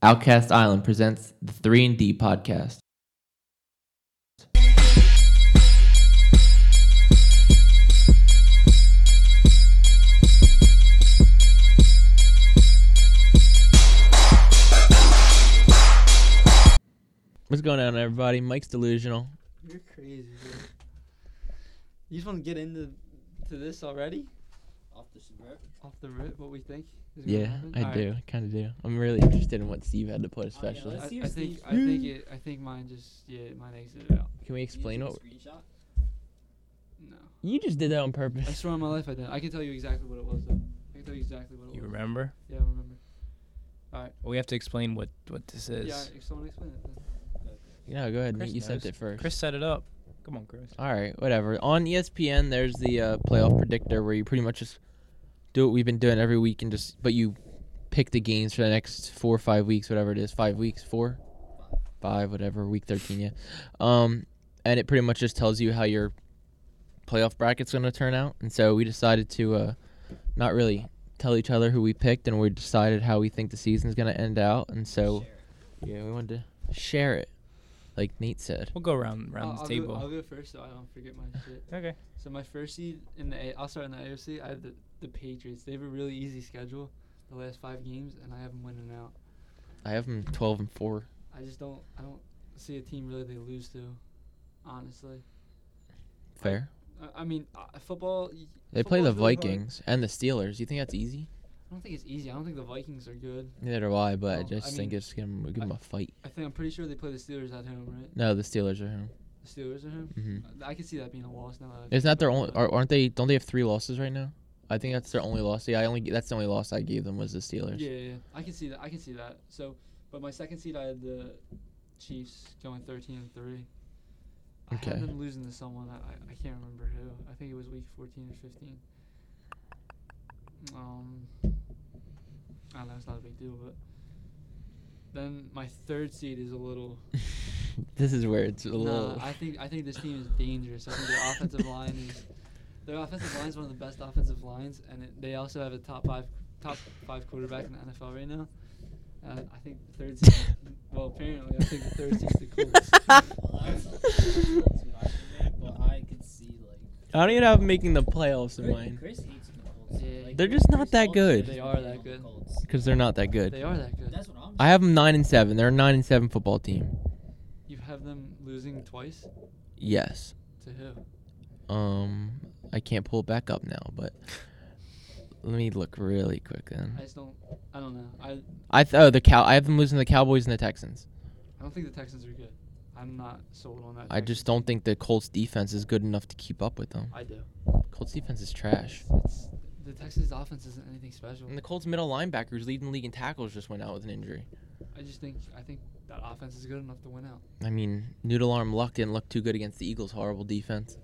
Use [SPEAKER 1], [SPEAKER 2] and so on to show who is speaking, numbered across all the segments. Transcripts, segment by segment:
[SPEAKER 1] Outcast Island presents the 3 and D podcast. What's going on, everybody? Mike's delusional.
[SPEAKER 2] You're crazy. Dude. You just want to get into to this already?
[SPEAKER 3] off the cigarette.
[SPEAKER 2] Off the rip, what we think? Is gonna
[SPEAKER 1] Yeah,
[SPEAKER 2] happen?
[SPEAKER 1] I
[SPEAKER 2] Alright.
[SPEAKER 1] do. I kind of do. I'm really interested in what Steve had to put,
[SPEAKER 3] Oh, yeah,
[SPEAKER 1] especially.
[SPEAKER 3] let's-
[SPEAKER 2] I,
[SPEAKER 3] see
[SPEAKER 2] I
[SPEAKER 3] your
[SPEAKER 2] think
[SPEAKER 3] sleeve.
[SPEAKER 2] I think it. I think mine just yeah, mine exited out.
[SPEAKER 1] Can we explain what
[SPEAKER 3] Screenshot.
[SPEAKER 2] No,
[SPEAKER 1] you just did that on
[SPEAKER 2] I
[SPEAKER 1] purpose?
[SPEAKER 2] swear on my life I didn't. I can tell you exactly what it was though. I can tell you exactly what it
[SPEAKER 4] You
[SPEAKER 2] was.
[SPEAKER 4] remember?
[SPEAKER 2] Yeah, I remember.
[SPEAKER 4] We have to explain what what this is.
[SPEAKER 2] Yeah, if someone explain it. Then.
[SPEAKER 1] No, go ahead.
[SPEAKER 4] Chris
[SPEAKER 1] you sent
[SPEAKER 4] knows.
[SPEAKER 1] it first.
[SPEAKER 4] Chris set it up. Come on, Chris.
[SPEAKER 1] All right, whatever. On E ESPN, there's the uh, playoff predictor where you pretty much just do what we've been doing every week and just, but you pick the games for the next four or five weeks, whatever it is, five weeks, four, five, whatever, week 13, yeah. Um, and it pretty much just tells you how your playoff bracket's going to turn out. And so we decided to uh, not really tell each other who we picked, and we decided how we think the season's going to end out. And so,
[SPEAKER 3] Share it.
[SPEAKER 1] yeah, we wanted to share it, like Nate said.
[SPEAKER 4] We'll go around
[SPEAKER 2] I'll,
[SPEAKER 4] around
[SPEAKER 2] I'll
[SPEAKER 4] the table.
[SPEAKER 2] Go, I'll go first so I don't forget my shit.
[SPEAKER 4] okay.
[SPEAKER 2] So my first seed in the A- I'll start in the AFC. I have the the Patriots. They have a really easy schedule, the last five games, and I have them winning out.
[SPEAKER 1] I have them 12 and 4.
[SPEAKER 2] I just don't I don't see a team really they lose to, honestly.
[SPEAKER 1] Fair.
[SPEAKER 2] I- I mean, uh, football. y-
[SPEAKER 1] They play the
[SPEAKER 2] football's really hard.
[SPEAKER 1] Vikings and the Steelers. You think that's easy?
[SPEAKER 2] I don't think it's easy. I don't think the Vikings are good.
[SPEAKER 1] Neither do I, but I
[SPEAKER 2] Well,
[SPEAKER 1] just
[SPEAKER 2] I
[SPEAKER 1] think
[SPEAKER 2] mean,
[SPEAKER 1] it's gonna give them a fight.
[SPEAKER 2] I think I'm pretty sure they play the Steelers at home, right?
[SPEAKER 1] No, the Steelers are home.
[SPEAKER 2] The Steelers at home.
[SPEAKER 1] hmm
[SPEAKER 2] Uh, I can see that being a loss now. that I think
[SPEAKER 1] It's not their
[SPEAKER 2] about
[SPEAKER 1] only.
[SPEAKER 2] it.
[SPEAKER 1] are- Aren't they? Don't they have three losses right now? I think that's their only loss. Yeah, I only. That's the only loss I gave them was the Steelers.
[SPEAKER 2] Yeah, yeah, yeah. I can see that. I can see that. So, but my second seed, I had the Chiefs going 13 and three. I
[SPEAKER 1] Okay.
[SPEAKER 2] had them losing to someone. I, I- I can't remember who. I think it was week 14 or 15. Um, I don't know. It's not a big deal, but then my third seed is a little.
[SPEAKER 1] this is where it's a little.
[SPEAKER 2] Nah, I think I think this team is dangerous. I think their offensive line is their offensive line is one of the best offensive lines, and it, they also have a top five top five quarterback in the NFL right now. Uh, I think the third seed. well, apparently, I think the third seed's the Colts.
[SPEAKER 3] Well, that's not too hard for me, but I could see like.
[SPEAKER 1] I don't even have them making the playoffs in
[SPEAKER 3] Chris-
[SPEAKER 1] mine
[SPEAKER 3] Chris hates the Colts.
[SPEAKER 2] Yeah.
[SPEAKER 3] Like,
[SPEAKER 1] They're just
[SPEAKER 3] Chris
[SPEAKER 1] not that
[SPEAKER 3] Paul's
[SPEAKER 1] good.
[SPEAKER 3] just
[SPEAKER 2] They are
[SPEAKER 3] big
[SPEAKER 2] that
[SPEAKER 3] on the
[SPEAKER 2] good.
[SPEAKER 3] Colts.
[SPEAKER 1] because they're not that good.
[SPEAKER 2] They are that good.
[SPEAKER 3] That's what I'm.
[SPEAKER 1] I have them nine and seven. They're a nine and seven football team.
[SPEAKER 2] You have them losing twice
[SPEAKER 1] Yes.
[SPEAKER 2] to who?
[SPEAKER 1] Um, I can't pull it back up now, but let me look really quick then.
[SPEAKER 2] I just don't. I don't know. I
[SPEAKER 1] I th- oh the cow. I have them losing to the Cowboys and the Texans.
[SPEAKER 2] I don't think the Texans are good. I'm not sold on that.
[SPEAKER 1] I just don't think the Colts defense is good enough to keep up with them.
[SPEAKER 2] I do.
[SPEAKER 1] Colts defense is trash.
[SPEAKER 2] It's, it's, the Texans' offense isn't anything special.
[SPEAKER 1] And the Colts middle linebackers leading the league in tackles just went out with an injury.
[SPEAKER 2] I just think I think that offense is good enough to win out.
[SPEAKER 1] I mean, noodle arm luck didn't look too good against the Eagles' horrible defense.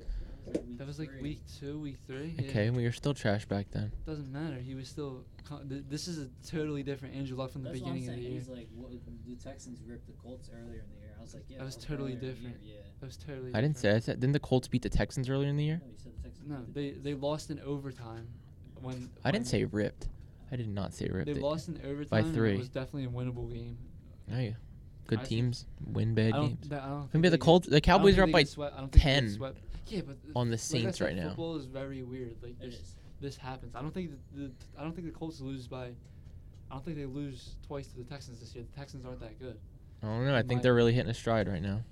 [SPEAKER 2] That was like
[SPEAKER 3] three.
[SPEAKER 2] week two, week three. yeah.
[SPEAKER 1] Okay, we were still trash back then.
[SPEAKER 2] Doesn't matter. He was still. co- th- This is a totally different Andrew Luck from the
[SPEAKER 3] That's what I'm
[SPEAKER 2] beginning of the
[SPEAKER 3] saying,
[SPEAKER 2] year.
[SPEAKER 3] He's like, what, the Texans ripped the Colts earlier in the year. I was like, yeah.
[SPEAKER 2] That was totally
[SPEAKER 3] earlier in the
[SPEAKER 2] different.
[SPEAKER 3] Year.
[SPEAKER 2] That was totally.
[SPEAKER 1] I didn't say.
[SPEAKER 2] different.
[SPEAKER 1] I said, didn't the Colts beat the Texans earlier in the
[SPEAKER 3] Yeah.
[SPEAKER 1] year?
[SPEAKER 3] No, you said the Texans.
[SPEAKER 2] No,
[SPEAKER 3] beat the
[SPEAKER 2] they
[SPEAKER 3] Colts.
[SPEAKER 2] they lost in overtime. When
[SPEAKER 1] I didn't
[SPEAKER 2] when
[SPEAKER 1] say ripped. I did not say ripped.
[SPEAKER 2] They
[SPEAKER 1] it.
[SPEAKER 2] lost in overtime. and
[SPEAKER 1] three.
[SPEAKER 2] It was definitely a winnable game.
[SPEAKER 1] No, Oh, yeah. Good
[SPEAKER 2] I think-
[SPEAKER 1] teams win bad
[SPEAKER 2] I don't,
[SPEAKER 1] games.
[SPEAKER 2] that- I don't think
[SPEAKER 1] Remember
[SPEAKER 2] they
[SPEAKER 1] the
[SPEAKER 2] get-
[SPEAKER 1] Colts, the
[SPEAKER 2] I don't
[SPEAKER 1] Cowboys
[SPEAKER 2] think
[SPEAKER 1] are
[SPEAKER 2] they
[SPEAKER 1] up by
[SPEAKER 2] get swept- I don't think they get
[SPEAKER 1] 10
[SPEAKER 2] swept. Yeah, but th-
[SPEAKER 1] on the
[SPEAKER 2] like I
[SPEAKER 1] Saints
[SPEAKER 2] said,
[SPEAKER 1] right now.
[SPEAKER 2] Football is very weird. Like
[SPEAKER 3] It
[SPEAKER 2] there's
[SPEAKER 3] is.
[SPEAKER 2] this happens. I don't think the, the I don't think the Colts lose by. I don't think they lose twice to the Texans this year. The Texans aren't that good.
[SPEAKER 1] I don't know. I
[SPEAKER 2] in
[SPEAKER 1] think
[SPEAKER 2] my-
[SPEAKER 1] they're really hitting a stride right now.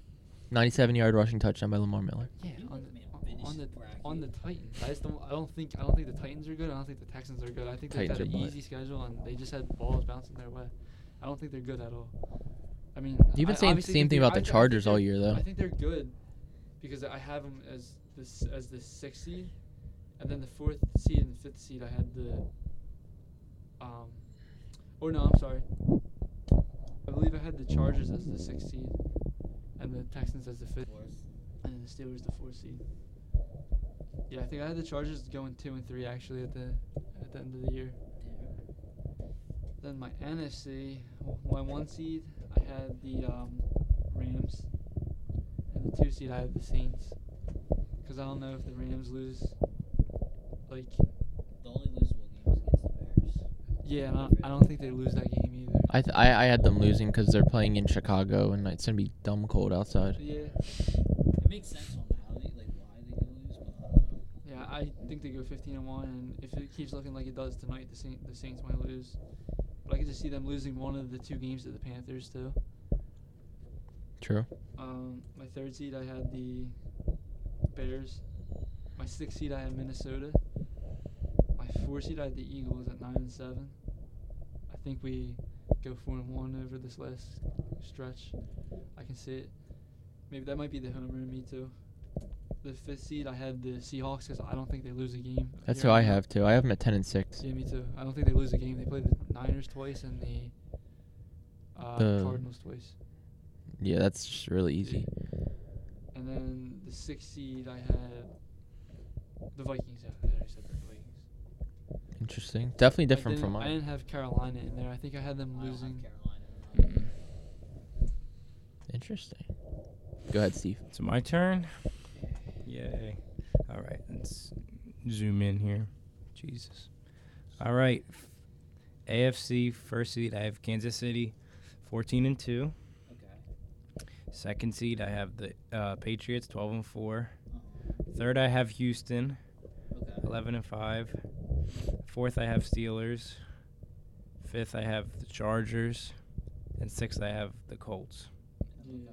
[SPEAKER 1] 97 yard rushing touchdown by Lamar Miller.
[SPEAKER 2] Yeah,
[SPEAKER 3] You
[SPEAKER 2] on
[SPEAKER 3] would've been
[SPEAKER 2] the, on- on
[SPEAKER 3] finished
[SPEAKER 2] the
[SPEAKER 3] bracket.
[SPEAKER 2] on the Titans. I just don't. I don't think. I don't think the Titans are good. I don't think the Texans are good. I think they
[SPEAKER 1] Titans
[SPEAKER 2] had an
[SPEAKER 1] are butt.
[SPEAKER 2] easy schedule and they just had balls bouncing their way. I don't think they're good at all. I mean,
[SPEAKER 1] You've been
[SPEAKER 2] I
[SPEAKER 1] saying the
[SPEAKER 2] obviously
[SPEAKER 1] same
[SPEAKER 2] think
[SPEAKER 1] thing
[SPEAKER 2] they're-
[SPEAKER 1] about the
[SPEAKER 2] I th- I think
[SPEAKER 1] Chargers all
[SPEAKER 2] they're-
[SPEAKER 1] year, though.
[SPEAKER 2] I think they're good because I have them as this as the sixth seed, and then the fourth seed and the fifth seed. I had the. Um, or no, I'm sorry. I believe I had the Chargers as the sixth seed, and the Texans as the fifth.
[SPEAKER 3] Fourth.
[SPEAKER 2] And then the Steelers the four seed. Yeah, I think I had the Chargers going two and three actually at the at the end of the year.
[SPEAKER 3] Damn.
[SPEAKER 2] Then my NFC, my one seed, I had the um, Rams, and the two seed I had the Saints. Cause I don't know if the Rams lose. Like,
[SPEAKER 3] The only losable games against the Bears.
[SPEAKER 2] yeah, and I, I don't think they lose that game either.
[SPEAKER 1] I I th- I, I had them losing because they're playing in Chicago and it's gonna be dumb cold outside.
[SPEAKER 2] Yeah,
[SPEAKER 3] It makes sense on how they like why they could lose, but I don't know.
[SPEAKER 2] yeah. I think they go 15 and one, and if it keeps looking like it does tonight, the Saints, the Saints might lose. But I could just see them losing one of the two games to the Panthers too.
[SPEAKER 1] True.
[SPEAKER 2] Um, my third seed, I had the Bears. My sixth seed, I had Minnesota. My fourth seed, I had the Eagles at nine and seven. I think we go four and one over this last stretch. I can see it. Maybe that might be the homer in me too. The fifth seed, I had the Seahawks because I don't think they lose a game.
[SPEAKER 1] That's
[SPEAKER 2] here
[SPEAKER 1] who I
[SPEAKER 2] on out.
[SPEAKER 1] have too. I have them at ten and six.
[SPEAKER 2] Yeah, me too. I don't think they lose a game. They played the Niners twice and the, uh,
[SPEAKER 1] The-
[SPEAKER 2] Cardinals twice.
[SPEAKER 1] Yeah, that's just really easy.
[SPEAKER 2] And then the sixth seed, I had the Vikings. I already said the Vikings.
[SPEAKER 1] Interesting. Definitely
[SPEAKER 2] I
[SPEAKER 1] different from
[SPEAKER 2] didn't- I
[SPEAKER 1] mine.
[SPEAKER 2] didn't have Carolina in there. I think I had them
[SPEAKER 3] I don't have
[SPEAKER 2] losing.
[SPEAKER 3] Carolina.
[SPEAKER 4] Mm.
[SPEAKER 1] Interesting. Go ahead, Steve.
[SPEAKER 4] It's my turn. Yay. All right, let's zoom in here. Jesus. All right. f- AFC first seed, I have Kansas City, 14 and 2.
[SPEAKER 3] Okay.
[SPEAKER 4] Second seed, I have the uh, Patriots, 12 and 4.
[SPEAKER 3] Uh-huh.
[SPEAKER 4] Third, I have Houston,
[SPEAKER 3] Okay.
[SPEAKER 4] 11 and 5. Fourth, I have Steelers. Fifth, I have the Chargers. And sixth, I have the Colts.
[SPEAKER 2] Yeah,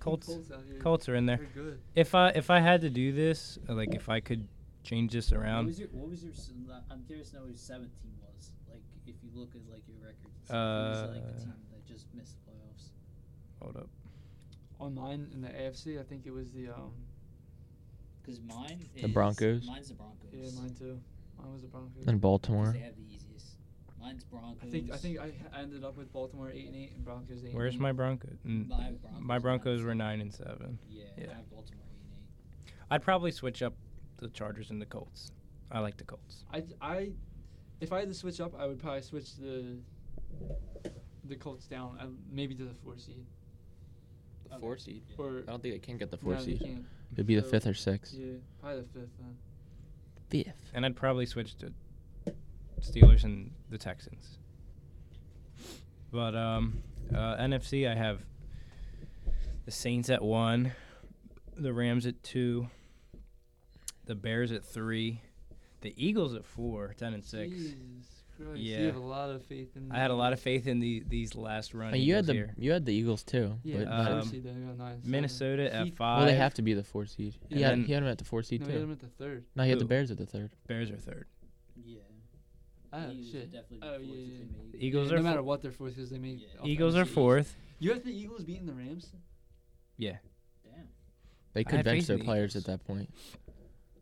[SPEAKER 4] Colts.
[SPEAKER 2] out here.
[SPEAKER 4] Colts are in there.
[SPEAKER 2] They're good.
[SPEAKER 4] If I if I had to do this, uh, like if I could change this
[SPEAKER 3] What
[SPEAKER 4] around,
[SPEAKER 3] was your What was your? s- la- I'm curious to know what your seventh team was. Like, if you look at like your record, and stuff, who was, like
[SPEAKER 4] Uh,
[SPEAKER 3] the team that just missed the playoffs.
[SPEAKER 4] hold up.
[SPEAKER 2] On mine in the AFC, I think it was the um.
[SPEAKER 3] Because mine. Is,
[SPEAKER 1] The Broncos?
[SPEAKER 3] Mine's the Broncos.
[SPEAKER 2] Yeah, mine too. Mine was the Broncos.
[SPEAKER 1] And
[SPEAKER 3] 'cause
[SPEAKER 1] Baltimore.
[SPEAKER 3] They have the easiest. Mine's Broncos.
[SPEAKER 2] I think I think I ha- I ended up with Baltimore eight and eight and Broncos eight.
[SPEAKER 4] Where's
[SPEAKER 2] and
[SPEAKER 4] my Broncos? Mm,
[SPEAKER 3] My Broncos.
[SPEAKER 4] My Broncos were
[SPEAKER 3] nine.
[SPEAKER 4] nine and seven.
[SPEAKER 3] Yeah.
[SPEAKER 4] yeah.
[SPEAKER 3] I have Baltimore eight and E.
[SPEAKER 4] I'd probably switch up the Chargers and the Colts. I like the Colts.
[SPEAKER 2] eight. I I, if I had to switch up, I would probably switch the. The Colts down, uh, maybe to the four seed,
[SPEAKER 1] The
[SPEAKER 3] Okay. four
[SPEAKER 1] seed.
[SPEAKER 2] or
[SPEAKER 1] I don't think they can get the
[SPEAKER 2] no,
[SPEAKER 1] four
[SPEAKER 2] they
[SPEAKER 1] seed.
[SPEAKER 2] can't.
[SPEAKER 1] It'd be the
[SPEAKER 2] So-
[SPEAKER 1] fifth or sixth.
[SPEAKER 2] Yeah, probably the fifth. Then.
[SPEAKER 1] Fifth.
[SPEAKER 4] And I'd probably switch to Steelers and the Texans. But um, uh, NFC, I have the Saints at one, the Rams at two, the Bears at three, the Eagles at four, ten and six.
[SPEAKER 2] Jesus Christ.
[SPEAKER 4] Yeah.
[SPEAKER 2] You have a lot of faith in.
[SPEAKER 4] I had a lot of faith in the, these last
[SPEAKER 1] Uh,
[SPEAKER 4] runs.
[SPEAKER 1] you had the you had the Eagles too.
[SPEAKER 2] Yeah,
[SPEAKER 1] but
[SPEAKER 2] the
[SPEAKER 1] not-
[SPEAKER 2] four
[SPEAKER 4] Um,
[SPEAKER 2] seed, they got nine and seven.
[SPEAKER 4] Minnesota at
[SPEAKER 2] He-
[SPEAKER 4] five.
[SPEAKER 1] well, they have to be the four seed.
[SPEAKER 4] And
[SPEAKER 1] He had,
[SPEAKER 4] then-
[SPEAKER 1] he had them at the four seed
[SPEAKER 2] No,
[SPEAKER 1] too.
[SPEAKER 2] he had them at the third.
[SPEAKER 1] no, he had the
[SPEAKER 4] Who?
[SPEAKER 1] Bears at the third.
[SPEAKER 4] Bears are third.
[SPEAKER 3] eight. Yeah.
[SPEAKER 1] Ah,
[SPEAKER 2] Oh
[SPEAKER 3] Eagles would
[SPEAKER 2] shit.
[SPEAKER 3] Definitely
[SPEAKER 2] Oh,
[SPEAKER 3] be
[SPEAKER 2] yeah,
[SPEAKER 3] fourth if
[SPEAKER 2] yeah,
[SPEAKER 3] they made it.
[SPEAKER 4] The Eagles
[SPEAKER 2] Yeah,
[SPEAKER 4] are
[SPEAKER 2] no matter
[SPEAKER 4] four-
[SPEAKER 2] what, they're fourth because they made.
[SPEAKER 3] Yeah.
[SPEAKER 2] off the
[SPEAKER 4] Eagles are
[SPEAKER 2] NFC East.
[SPEAKER 4] fourth.
[SPEAKER 2] You have the Eagles beating the Rams?
[SPEAKER 3] Damn.
[SPEAKER 1] They could
[SPEAKER 4] had faith
[SPEAKER 1] bench
[SPEAKER 4] in
[SPEAKER 1] their
[SPEAKER 4] the
[SPEAKER 1] players
[SPEAKER 4] Eagles.
[SPEAKER 1] at that point.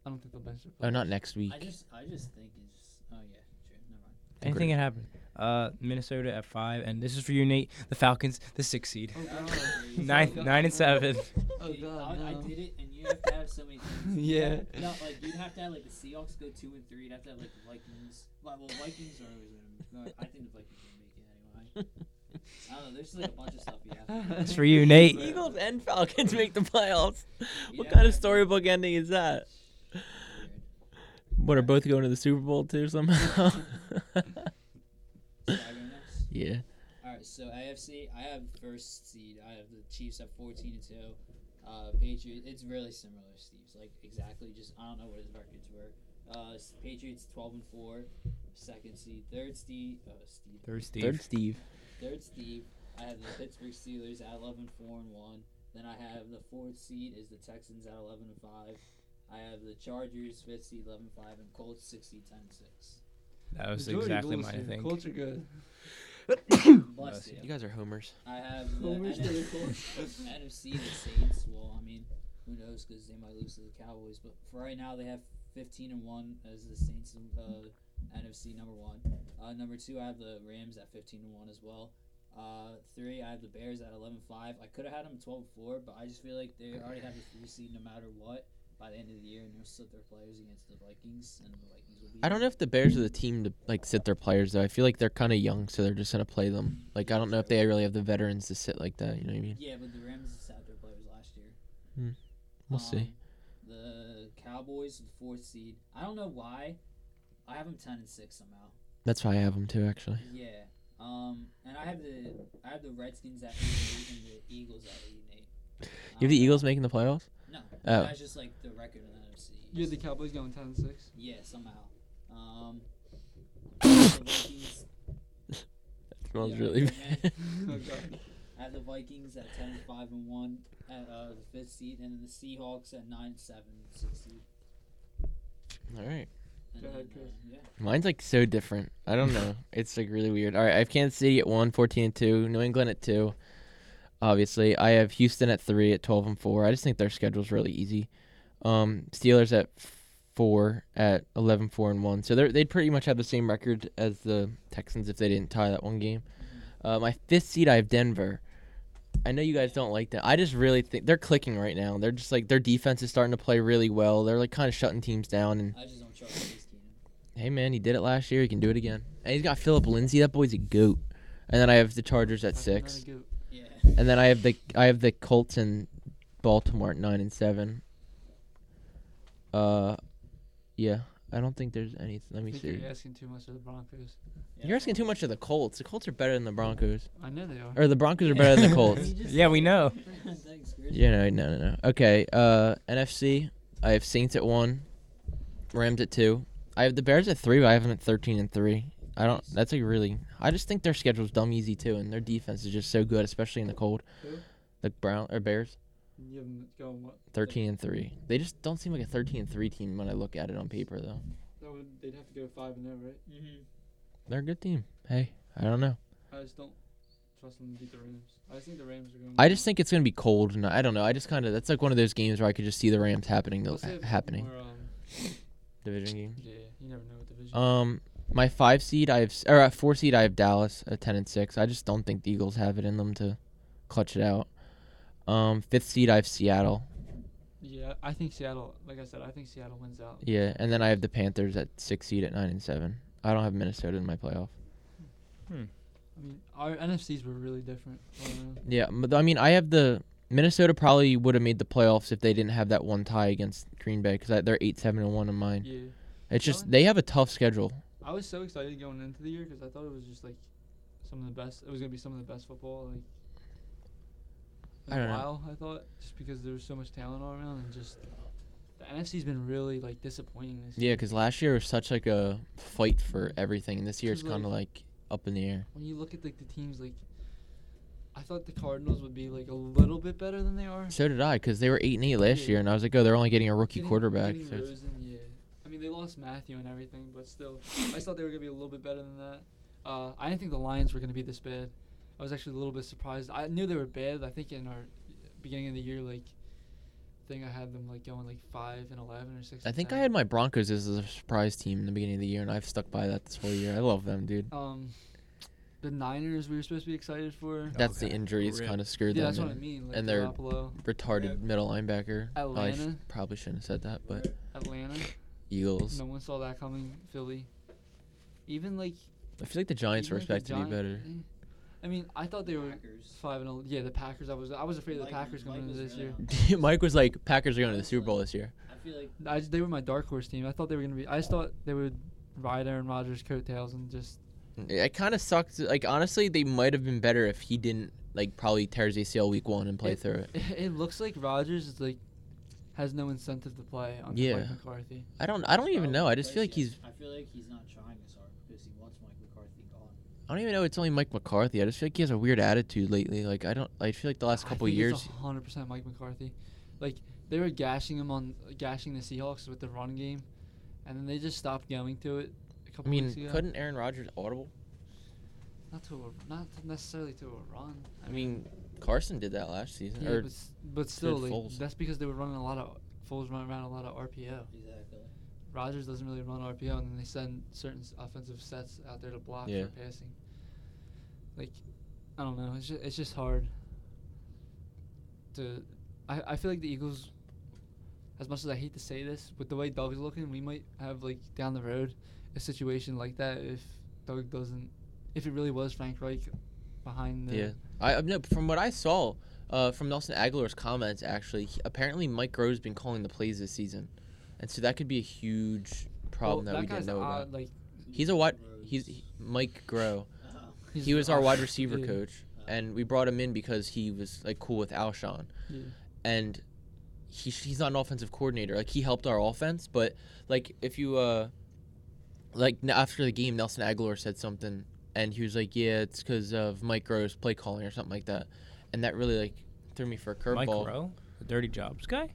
[SPEAKER 2] I don't think they'll bench. their
[SPEAKER 1] Oh, not
[SPEAKER 2] players.
[SPEAKER 1] next week.
[SPEAKER 3] I just I just think it's. Oh yeah. True. Never mind.
[SPEAKER 4] Anything
[SPEAKER 1] Agreed.
[SPEAKER 4] can happen. Uh, Minnesota at five, and this is for you, Nate. The Falcons, the sixth seed,
[SPEAKER 2] Oh god.
[SPEAKER 4] ninth, nine and seven.
[SPEAKER 2] Oh
[SPEAKER 3] See,
[SPEAKER 2] god.
[SPEAKER 3] I, I
[SPEAKER 2] no.
[SPEAKER 3] did it, and you have to have so many. Things.
[SPEAKER 2] Yeah.
[SPEAKER 3] No, like you'd have to have like the Seahawks go two and three. You'd have to have like the Vikings. Well, well Vikings are always gonna. No, I think the Vikings will make it anyway. I don't know. There's just, like a bunch of stuff you have. To,
[SPEAKER 4] It's for you, Nate.
[SPEAKER 1] Eagles and Falcons make the playoffs.
[SPEAKER 3] you
[SPEAKER 1] What
[SPEAKER 3] have
[SPEAKER 1] kind
[SPEAKER 3] to
[SPEAKER 1] of
[SPEAKER 3] have-
[SPEAKER 1] storybook ending is that?
[SPEAKER 3] Weird.
[SPEAKER 1] What are both going to the Super Bowl too somehow?
[SPEAKER 3] So I go next.
[SPEAKER 1] yeah.
[SPEAKER 3] All right, so AFC, I have first seed. I have the Chiefs at fourteen and two. Uh, Patriots, it's really similar to Steve's, like exactly. Just I don't know what his records were. Uh, s- Patriots twelve and four, second seed, third seed, uh, Steve,
[SPEAKER 4] Third Steve.
[SPEAKER 1] Third Steve.
[SPEAKER 3] third Steve. I have the Pittsburgh Steelers at eleven four and one. Then I have the fourth seed is the Texans at eleven and five. I have the Chargers fifth seed eleven five and Colts six seed ten and six.
[SPEAKER 4] That was
[SPEAKER 2] Enjoy your
[SPEAKER 4] exactly
[SPEAKER 2] Eagles
[SPEAKER 4] my
[SPEAKER 2] here.
[SPEAKER 4] thing.
[SPEAKER 2] Colts are good.
[SPEAKER 3] Bless you.
[SPEAKER 1] You guys are homers.
[SPEAKER 3] I have uh, the
[SPEAKER 2] Homers to the Colts.
[SPEAKER 3] NFC, NFC the Saints. Well, I mean, who knows? Because they might lose to the Cowboys, but for right now they have 15 and one as the Saints and uh, NFC number one. Uh, number two, I have the Rams at 15 and one as well. Uh, three, I have the Bears at 11 5. I could have had them 12 4, but I just feel like they already have the three seed no matter what by the end of the year, and they'll slip their players against the Vikings, and the Vikings will be.
[SPEAKER 1] I don't know if the Bears are the team to like sit their players though. I feel like they're kind of young, so they're just gonna play them. Like I don't know if they really have the veterans to sit like that. You know what I mean?
[SPEAKER 3] Yeah, but the Rams sat their players last year.
[SPEAKER 1] Hmm. We'll
[SPEAKER 3] Um,
[SPEAKER 1] see.
[SPEAKER 3] The Cowboys, the fourth seed. I don't know why. I have them ten and six somehow.
[SPEAKER 1] That's why I have them too, actually.
[SPEAKER 3] Yeah. Um, and I have the I have the Redskins at eight and eight and the Eagles at eight and eight.
[SPEAKER 1] You have the
[SPEAKER 3] Um,
[SPEAKER 1] Eagles making the playoffs?
[SPEAKER 3] No,
[SPEAKER 1] Oh.
[SPEAKER 3] that's just like the record in the NFC.
[SPEAKER 2] You had the Cowboys going 10 and 6.
[SPEAKER 3] yeah, somehow. Um, I have the Vikings-
[SPEAKER 1] That smells
[SPEAKER 3] Yeah.
[SPEAKER 1] really bad.
[SPEAKER 2] oh, God.
[SPEAKER 3] I have the Vikings at 10 5 and 1 at uh, the fifth seed, and then the Seahawks at 9 7 sixth seed.
[SPEAKER 1] All right.
[SPEAKER 3] And
[SPEAKER 2] Go ahead,
[SPEAKER 3] then, uh,
[SPEAKER 2] Chris.
[SPEAKER 3] yeah.
[SPEAKER 1] Mine's like so different. I don't know. it's like really weird. All right, I have Kansas City at one, 14 and two. New England at two. Obviously, I have Houston at three, at twelve and four. I just think their schedule's really easy. Um, Steelers at four, at 11, four and one. So they they'd pretty much have the same record as the Texans if they didn't tie that one game. Uh, my fifth seed, I have Denver. I know you guys don't like that. I just really think they're clicking right now. They're just like their defense is starting to play really well. They're like kind of shutting teams down and.
[SPEAKER 3] I just don't trust Case Keenum.
[SPEAKER 1] Hey man, he did it last year. He can do it again. And he's got Philip Lindsay. That boy's a goat. And then I have the Chargers at
[SPEAKER 2] That's not
[SPEAKER 1] six.
[SPEAKER 2] a good-
[SPEAKER 3] Yeah.
[SPEAKER 1] And then I have the I have the Colts and Baltimore at nine and seven. Uh, yeah. I don't think there's any. Let
[SPEAKER 2] I
[SPEAKER 1] me
[SPEAKER 2] think
[SPEAKER 1] see.
[SPEAKER 2] you're asking too much of the Broncos.
[SPEAKER 3] yeah.
[SPEAKER 1] You're asking too much of the Colts. The Colts are better than the Broncos,
[SPEAKER 2] I know they are.
[SPEAKER 1] or the Broncos are better than the Colts.
[SPEAKER 3] You just
[SPEAKER 4] Yeah, we
[SPEAKER 3] said-
[SPEAKER 4] know.
[SPEAKER 3] Thanks, Chris.
[SPEAKER 1] Yeah, no, no, no, no. Okay, uh, NFC. I have Saints at one, Rams at two. I have the Bears at three, but I have them at thirteen and three. I don't. That's like really. I just think their schedule's dumb easy too, and their defense is just so good, especially in the cold.
[SPEAKER 2] Who?
[SPEAKER 1] The Brown or Bears,
[SPEAKER 2] You have them going what?
[SPEAKER 1] thirteen and three. They just don't seem like a thirteen and three team when I look at it on paper, though.
[SPEAKER 2] That would, they'd have to go 5 and 0, right?
[SPEAKER 3] Mhm.
[SPEAKER 1] They're a good team. Hey, I don't know.
[SPEAKER 2] I just don't trust them to beat the Rams. I just think the Rams are going to
[SPEAKER 1] I just think it's gonna be cold, and I don't know. I just kind of that's like one of those games where I could just see the Rams happening, happening
[SPEAKER 2] More, um,
[SPEAKER 1] division game.
[SPEAKER 2] yeah, you never know what division.
[SPEAKER 1] Um, my five seed, I have s- or uh, four seed, I have Dallas at ten and six. I just don't think the Eagles have it in them to clutch it out. Um, fifth seed, I have Seattle.
[SPEAKER 2] yeah, I think Seattle, like I said, I think Seattle wins out.
[SPEAKER 1] Yeah, and then I have the Panthers at six seed at nine and seven. I don't have Minnesota in my playoff.
[SPEAKER 2] I mean, our NFCs were really different. Um, I don't know.
[SPEAKER 1] Yeah, m- I mean, I have the Minnesota probably would have made the playoffs if they didn't have that one tie against Green Bay because they're eight seven and one in mine.
[SPEAKER 2] Yeah.
[SPEAKER 1] It's just
[SPEAKER 2] Really?
[SPEAKER 1] they have a tough schedule.
[SPEAKER 2] I was so excited going into the year because I thought it was just like some of the best. It was gonna be some of the best football like in
[SPEAKER 1] I don't
[SPEAKER 2] a
[SPEAKER 1] know.
[SPEAKER 2] while. I thought just because there was so much talent all around and just the NFC's been really like disappointing this year.
[SPEAKER 1] Yeah, because last year was such like a fight for everything, and this year it's
[SPEAKER 2] Just like-
[SPEAKER 1] kind of like up in the air.
[SPEAKER 2] When you look at like the teams, like I thought the Cardinals would be like a little bit better than they are.
[SPEAKER 1] So did I, because they were eight and eight last
[SPEAKER 2] Yeah.
[SPEAKER 1] year, and I was like, oh, they're only getting a rookie
[SPEAKER 2] Getting-
[SPEAKER 1] quarterback.
[SPEAKER 2] getting
[SPEAKER 1] So it's-
[SPEAKER 2] Rosen, yeah. I mean, they lost Matthew and everything, but still, I just thought they were gonna be a little bit better than that. Uh, I didn't think the Lions were gonna be this bad. I was actually a little bit surprised. I knew they were bad. I think in our beginning of the year, like thing, I had them like going like five and eleven or six.
[SPEAKER 1] I
[SPEAKER 2] and
[SPEAKER 1] think I
[SPEAKER 2] 10.
[SPEAKER 1] had my Broncos as a surprise team in the beginning of the year, and I've stuck by that this whole year. I love them, dude.
[SPEAKER 2] Um, the Niners we were supposed to be excited for.
[SPEAKER 1] That's the
[SPEAKER 4] Okay.
[SPEAKER 1] injury. It's
[SPEAKER 4] Rip.
[SPEAKER 1] kind of screwed
[SPEAKER 2] yeah,
[SPEAKER 1] them.
[SPEAKER 2] that's what I
[SPEAKER 1] and
[SPEAKER 2] mean. Like
[SPEAKER 1] and they're-
[SPEAKER 2] Garoppolo,
[SPEAKER 1] Retarded
[SPEAKER 3] Rip.
[SPEAKER 1] middle linebacker. Oh, I sh-
[SPEAKER 2] Atlanta.
[SPEAKER 1] probably shouldn't have said that, but
[SPEAKER 2] Atlanta.
[SPEAKER 1] Eagles.
[SPEAKER 2] No one saw that coming. Philly. Even like
[SPEAKER 1] I feel like the Giants were
[SPEAKER 2] Even if the
[SPEAKER 1] expected to be better.
[SPEAKER 2] Giant- I mean, I thought they were
[SPEAKER 3] Packers.
[SPEAKER 2] five and oh, yeah, the Packers. I was I was afraid of the
[SPEAKER 3] Mike-
[SPEAKER 2] Packers coming
[SPEAKER 3] Mike
[SPEAKER 2] into
[SPEAKER 3] was
[SPEAKER 2] this
[SPEAKER 3] really
[SPEAKER 2] year.
[SPEAKER 3] on-
[SPEAKER 1] Mike was like, Packers are going to the Super Bowl this year.
[SPEAKER 3] I feel like
[SPEAKER 2] I just, they were my dark horse team. I thought they were gonna be. I just thought they would ride Aaron Rodgers' coattails and just.
[SPEAKER 1] It kind of sucked. Like, honestly, they might have been better if he didn't, like, probably tear his ACL week one and play
[SPEAKER 2] it,
[SPEAKER 1] through it.
[SPEAKER 2] It looks like Rodgers is like has no incentive to play under
[SPEAKER 1] Yeah.
[SPEAKER 2] Mike McCarthy.
[SPEAKER 1] I don't I don't even know. I
[SPEAKER 3] probably
[SPEAKER 1] just feel like
[SPEAKER 3] replaced
[SPEAKER 1] he's
[SPEAKER 3] him. I feel like he's not trying as hard because he wants Mike McCarthy gone.
[SPEAKER 1] I don't even know. It's only Mike McCarthy. I just feel like he has a weird attitude lately. Like I don't. I feel like the last
[SPEAKER 2] I
[SPEAKER 1] couple
[SPEAKER 2] think
[SPEAKER 1] years.
[SPEAKER 2] it's hundred percent Mike McCarthy. Like they were gashing him on gashing the Seahawks with the run game, and then they just stopped going to it.
[SPEAKER 1] I
[SPEAKER 2] A couple weeks
[SPEAKER 1] mean,
[SPEAKER 2] ago.
[SPEAKER 1] couldn't Aaron Rodgers audible?
[SPEAKER 2] not to a, not necessarily to a run.
[SPEAKER 1] I mean, Carson did that last season.
[SPEAKER 2] Yeah,
[SPEAKER 1] or
[SPEAKER 2] but, s- but still, like,
[SPEAKER 1] Foles.
[SPEAKER 2] that's because they were running a lot of Foles running around a lot of RPO.
[SPEAKER 3] Exactly.
[SPEAKER 2] Rogers doesn't really run RPO, and then they send certain s- offensive sets out there to block
[SPEAKER 1] Yeah.
[SPEAKER 2] for passing. Like, I don't know. It's just, it's just hard. To, I, I feel like the Eagles, as much as I hate to say this, with the way Doug's looking, we might have like down the road a situation like that if Doug doesn't, if it really was Frank Reich behind the
[SPEAKER 1] yeah. I I- no. From what I saw, uh, from Nelson Aguilar's comments, actually, he- apparently Mike Rowe's been calling the plays this season, and so that could be a huge problem
[SPEAKER 2] Well,
[SPEAKER 1] that, we didn't
[SPEAKER 2] guy's
[SPEAKER 1] know about.
[SPEAKER 2] odd, Like
[SPEAKER 1] He's a what?
[SPEAKER 3] Rhodes.
[SPEAKER 1] He's he, Mike Grow.
[SPEAKER 3] Oh.
[SPEAKER 2] He's
[SPEAKER 1] he
[SPEAKER 2] the
[SPEAKER 1] was our
[SPEAKER 2] Al-
[SPEAKER 1] wide receiver
[SPEAKER 2] yeah.
[SPEAKER 1] coach, and we brought him in because he was like cool with Alshon,
[SPEAKER 2] Yeah.
[SPEAKER 1] and he he's not an offensive coordinator. Like he helped our offense, but like if you uh, like n- after the game, Nelson Aguilar said something, and he was like, "Yeah, it's because of Mike Gross play calling or something like that," and that really like threw me for a
[SPEAKER 4] Mike
[SPEAKER 1] curveball.
[SPEAKER 4] Rowe, the dirty jobs guy.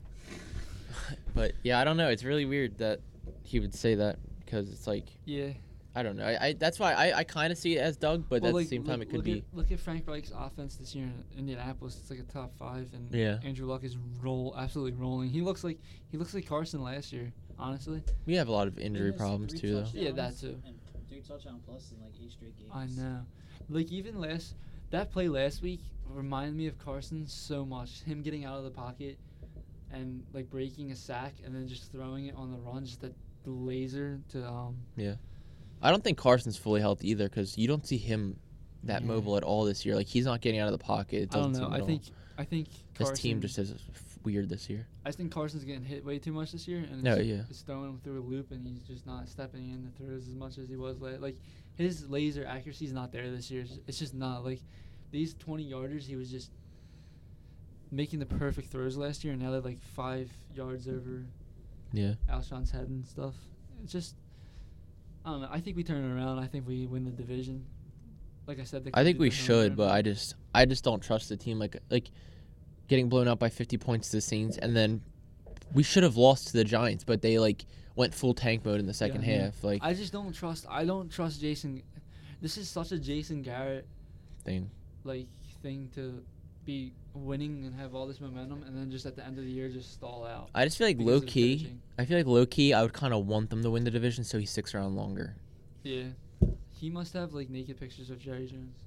[SPEAKER 1] But yeah, I don't know. It's really weird that he would say that because it's like
[SPEAKER 2] Yeah.
[SPEAKER 1] I don't know. I, I that's why I, I kind of see it as Doug, but
[SPEAKER 2] Well,
[SPEAKER 1] at
[SPEAKER 2] like,
[SPEAKER 1] the same
[SPEAKER 2] look-
[SPEAKER 1] time, it could
[SPEAKER 2] look
[SPEAKER 1] be.
[SPEAKER 2] At, look at Frank Reich's offense this year in Indianapolis. It's like a top five, and
[SPEAKER 1] Yeah.
[SPEAKER 2] Andrew Luck is roll absolutely rolling. He looks like he looks like Carson last year. Honestly,
[SPEAKER 1] We have a lot of injury
[SPEAKER 3] Didn't they see
[SPEAKER 1] problems
[SPEAKER 3] three
[SPEAKER 1] too, though.
[SPEAKER 3] touchdowns
[SPEAKER 2] Yeah, that too.
[SPEAKER 3] And three touchdown plus in like eight straight games.
[SPEAKER 2] I know. Like even last that play last week reminded me of Carson so much. Him getting out of the pocket and like breaking a sack and then just throwing it on the run, just that laser to um.
[SPEAKER 1] I don't think Carson's fully healthy either because you don't see him that
[SPEAKER 2] Yeah.
[SPEAKER 1] mobile at all this year. Like he's not getting out of the pocket. It
[SPEAKER 2] I don't
[SPEAKER 1] doesn't
[SPEAKER 2] know.
[SPEAKER 1] seem
[SPEAKER 2] I
[SPEAKER 1] at all.
[SPEAKER 2] think I think Carson,
[SPEAKER 1] his team just is f- weird this year.
[SPEAKER 2] I think Carson's getting hit way too much this year, and
[SPEAKER 1] No,
[SPEAKER 2] it's,
[SPEAKER 1] yeah.
[SPEAKER 2] it's throwing him through a loop, and he's just not stepping in the throws as much as he was. la Like his laser accuracy is not there this year. It's- It's just not like these twenty yarders. He was just making the perfect throws last year, and now they're like five yards over
[SPEAKER 1] Yeah.
[SPEAKER 2] Alshon's head and stuff. It's just I don't know. I think we turn it around. I think we win the division. Like I said, there
[SPEAKER 1] I
[SPEAKER 2] could
[SPEAKER 1] think
[SPEAKER 2] be
[SPEAKER 1] we
[SPEAKER 2] different
[SPEAKER 1] should, but I
[SPEAKER 2] outcomes.
[SPEAKER 1] just I just don't trust the team. Like like getting blown out by 50 points to the Saints, and then we should have lost to the Giants, but they like went full tank mode in the second
[SPEAKER 2] I know.
[SPEAKER 1] half, like
[SPEAKER 2] I just don't trust. I don't trust Jason. This is such a Jason Garrett
[SPEAKER 1] thing.
[SPEAKER 2] like thing to be winning and have all this momentum and then just at the end of the year just stall out.
[SPEAKER 1] I just feel like
[SPEAKER 2] because
[SPEAKER 1] low
[SPEAKER 2] of the
[SPEAKER 1] key.
[SPEAKER 2] finishing.
[SPEAKER 1] I feel like low key. I would kind of want them to win the division, so he sticks around longer.
[SPEAKER 2] Yeah. He must have like naked pictures of Jerry Jones.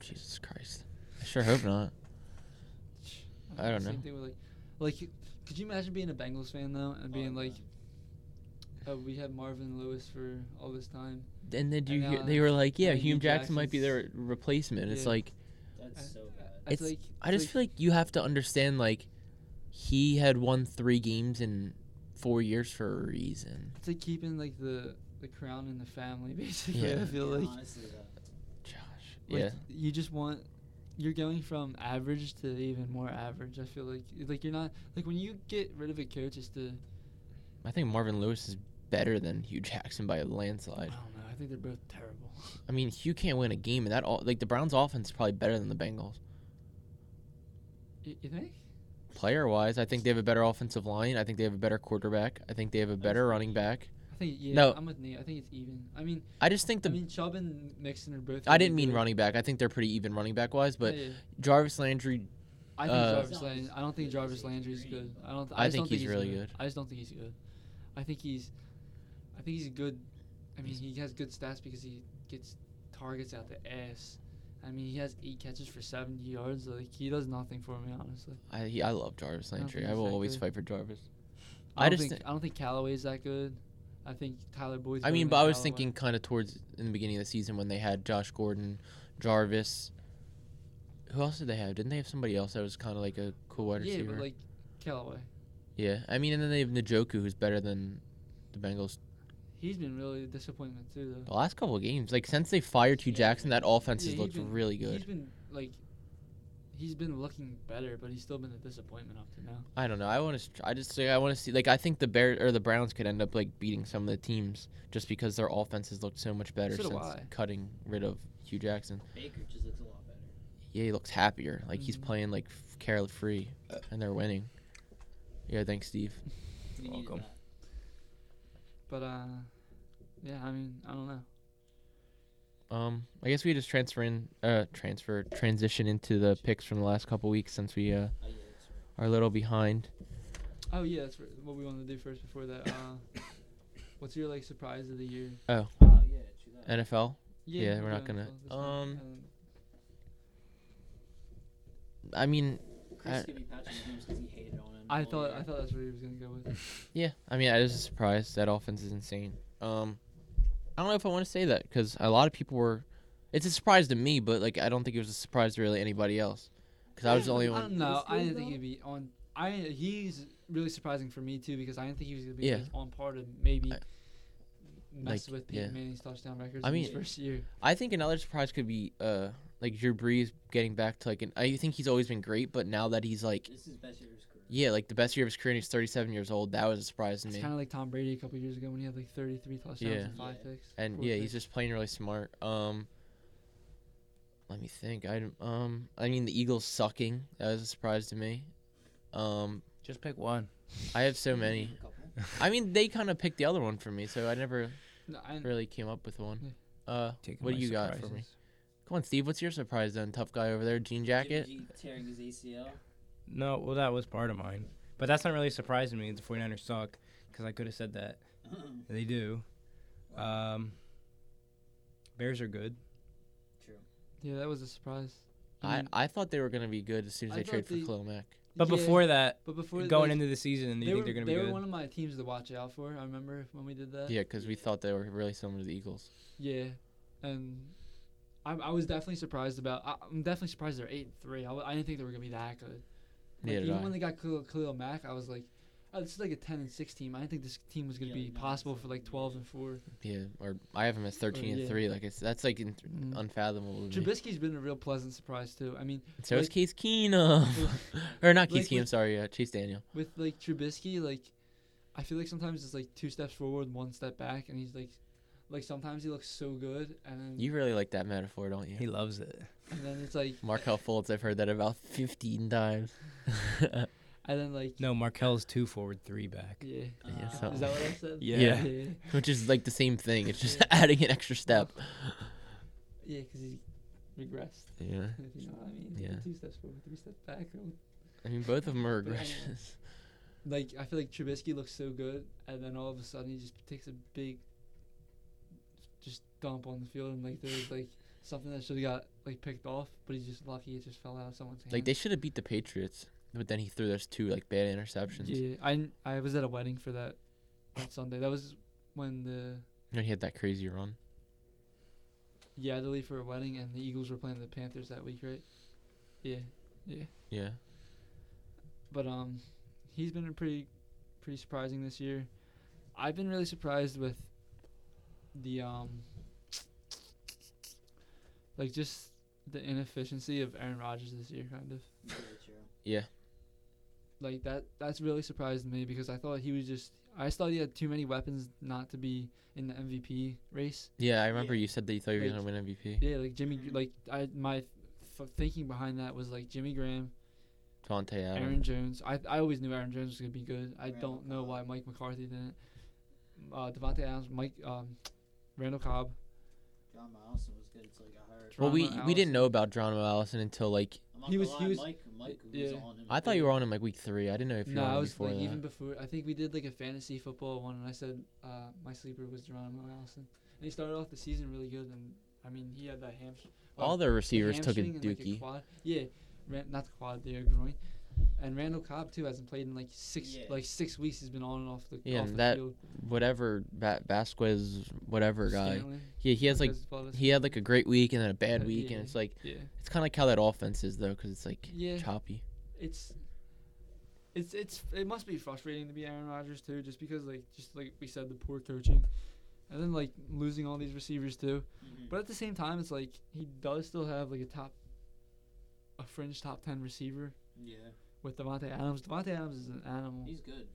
[SPEAKER 1] Jesus Christ. I sure hope not. I don't
[SPEAKER 2] Same
[SPEAKER 1] know.
[SPEAKER 2] thing with like like could you imagine being a Bengals fan though and
[SPEAKER 3] Oh,
[SPEAKER 2] being like oh, we had Marvin Lewis for all this time.
[SPEAKER 1] And then do you
[SPEAKER 2] And,
[SPEAKER 1] hear,
[SPEAKER 2] uh,
[SPEAKER 1] they were like, yeah,
[SPEAKER 2] and
[SPEAKER 1] Hume
[SPEAKER 2] Hugh
[SPEAKER 1] Jackson might be their
[SPEAKER 2] Jackson's-
[SPEAKER 1] replacement. It's
[SPEAKER 2] Yeah.
[SPEAKER 1] like
[SPEAKER 3] That's so bad.
[SPEAKER 2] I feel
[SPEAKER 1] It's-
[SPEAKER 2] like
[SPEAKER 1] I just feel like you have to understand like he had won three games in four years for a reason.
[SPEAKER 2] it's like keeping like the the crown in the family basically.
[SPEAKER 1] Yeah.
[SPEAKER 2] I feel
[SPEAKER 3] Yeah,
[SPEAKER 2] like
[SPEAKER 3] honestly, though.
[SPEAKER 1] Josh.
[SPEAKER 2] Like,
[SPEAKER 1] yeah.
[SPEAKER 2] You just want. You're going from average to even more average. I feel like like you're not like when you get rid of a coach, it's the
[SPEAKER 1] I think Marvin Lewis is better than Hugh Jackson by a
[SPEAKER 2] I
[SPEAKER 1] landslide.
[SPEAKER 2] don't know. I think they're both terrible.
[SPEAKER 1] I mean, Hugh can't win a game and that all like the Browns offense is probably better than the Bengals.
[SPEAKER 2] You, you think?
[SPEAKER 1] Player wise, I think they have a better offensive line. I think they have a better quarterback. I think they have a better running back.
[SPEAKER 2] I think yeah.
[SPEAKER 1] No.
[SPEAKER 2] I'm with Nate. I think it's even. I mean,
[SPEAKER 1] I just think the
[SPEAKER 2] I mean Chubb and Mixon are both.
[SPEAKER 1] I
[SPEAKER 2] really
[SPEAKER 1] didn't mean
[SPEAKER 2] good.
[SPEAKER 1] running back. I think they're pretty even running back wise, but
[SPEAKER 2] Yeah, yeah.
[SPEAKER 1] Jarvis Landry,
[SPEAKER 2] I think
[SPEAKER 1] uh,
[SPEAKER 2] Jarvis Landry. I don't think Jarvis Landry's good. I don't.
[SPEAKER 1] I
[SPEAKER 2] just
[SPEAKER 1] think
[SPEAKER 2] don't
[SPEAKER 1] he's really good.
[SPEAKER 2] I just don't think he's good. I think he's. I think he's good. I mean, he has good stats because he gets targets out the ass. I mean, he has eight catches for 70 yards. Like he does nothing for me, honestly.
[SPEAKER 1] I he, I love Jarvis
[SPEAKER 2] I don't
[SPEAKER 1] Landry.
[SPEAKER 2] think
[SPEAKER 1] I
[SPEAKER 2] he's
[SPEAKER 1] will
[SPEAKER 2] that
[SPEAKER 1] always
[SPEAKER 2] good.
[SPEAKER 1] fight for Jarvis.
[SPEAKER 2] I,
[SPEAKER 1] I
[SPEAKER 2] don't
[SPEAKER 1] just
[SPEAKER 2] think
[SPEAKER 1] thi-
[SPEAKER 2] I don't think Callaway's that good. I think Tyler Boyd's.
[SPEAKER 1] I
[SPEAKER 2] better
[SPEAKER 1] mean,
[SPEAKER 2] than
[SPEAKER 1] but I was
[SPEAKER 2] Callaway.
[SPEAKER 1] thinking kind of towards in the beginning of the season when they had Josh Gordon, Jarvis. Who else did they have? Didn't they have somebody else that was kind of like a cool wide
[SPEAKER 2] Yeah,
[SPEAKER 1] receiver?
[SPEAKER 2] but like Callaway,
[SPEAKER 1] yeah, I mean, and then they have Njoku, who's better than the Bengals.
[SPEAKER 2] he's been really a disappointment too, though.
[SPEAKER 1] The last couple of games, like since they fired Hugh Jackson, that offense has
[SPEAKER 2] Yeah, he's
[SPEAKER 1] looked
[SPEAKER 2] been-
[SPEAKER 1] really
[SPEAKER 2] He's
[SPEAKER 1] good.
[SPEAKER 2] been like. He's been looking better, but he's still been a disappointment up to now.
[SPEAKER 1] I don't know. I want to. I just. I want to see. Like, I think the Bear or the Browns could end up like beating some of the teams just because their offense has looked so much better
[SPEAKER 2] So do
[SPEAKER 1] since
[SPEAKER 2] I.
[SPEAKER 1] cutting rid of Hugh Jackson.
[SPEAKER 3] Baker just looks a lot better.
[SPEAKER 1] yeah, he looks happier. Like he's
[SPEAKER 2] Mhm.
[SPEAKER 1] playing like f- carefree,
[SPEAKER 2] Uh.
[SPEAKER 1] and they're winning. Yeah, thanks, Steve.
[SPEAKER 3] We
[SPEAKER 1] Oh,
[SPEAKER 3] needed
[SPEAKER 4] Welcome.
[SPEAKER 3] that.
[SPEAKER 2] But uh, yeah, I mean, I don't know.
[SPEAKER 1] Um, I guess we just transfer in, uh, transfer transition into the picks from the last couple weeks since we uh
[SPEAKER 3] Oh, yeah, that's right.
[SPEAKER 1] are a little behind.
[SPEAKER 2] Oh yeah, that's right. what we wanted to do first before that. Uh, what's your like surprise of the year?
[SPEAKER 3] Oh, yeah, true that.
[SPEAKER 1] NFL. Yeah,
[SPEAKER 2] we'll
[SPEAKER 1] we're
[SPEAKER 2] do
[SPEAKER 1] not gonna-
[SPEAKER 2] NFL this time.
[SPEAKER 1] um,
[SPEAKER 2] And
[SPEAKER 1] I mean,
[SPEAKER 3] Chris
[SPEAKER 1] I-
[SPEAKER 3] could be patching Mahomes 'cause he hated on him.
[SPEAKER 2] I
[SPEAKER 3] all
[SPEAKER 2] thought
[SPEAKER 3] year.
[SPEAKER 2] I thought that's where he was gonna go with. it.
[SPEAKER 1] yeah. I mean, I was surprised. That offense is insane. Um, I don't know if I want to say that because a lot of people were. It's a surprise to me, but like I don't think it was a surprise to really anybody else. Because I was the only
[SPEAKER 2] I
[SPEAKER 1] one.
[SPEAKER 2] don't know. I
[SPEAKER 3] Chris
[SPEAKER 2] didn't think
[SPEAKER 3] Gayle?
[SPEAKER 2] he'd be on. I he's really surprising for me too because I didn't think he was gonna be
[SPEAKER 1] Yeah.
[SPEAKER 2] like, on par to maybe
[SPEAKER 1] I-
[SPEAKER 2] mess
[SPEAKER 1] Like,
[SPEAKER 2] with Peyton
[SPEAKER 1] yeah.
[SPEAKER 2] Manning's touchdown records
[SPEAKER 1] I
[SPEAKER 2] in his
[SPEAKER 1] mean-
[SPEAKER 2] first year.
[SPEAKER 1] I think another surprise could be uh like Drew Brees getting back to like an. I think he's always been great, but now that he's like
[SPEAKER 3] This is best year of his career.
[SPEAKER 1] yeah, like the best year of his career, and he's 37 years old. That was a surprise to
[SPEAKER 2] It's
[SPEAKER 1] me.
[SPEAKER 2] kind of like Tom Brady a couple years ago when he had like 33 touchdowns
[SPEAKER 1] Yeah.
[SPEAKER 2] and five
[SPEAKER 3] Yeah.
[SPEAKER 2] picks.
[SPEAKER 1] and
[SPEAKER 2] four
[SPEAKER 1] yeah,
[SPEAKER 2] picks.
[SPEAKER 1] he's just playing really smart. Um, let me think. I don't- um, I mean the Eagles sucking that was a surprise to me. Um,
[SPEAKER 4] Just pick one.
[SPEAKER 1] I have so
[SPEAKER 3] He
[SPEAKER 1] many.
[SPEAKER 3] gave a couple.
[SPEAKER 1] I mean they kind of picked the other one for me, so I never
[SPEAKER 2] No, and
[SPEAKER 1] really came up with
[SPEAKER 2] Hmm.
[SPEAKER 1] one. Uh, what
[SPEAKER 4] my
[SPEAKER 1] do you got for me?
[SPEAKER 4] surprises.
[SPEAKER 1] Come on, Steve. What's your surprise then? Tough guy over there, jean
[SPEAKER 3] Jimmy
[SPEAKER 1] jacket.
[SPEAKER 3] G tearing his ACL.
[SPEAKER 4] No, well, that was part of mine. But that's not really surprising me. The 49ers suck because I could have said that. They do. Um, Bears are good.
[SPEAKER 3] True.
[SPEAKER 2] yeah, that was a surprise.
[SPEAKER 1] I,
[SPEAKER 2] mean,
[SPEAKER 1] I thought they were gonna be good as soon as
[SPEAKER 2] I
[SPEAKER 1] they trade
[SPEAKER 2] thought
[SPEAKER 1] for
[SPEAKER 2] they-
[SPEAKER 1] Khalil Mack.
[SPEAKER 4] But
[SPEAKER 2] yeah,
[SPEAKER 4] before that,
[SPEAKER 2] but before
[SPEAKER 4] going
[SPEAKER 2] like,
[SPEAKER 4] into the season, and you
[SPEAKER 2] they
[SPEAKER 4] think
[SPEAKER 2] were,
[SPEAKER 4] they're going to
[SPEAKER 2] they
[SPEAKER 4] be
[SPEAKER 2] were
[SPEAKER 4] good?
[SPEAKER 2] one of my teams to watch out for. I remember when we did that.
[SPEAKER 1] Yeah, because we thought they were really similar to the Eagles.
[SPEAKER 2] Yeah, and I, I was definitely surprised about. I, I'm definitely surprised they're eight three. I, w- I didn't think they were gonna be that good. Like,
[SPEAKER 1] Neither did
[SPEAKER 2] even
[SPEAKER 1] I.
[SPEAKER 2] when they got Khalil, Khalil Mack, I was like, oh, this is like a ten and six team. I didn't think this team was gonna
[SPEAKER 3] Yeah,
[SPEAKER 2] be
[SPEAKER 3] no,
[SPEAKER 2] possible
[SPEAKER 3] it's
[SPEAKER 2] for
[SPEAKER 3] like-
[SPEAKER 2] like twelve and four.
[SPEAKER 1] Yeah, or I have them as 13 and
[SPEAKER 2] Oh, yeah.
[SPEAKER 1] three. Like it's that's like in,
[SPEAKER 2] Mm.
[SPEAKER 1] unfathomable.
[SPEAKER 4] Mm-hmm.
[SPEAKER 1] To me.
[SPEAKER 2] Trubisky's been a real pleasant surprise too. I mean,
[SPEAKER 1] So is
[SPEAKER 2] like-
[SPEAKER 1] Case Keenum, or not Case
[SPEAKER 2] like
[SPEAKER 1] Keenum?
[SPEAKER 2] with-
[SPEAKER 1] sorry, uh, Chase Daniel.
[SPEAKER 2] with like Trubisky, like I feel like sometimes it's like two steps forward, and one step back, and he's like, like sometimes he looks so good, and then
[SPEAKER 1] You really like that metaphor, don't you?
[SPEAKER 4] He loves it.
[SPEAKER 2] and then it's like,
[SPEAKER 1] Markel Fultz. I've heard that about 15 times. yeah,
[SPEAKER 2] and then like,
[SPEAKER 4] No, Markel's two forward, three back.
[SPEAKER 2] yeah.
[SPEAKER 3] Uh,
[SPEAKER 1] so-
[SPEAKER 2] Is that what I said?
[SPEAKER 4] Yeah.
[SPEAKER 1] Yeah.
[SPEAKER 2] yeah.
[SPEAKER 1] which is like the same thing. It's just
[SPEAKER 2] Yeah.
[SPEAKER 1] adding an extra step.
[SPEAKER 2] Yeah, because he regressed.
[SPEAKER 1] Yeah,
[SPEAKER 2] If you know what I mean.
[SPEAKER 1] Yeah.
[SPEAKER 2] Two steps forward, three steps back. um,
[SPEAKER 1] I mean both of them are
[SPEAKER 3] But anyway.
[SPEAKER 1] regressions.
[SPEAKER 2] Like I feel like Trubisky looks so good, and then all of a sudden he just takes a big, just dump on the field, and like there was like something that should have got like picked off, but he's just lucky it just fell out of someone's hand.
[SPEAKER 1] Like they should have beat the Patriots, but then he threw those two like bad interceptions.
[SPEAKER 2] Yeah, I kn- I was at a wedding for that that Sunday. That was when the
[SPEAKER 1] And he had that crazy run.
[SPEAKER 2] yeah I had to leave for a wedding, and the Eagles were playing the Panthers that week, right? Yeah, yeah.
[SPEAKER 1] Yeah.
[SPEAKER 2] but um, he's been a pretty, pretty surprising this year. I've been really surprised with the um, like just the inefficiency of Aaron Rodgers this year, kind of
[SPEAKER 3] Yeah, true.
[SPEAKER 2] like that. That's really surprised me because I thought he was just. I just thought he had too many weapons not to be in the MVP race.
[SPEAKER 1] Yeah, I remember
[SPEAKER 3] Yeah.
[SPEAKER 1] you said that you thought you were
[SPEAKER 2] Like-
[SPEAKER 1] gonna win MVP.
[SPEAKER 2] Yeah, like Jimmy,
[SPEAKER 3] Mhm.
[SPEAKER 2] like I my f- thinking behind that was like Jimmy Graham,
[SPEAKER 1] Devontae Adams.
[SPEAKER 2] Aaron Jones. I I always knew Aaron Jones was gonna be good. I
[SPEAKER 3] Randall
[SPEAKER 2] don't know
[SPEAKER 3] Cobb.
[SPEAKER 2] why Mike McCarthy didn't. Uh, Devontae Adams, Mike, um, Randall Cobb.
[SPEAKER 3] John Allison was good. It's like I heard.
[SPEAKER 1] Well, we
[SPEAKER 2] Geronimo
[SPEAKER 1] we didn't
[SPEAKER 2] Allison.
[SPEAKER 1] know about Geronimo Allison until like
[SPEAKER 3] I'm not
[SPEAKER 2] he
[SPEAKER 3] gonna
[SPEAKER 2] was-
[SPEAKER 3] lie,
[SPEAKER 2] he was-
[SPEAKER 3] Mike, Mike was
[SPEAKER 2] yeah.
[SPEAKER 3] on him.
[SPEAKER 1] I thought
[SPEAKER 3] pretty
[SPEAKER 1] you were on him like week three. I didn't know if you
[SPEAKER 2] No,
[SPEAKER 1] were on
[SPEAKER 2] I
[SPEAKER 1] him
[SPEAKER 2] was
[SPEAKER 1] before
[SPEAKER 2] like
[SPEAKER 1] that.
[SPEAKER 2] even before. I think we did like a fantasy football one, and I said uh, my sleeper was Geronimo Allison, and he started off the season really good. And I mean, he had that hamstring.
[SPEAKER 1] All their receivers took a
[SPEAKER 2] hamstring and, like,
[SPEAKER 1] dookie.
[SPEAKER 2] quad. Yeah, ran, not the quad, their groin. And Randall Cobb too hasn't played in like six,
[SPEAKER 3] Yeah.
[SPEAKER 2] like six weeks. He's been on and off the
[SPEAKER 1] Yeah,
[SPEAKER 2] off
[SPEAKER 1] and
[SPEAKER 2] the
[SPEAKER 1] that
[SPEAKER 2] field.
[SPEAKER 1] whatever Va- Vasquez, whatever guy.
[SPEAKER 2] Stanley,
[SPEAKER 1] Yeah, he has like
[SPEAKER 2] Marquez Valdez.
[SPEAKER 1] he had like a great week and then a bad
[SPEAKER 2] Uh,
[SPEAKER 1] week,
[SPEAKER 2] yeah.
[SPEAKER 1] and it's like
[SPEAKER 2] yeah.
[SPEAKER 1] it's kind of like how that offense is though, because it's like
[SPEAKER 2] Yeah.
[SPEAKER 1] choppy.
[SPEAKER 2] it's it's it's it must be frustrating to be Aaron Rodgers too, just because like just like we said, the poor coaching, and then like losing all these receivers too.
[SPEAKER 3] Mhm.
[SPEAKER 2] But at the same time, it's like he does still have like a top, a fringe top ten receiver
[SPEAKER 3] Yeah,
[SPEAKER 2] with Devontae Adams. Devontae Adams is an animal.
[SPEAKER 3] he's good.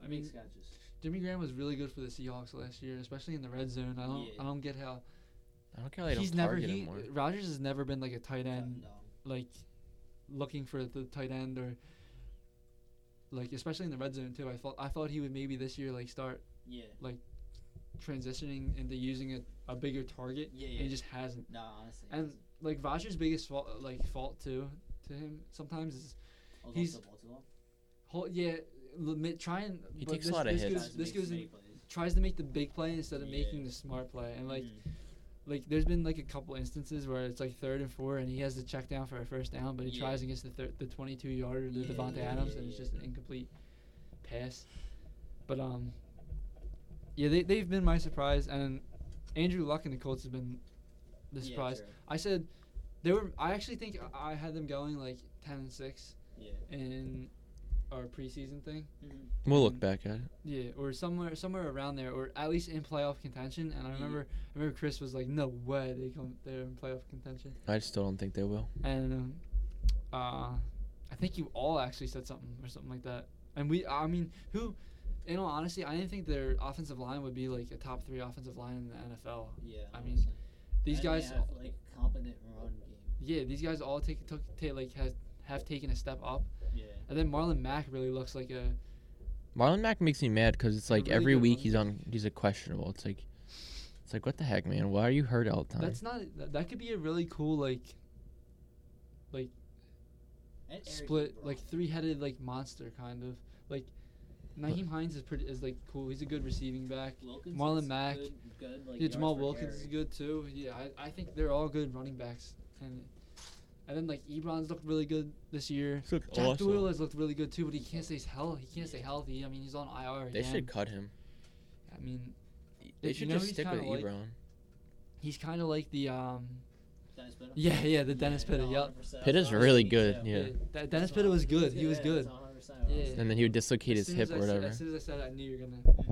[SPEAKER 2] I
[SPEAKER 3] He makes
[SPEAKER 2] mean,
[SPEAKER 3] catches.
[SPEAKER 2] Jimmy Graham was really good for the Seahawks last year, especially in the red zone. I don't
[SPEAKER 3] Yeah.
[SPEAKER 2] I don't get how
[SPEAKER 1] I don't care. how They
[SPEAKER 2] he's
[SPEAKER 1] don't
[SPEAKER 2] never
[SPEAKER 1] target him
[SPEAKER 2] he uh,
[SPEAKER 1] more.
[SPEAKER 2] Rodgers has never been like a tight end
[SPEAKER 3] No.
[SPEAKER 2] like looking for the tight end or like especially in the red zone too. I thought I thought he would maybe this year like start
[SPEAKER 3] Yeah.
[SPEAKER 2] transitioning into using a, a bigger target.
[SPEAKER 3] Yeah,
[SPEAKER 2] And
[SPEAKER 3] yeah.
[SPEAKER 2] he just hasn't.
[SPEAKER 3] No, honestly. he
[SPEAKER 2] And-
[SPEAKER 3] doesn't.
[SPEAKER 2] Like Roger's biggest fault like fault too to him sometimes is
[SPEAKER 3] Hold on
[SPEAKER 2] he's-
[SPEAKER 3] to the ball too long.
[SPEAKER 2] whole yeah limit trying
[SPEAKER 1] He
[SPEAKER 2] but
[SPEAKER 1] takes a
[SPEAKER 2] this-
[SPEAKER 1] lot of
[SPEAKER 2] this
[SPEAKER 1] hits.
[SPEAKER 2] Goes,
[SPEAKER 3] Tries to
[SPEAKER 2] this
[SPEAKER 3] make as
[SPEAKER 2] goes
[SPEAKER 3] many
[SPEAKER 2] in,
[SPEAKER 3] plays.
[SPEAKER 2] tries to make the big play instead of
[SPEAKER 3] Yeah.
[SPEAKER 2] making the smart play and like
[SPEAKER 3] Mhm.
[SPEAKER 2] like there's been like a couple instances where it's like third and four and he has to check down for a first down but he
[SPEAKER 3] Yeah.
[SPEAKER 2] tries against the thir- the 22 yarder the
[SPEAKER 3] Yeah,
[SPEAKER 2] Devontae
[SPEAKER 3] yeah,
[SPEAKER 2] Adams
[SPEAKER 3] yeah,
[SPEAKER 2] and it's
[SPEAKER 3] yeah.
[SPEAKER 2] just an incomplete pass but um yeah they, they've been my surprise and Andrew Luck and the Colts have been the
[SPEAKER 3] Yeah,
[SPEAKER 2] surprise
[SPEAKER 3] true.
[SPEAKER 2] I said they were I actually think I I had them going like 10 and 6
[SPEAKER 3] Yeah. Mm-hmm.
[SPEAKER 2] and our preseason thing.
[SPEAKER 1] We'll look back at it.
[SPEAKER 2] Yeah, or somewhere somewhere around there, or at least in playoff contention. And I
[SPEAKER 3] Mhm.
[SPEAKER 2] remember, I remember Chris was like, "No way, they come, they're in playoff contention."
[SPEAKER 1] I still don't think they will.
[SPEAKER 2] And um, uh, I think you all actually said something or something like that. And we, I mean, who, in all honesty, I didn't think their offensive line would be like a top three offensive line in the NFL.
[SPEAKER 3] Yeah.
[SPEAKER 2] I mean,
[SPEAKER 3] honestly.
[SPEAKER 2] These
[SPEAKER 3] And they
[SPEAKER 2] guys,
[SPEAKER 3] have, like competent run game.
[SPEAKER 2] yeah, these guys all take took ta- like has have taken a step up.
[SPEAKER 3] Yeah.
[SPEAKER 2] And then Marlon Mack really looks like a
[SPEAKER 1] Marlon Mack makes me mad because it's
[SPEAKER 2] A
[SPEAKER 1] like
[SPEAKER 2] really
[SPEAKER 1] every
[SPEAKER 2] good
[SPEAKER 1] week
[SPEAKER 2] one.
[SPEAKER 1] he's on. He's a questionable. It's like, it's like what the heck, man? Why are you hurt all the time?
[SPEAKER 2] that's not that, that could be a really cool like
[SPEAKER 3] And Eric
[SPEAKER 2] split
[SPEAKER 3] Ebron.
[SPEAKER 2] like three headed like monster kind of like Naheem Hines is pretty is like cool. He's a good receiving back.
[SPEAKER 3] Wilkins
[SPEAKER 2] Marlon
[SPEAKER 3] is
[SPEAKER 2] Mack.
[SPEAKER 3] Good, good, like,
[SPEAKER 2] yeah,
[SPEAKER 3] yards
[SPEAKER 2] Jamal
[SPEAKER 3] per
[SPEAKER 2] Wilkins is
[SPEAKER 3] carry.
[SPEAKER 2] good too. Yeah, I, I think they're all good running backs. And and then like Ebron's looked really good this year.
[SPEAKER 1] Oh,
[SPEAKER 2] Jack Doyle has looked really good too, but he can't stay hell. He can't stay healthy. I mean, he's on IR
[SPEAKER 1] They
[SPEAKER 2] again.
[SPEAKER 1] should cut him.
[SPEAKER 2] I mean,
[SPEAKER 1] They
[SPEAKER 2] you
[SPEAKER 1] should
[SPEAKER 2] know
[SPEAKER 1] just
[SPEAKER 2] he's
[SPEAKER 1] stick with
[SPEAKER 2] kinda like-
[SPEAKER 1] Ebron.
[SPEAKER 2] he's kind of like the um.
[SPEAKER 3] Dennis Pitta?
[SPEAKER 2] Yeah, yeah, the Dennis Pitta.
[SPEAKER 3] no,
[SPEAKER 2] Yep.
[SPEAKER 3] 100%.
[SPEAKER 1] Pitt is
[SPEAKER 3] That's what I was
[SPEAKER 1] really
[SPEAKER 3] thinking,
[SPEAKER 1] good.
[SPEAKER 3] too.
[SPEAKER 1] Yeah.
[SPEAKER 2] That Dennis
[SPEAKER 3] That's
[SPEAKER 2] Pitta
[SPEAKER 3] what I
[SPEAKER 2] was good. He was
[SPEAKER 3] yeah,
[SPEAKER 2] good.
[SPEAKER 3] that's 100% what I was
[SPEAKER 2] Yeah.
[SPEAKER 1] And then he would dislocate his
[SPEAKER 2] As soon
[SPEAKER 1] hip
[SPEAKER 2] as I
[SPEAKER 1] or
[SPEAKER 2] said-
[SPEAKER 1] whatever.
[SPEAKER 2] as soon as I said, it, I knew you were gonna
[SPEAKER 3] thinking.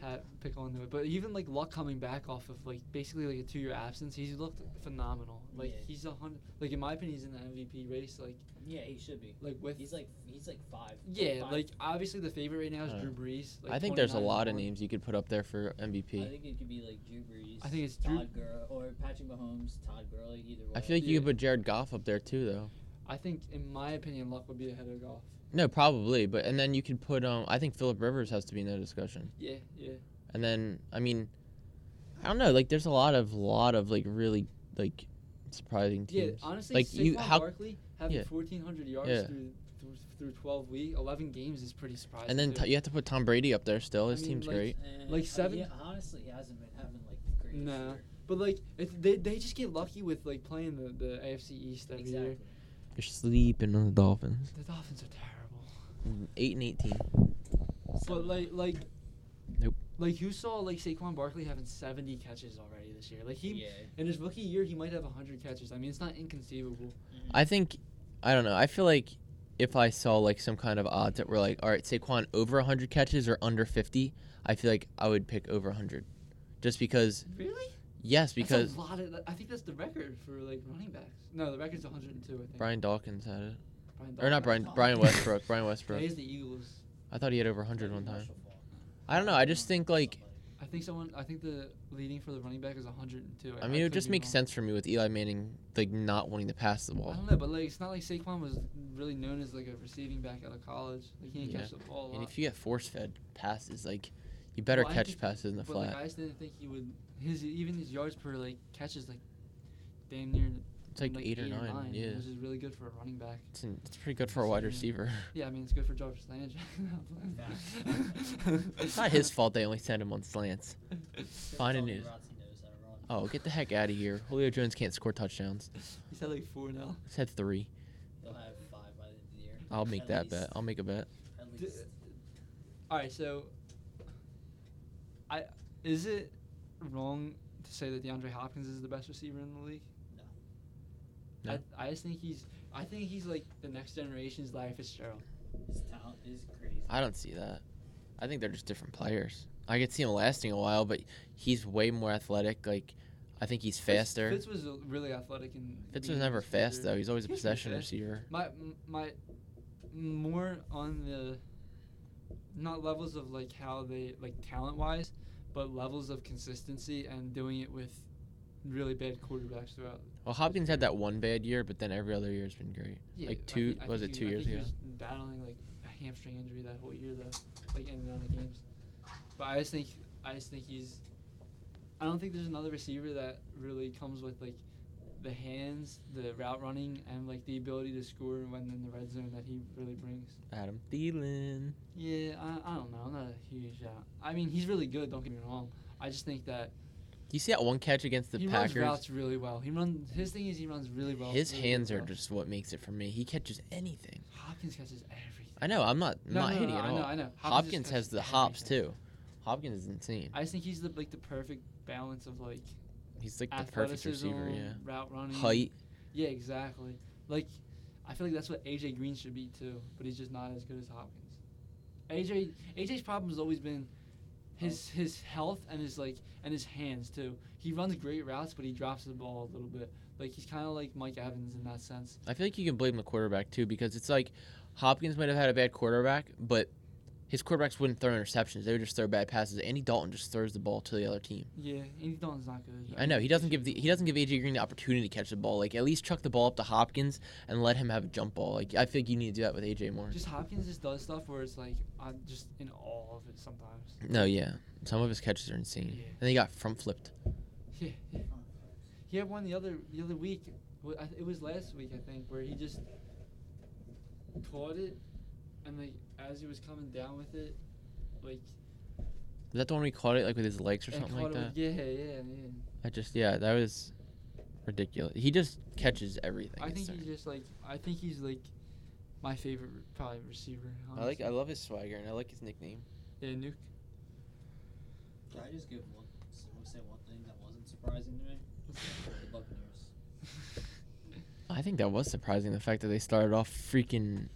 [SPEAKER 2] ha pick on to it. But even like Luck coming back off of like basically like a two year absence, he's looked phenomenal. Like
[SPEAKER 3] Yeah.
[SPEAKER 2] he's a hundred. Like in my opinion, he's in the MVP race. Like
[SPEAKER 3] Yeah, he should be.
[SPEAKER 2] like with
[SPEAKER 3] He's like he's like five.
[SPEAKER 2] yeah,
[SPEAKER 3] five.
[SPEAKER 2] like obviously the favorite right now is
[SPEAKER 1] Uh,
[SPEAKER 2] Drew Brees. Like,
[SPEAKER 1] I think there's a
[SPEAKER 2] 29
[SPEAKER 1] lot of
[SPEAKER 2] and one.
[SPEAKER 1] names you could put up there for
[SPEAKER 3] I
[SPEAKER 1] MVP.
[SPEAKER 3] think it could be like Drew Brees.
[SPEAKER 2] I think it's Drew-
[SPEAKER 3] Todd Gurley or Patrick Mahomes, Todd Gurley, either way.
[SPEAKER 1] I feel like you
[SPEAKER 2] Yeah.
[SPEAKER 1] could put Jared Goff up there too, though.
[SPEAKER 2] I think in my opinion, Luck would be ahead of golf.
[SPEAKER 1] No, probably. But and then you could put um. I think Philip Rivers has to be in that discussion.
[SPEAKER 2] Yeah, yeah.
[SPEAKER 1] And then I mean, I don't know. Like there's a lot of lot of like really like surprising
[SPEAKER 2] Yeah,
[SPEAKER 1] teams.
[SPEAKER 2] honestly,
[SPEAKER 1] Like, you-
[SPEAKER 2] Saquon
[SPEAKER 1] how-
[SPEAKER 2] Barkley having
[SPEAKER 1] yeah.
[SPEAKER 2] 1,400 yards
[SPEAKER 1] Yeah.
[SPEAKER 2] through, through through 12 week, 11 games is pretty surprising.
[SPEAKER 1] and then
[SPEAKER 2] too.
[SPEAKER 1] t- you have to put Tom Brady up there still.
[SPEAKER 2] I
[SPEAKER 1] His
[SPEAKER 2] mean,
[SPEAKER 1] team's
[SPEAKER 2] like-
[SPEAKER 1] great.
[SPEAKER 3] And,
[SPEAKER 2] Like
[SPEAKER 3] uh,
[SPEAKER 2] seven-
[SPEAKER 3] yeah, honestly, he hasn't been having like the greatest.
[SPEAKER 2] Nah.
[SPEAKER 3] year.
[SPEAKER 2] but like it's, they they just get lucky with like playing the, the AFC East every
[SPEAKER 3] Exactly. Mm-hmm.
[SPEAKER 2] year.
[SPEAKER 1] You're sleeping on the Dolphins.
[SPEAKER 2] The Dolphins are terrible.
[SPEAKER 1] Mm, Eight and eighteen.
[SPEAKER 2] But
[SPEAKER 3] Seven.
[SPEAKER 2] like, like,
[SPEAKER 1] Nope.
[SPEAKER 2] Like you saw like Saquon Barkley having seventy catches already this year. Like he
[SPEAKER 3] yeah.
[SPEAKER 2] in his rookie year he might have hundred catches. I mean it's not inconceivable.
[SPEAKER 1] I think, I don't know. I feel like if I saw like some kind of odds that were like, all right, Saquon over 100 catches or under 50, I feel like I would pick over 100, just because.
[SPEAKER 2] Really?
[SPEAKER 1] Yes,
[SPEAKER 2] that's
[SPEAKER 1] because
[SPEAKER 2] a lot of. I think that's the record for like running backs. No, the record's one hundred and two. I think.
[SPEAKER 1] Brian Dawkins had it,
[SPEAKER 2] Brian
[SPEAKER 1] or not Brian.
[SPEAKER 2] Dawkins.
[SPEAKER 1] Brian Westbrook. Brian Westbrook.
[SPEAKER 2] Plays the Eagles.
[SPEAKER 1] I thought he had over 100 one time. I don't know. I just think like.
[SPEAKER 2] I think someone. I think the leading for the running back is one hundred and two.
[SPEAKER 1] I mean, it would just make sense for me with Eli Manning like not wanting to pass the
[SPEAKER 2] I
[SPEAKER 1] ball,
[SPEAKER 2] don't know, but like it's not like Saquon was really known as like a receiving back out of college. Like he didn't
[SPEAKER 1] Yeah.
[SPEAKER 2] catch the ball a lot.
[SPEAKER 1] and if you get force fed passes, like you better
[SPEAKER 2] Well, I
[SPEAKER 1] catch
[SPEAKER 2] think-
[SPEAKER 1] passes in the
[SPEAKER 2] But like
[SPEAKER 1] flat.
[SPEAKER 2] I just didn't think he would. His even his yards per like catch is like damn near.
[SPEAKER 1] It's like, eight, or nine. Yeah,
[SPEAKER 2] which is really good for a running back.
[SPEAKER 1] it's, it's pretty good for a wide
[SPEAKER 2] Yeah.
[SPEAKER 1] receiver.
[SPEAKER 2] Yeah, I mean it's good for Jarvis Landry.
[SPEAKER 1] It's not his fault they only sent him on slants. Fine and news. Oh, get the heck out of here. Julio Jones can't score touchdowns.
[SPEAKER 2] He's had like four now.
[SPEAKER 1] He's had three.
[SPEAKER 3] They'll have five by the end of the year.
[SPEAKER 1] I'll make
[SPEAKER 3] At
[SPEAKER 1] that
[SPEAKER 3] least.
[SPEAKER 1] bet. I'll make a bet.
[SPEAKER 3] At
[SPEAKER 2] D-
[SPEAKER 3] least.
[SPEAKER 2] All right, so I is it wrong to say that DeAndre Hopkins is the best receiver in the league?
[SPEAKER 3] No.
[SPEAKER 1] No.
[SPEAKER 2] I, I just think he's. I think he's like the next generation's Larry Fitzgerald.
[SPEAKER 3] His talent is crazy.
[SPEAKER 1] I don't see that. I think they're just different players. I could see him lasting a while, but he's way more athletic. Like, I think he's
[SPEAKER 2] Fitz-
[SPEAKER 1] faster.
[SPEAKER 2] Fitz was uh, really athletic and.
[SPEAKER 1] Fitz was never fast though. He's always a
[SPEAKER 2] He was pretty
[SPEAKER 1] possession
[SPEAKER 2] fast.
[SPEAKER 1] receiver.
[SPEAKER 2] My m- my more on the not levels of like how they like talent wise, but levels of consistency and doing it with really bad quarterbacks throughout.
[SPEAKER 1] Well, Hopkins had that one bad year, but then every other year has been great. Like two-
[SPEAKER 2] mean,
[SPEAKER 1] was
[SPEAKER 2] think
[SPEAKER 1] it
[SPEAKER 2] he-
[SPEAKER 1] two
[SPEAKER 2] I
[SPEAKER 1] years
[SPEAKER 2] think he
[SPEAKER 1] ago?
[SPEAKER 2] was battling like a hamstring injury that whole year though, like in and out of games. But I just think I just think he's. I don't think there's another receiver that really comes with like the hands, the route running, and like the ability to score when in the red zone that he really brings.
[SPEAKER 1] Adam Thielen.
[SPEAKER 2] Yeah, I, I don't know. I'm not a huge. Uh, I mean, he's really good. Don't get me wrong. I just think that
[SPEAKER 1] You see that one catch against the
[SPEAKER 2] he runs
[SPEAKER 1] Packers?
[SPEAKER 2] routes really well. He runs. His thing is he runs really well.
[SPEAKER 1] His
[SPEAKER 2] really
[SPEAKER 1] hands are
[SPEAKER 2] well.
[SPEAKER 1] just what makes it for me. He catches anything.
[SPEAKER 2] Hopkins catches everything.
[SPEAKER 1] I know. I'm not. I'm
[SPEAKER 2] No,
[SPEAKER 1] not
[SPEAKER 2] no, no,
[SPEAKER 1] hating
[SPEAKER 2] no,
[SPEAKER 1] at
[SPEAKER 2] I
[SPEAKER 1] all.
[SPEAKER 2] know, I know.
[SPEAKER 1] Hopkins,
[SPEAKER 2] Hopkins just
[SPEAKER 1] has the
[SPEAKER 2] catches
[SPEAKER 1] hops
[SPEAKER 2] everything.
[SPEAKER 1] too. Hopkins is insane.
[SPEAKER 2] I just think he's the like the perfect balance of like
[SPEAKER 1] He's like the perfect
[SPEAKER 2] athleticism,
[SPEAKER 1] receiver. Yeah.
[SPEAKER 2] route running,
[SPEAKER 1] Height.
[SPEAKER 2] Yeah, exactly. Like, I I feel like that's what AJ Green should be too, but he's just not as good as Hopkins. AJ AJ's problem has always been his his health and his like and his hands too. He runs great routes, but he drops the ball a little bit. Like he's kind of like Mike Evans in that sense.
[SPEAKER 1] I feel like you can blame the quarterback too because it's like Hopkins might have had a bad quarterback, but his quarterbacks wouldn't throw interceptions; they would just throw bad passes. Andy Dalton just throws the ball to the other team.
[SPEAKER 2] Yeah, Andy Dalton's not good.
[SPEAKER 1] I know he doesn't give the he doesn't give AJ Green the opportunity to catch the ball. Like at least chuck the ball up to Hopkins and let him have a jump ball. Like I think you need to do that with AJ more.
[SPEAKER 2] Just Hopkins just does stuff where it's like I'm just in awe of it sometimes.
[SPEAKER 1] No, yeah, some of his catches are insane,
[SPEAKER 2] Yeah.
[SPEAKER 1] and he got front flipped.
[SPEAKER 2] Yeah, yeah. He had one the other the other week. Wa- I th- It was last week, I think, where he just caught it, and like as he was coming down with it, like
[SPEAKER 1] Is that the one we caught it like with his legs or
[SPEAKER 2] and
[SPEAKER 1] something like
[SPEAKER 2] caught it
[SPEAKER 1] that?
[SPEAKER 2] with- yeah, yeah, yeah.
[SPEAKER 1] I just yeah, that was ridiculous. He just catches everything.
[SPEAKER 2] I
[SPEAKER 1] It's
[SPEAKER 2] think
[SPEAKER 1] so-
[SPEAKER 2] he's just like I think he's like my favorite re- probably receiver.
[SPEAKER 1] I like
[SPEAKER 2] honestly.
[SPEAKER 1] I love his swagger and I like his nickname.
[SPEAKER 2] yeah, Nuke.
[SPEAKER 3] Can I just give one? s- Say one thing that wasn't surprising to me. the Buccaneers.
[SPEAKER 1] I think that was surprising the fact that they started off freaking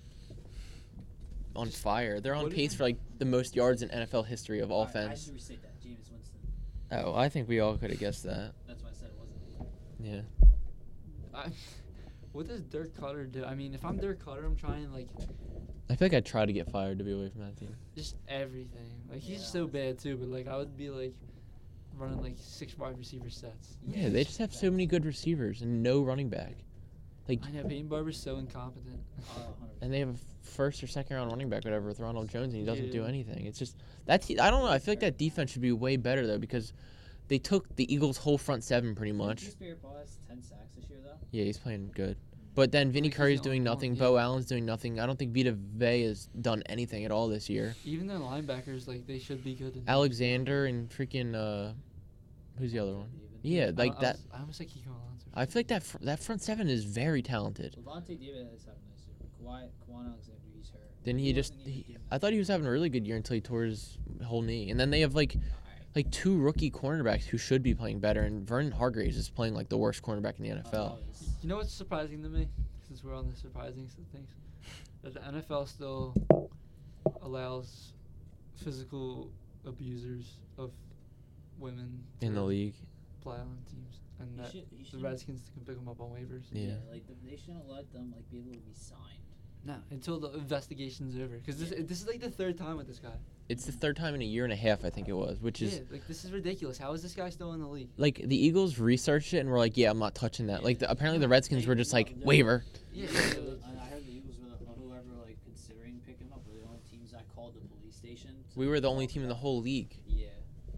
[SPEAKER 1] on
[SPEAKER 2] Just-
[SPEAKER 1] fire. They're on
[SPEAKER 2] what do
[SPEAKER 1] pace
[SPEAKER 2] you-
[SPEAKER 1] for like the most yards in NFL history of
[SPEAKER 3] Alright, I
[SPEAKER 1] offense.
[SPEAKER 3] should restate that. James Winston.
[SPEAKER 1] Oh, I think we all could have guessed that.
[SPEAKER 3] That's why I said it wasn't.
[SPEAKER 1] Yeah.
[SPEAKER 2] I, what does Dirk Cutter do? I mean, if I'm Dirk Cutter, I'm trying like
[SPEAKER 1] I feel like I'd try to get fired to be away from that team.
[SPEAKER 2] just everything. Like he's
[SPEAKER 3] Yeah,
[SPEAKER 2] so
[SPEAKER 3] honestly.
[SPEAKER 2] bad too, but like I would be like running like six wide receiver sets.
[SPEAKER 1] Yeah, they just have so many good receivers and no running back. Like
[SPEAKER 2] I know Peyton Barber's so incompetent.
[SPEAKER 3] Oh, 100%.
[SPEAKER 1] and they have a first or second round running back, whatever, with Ronald Jones, and he doesn't do
[SPEAKER 2] Yeah.
[SPEAKER 1] anything. It's just that's I don't know. I feel like that defense should be way better though because they took the Eagles' whole front seven pretty much.
[SPEAKER 3] Did Spirit Paul has ten sacks this year though.
[SPEAKER 1] Yeah, he's playing good, but then Vinny
[SPEAKER 2] Like, he's
[SPEAKER 1] Curry's
[SPEAKER 2] the
[SPEAKER 1] doing
[SPEAKER 2] only one,
[SPEAKER 1] nothing.
[SPEAKER 2] yeah.
[SPEAKER 1] Bo Allen's doing nothing. I don't think Vita Vey has done anything at all this year.
[SPEAKER 2] Even their linebackers, like they should be good. In
[SPEAKER 1] Alexander and freaking uh, who's the other one?
[SPEAKER 3] David.
[SPEAKER 1] Yeah,
[SPEAKER 2] I-
[SPEAKER 1] like
[SPEAKER 2] I
[SPEAKER 1] that.
[SPEAKER 2] was- I almost like Kiko Alonso.
[SPEAKER 1] I feel like that fr- that front seven is very talented.
[SPEAKER 3] Levante David has happened this year. Kawhi, Kwan Alexander, he's hurt.
[SPEAKER 1] Then he just
[SPEAKER 3] wasn't even
[SPEAKER 1] he,
[SPEAKER 3] doing
[SPEAKER 1] I thought he was having a really good year until he tore his whole knee, and then they have like like two rookie cornerbacks who should be playing better, and Vernon Hargreaves is playing like the worst cornerback in the
[SPEAKER 3] that.
[SPEAKER 1] NFL.
[SPEAKER 3] Always.
[SPEAKER 2] You know what's surprising to me, since we're on the surprising s- things, that the NFL still allows physical abusers of women
[SPEAKER 1] In the
[SPEAKER 2] to
[SPEAKER 1] league,
[SPEAKER 2] play on teams, and
[SPEAKER 3] He
[SPEAKER 2] that
[SPEAKER 3] should- he
[SPEAKER 2] the
[SPEAKER 3] shouldn't-
[SPEAKER 2] Redskins can pick them up on waivers.
[SPEAKER 1] Yeah.
[SPEAKER 3] like th- they shouldn't let them like be able to be signed.
[SPEAKER 2] No, until the investigation's over, because this this is like the third time with this guy.
[SPEAKER 1] it's the third time in a year and a half I think it was, which is
[SPEAKER 2] yeah, like this is ridiculous. How is this guy still in the league?
[SPEAKER 1] like the Eagles researched it and were like, yeah, I'm not touching that. Like the, apparently the Redskins were just like waiver.
[SPEAKER 2] Yeah,
[SPEAKER 3] so
[SPEAKER 2] like-
[SPEAKER 3] I I heard the Eagles were the, whoever like considering picking him up were the only teams that called the police station. to-
[SPEAKER 1] We were the only team in the whole league,
[SPEAKER 3] Yeah,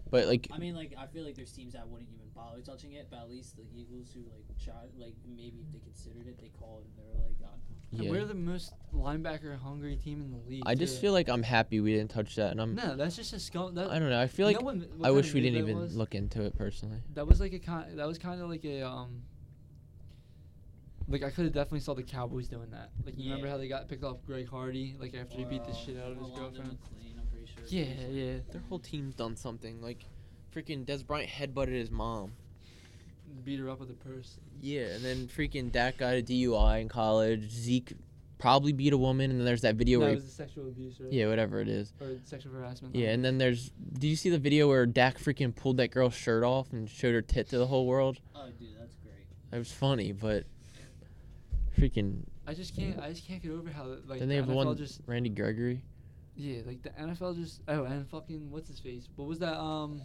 [SPEAKER 1] but like
[SPEAKER 3] I mean, like I feel like there's teams that wouldn't even bother touching it, but at least the Eagles who like tried, like maybe if they considered it, they called and they were like, oh,
[SPEAKER 2] And we're
[SPEAKER 1] yeah.
[SPEAKER 2] the most linebacker hungry team in the league.
[SPEAKER 1] I just
[SPEAKER 2] too.
[SPEAKER 1] feel like I'm happy we didn't touch that, and I'm
[SPEAKER 2] no, that's just a scum. That,
[SPEAKER 1] I don't know. I feel
[SPEAKER 2] you
[SPEAKER 1] like
[SPEAKER 2] know when- what
[SPEAKER 1] I
[SPEAKER 2] kind
[SPEAKER 1] wish
[SPEAKER 2] of
[SPEAKER 1] we
[SPEAKER 2] video
[SPEAKER 1] didn't
[SPEAKER 2] that
[SPEAKER 1] even
[SPEAKER 2] was?
[SPEAKER 1] look into it personally.
[SPEAKER 2] That was like a kind. That was kind of like a um. Like I could have definitely saw the Cowboys doing that. Like you remember
[SPEAKER 3] Yeah.
[SPEAKER 2] how they got picked off Greg Hardy, like after he beat the
[SPEAKER 3] Or,
[SPEAKER 2] shit out of
[SPEAKER 3] or
[SPEAKER 2] his
[SPEAKER 3] London
[SPEAKER 2] girlfriend.
[SPEAKER 3] McLean, I'm pretty sure.
[SPEAKER 2] Yeah, yeah.
[SPEAKER 1] Their whole team's done something. Like freaking Des Bryant headbutted his mom.
[SPEAKER 2] Beat her up with a purse.
[SPEAKER 1] Yeah, and then freaking Dak got a DUI in college. Zeke probably beat a woman, and then there's that video
[SPEAKER 2] No,
[SPEAKER 1] where
[SPEAKER 2] it Uh-huh.
[SPEAKER 1] he-
[SPEAKER 2] was a sexual abuse, right?
[SPEAKER 1] yeah, whatever it is.
[SPEAKER 2] Or sexual harassment.
[SPEAKER 1] Yeah, and then there's. Did you see the video where Dak freaking pulled that girl's shirt off and showed her tit to the whole world?
[SPEAKER 3] Oh, dude, that's great.
[SPEAKER 1] It was funny, but freaking.
[SPEAKER 2] I just can't. I just can't get over how like
[SPEAKER 1] then they
[SPEAKER 2] the
[SPEAKER 1] have the
[SPEAKER 2] NFL
[SPEAKER 1] one
[SPEAKER 2] just
[SPEAKER 1] Randy Gregory,
[SPEAKER 2] yeah, like the NFL just oh and fucking what's his face? What was that? Um,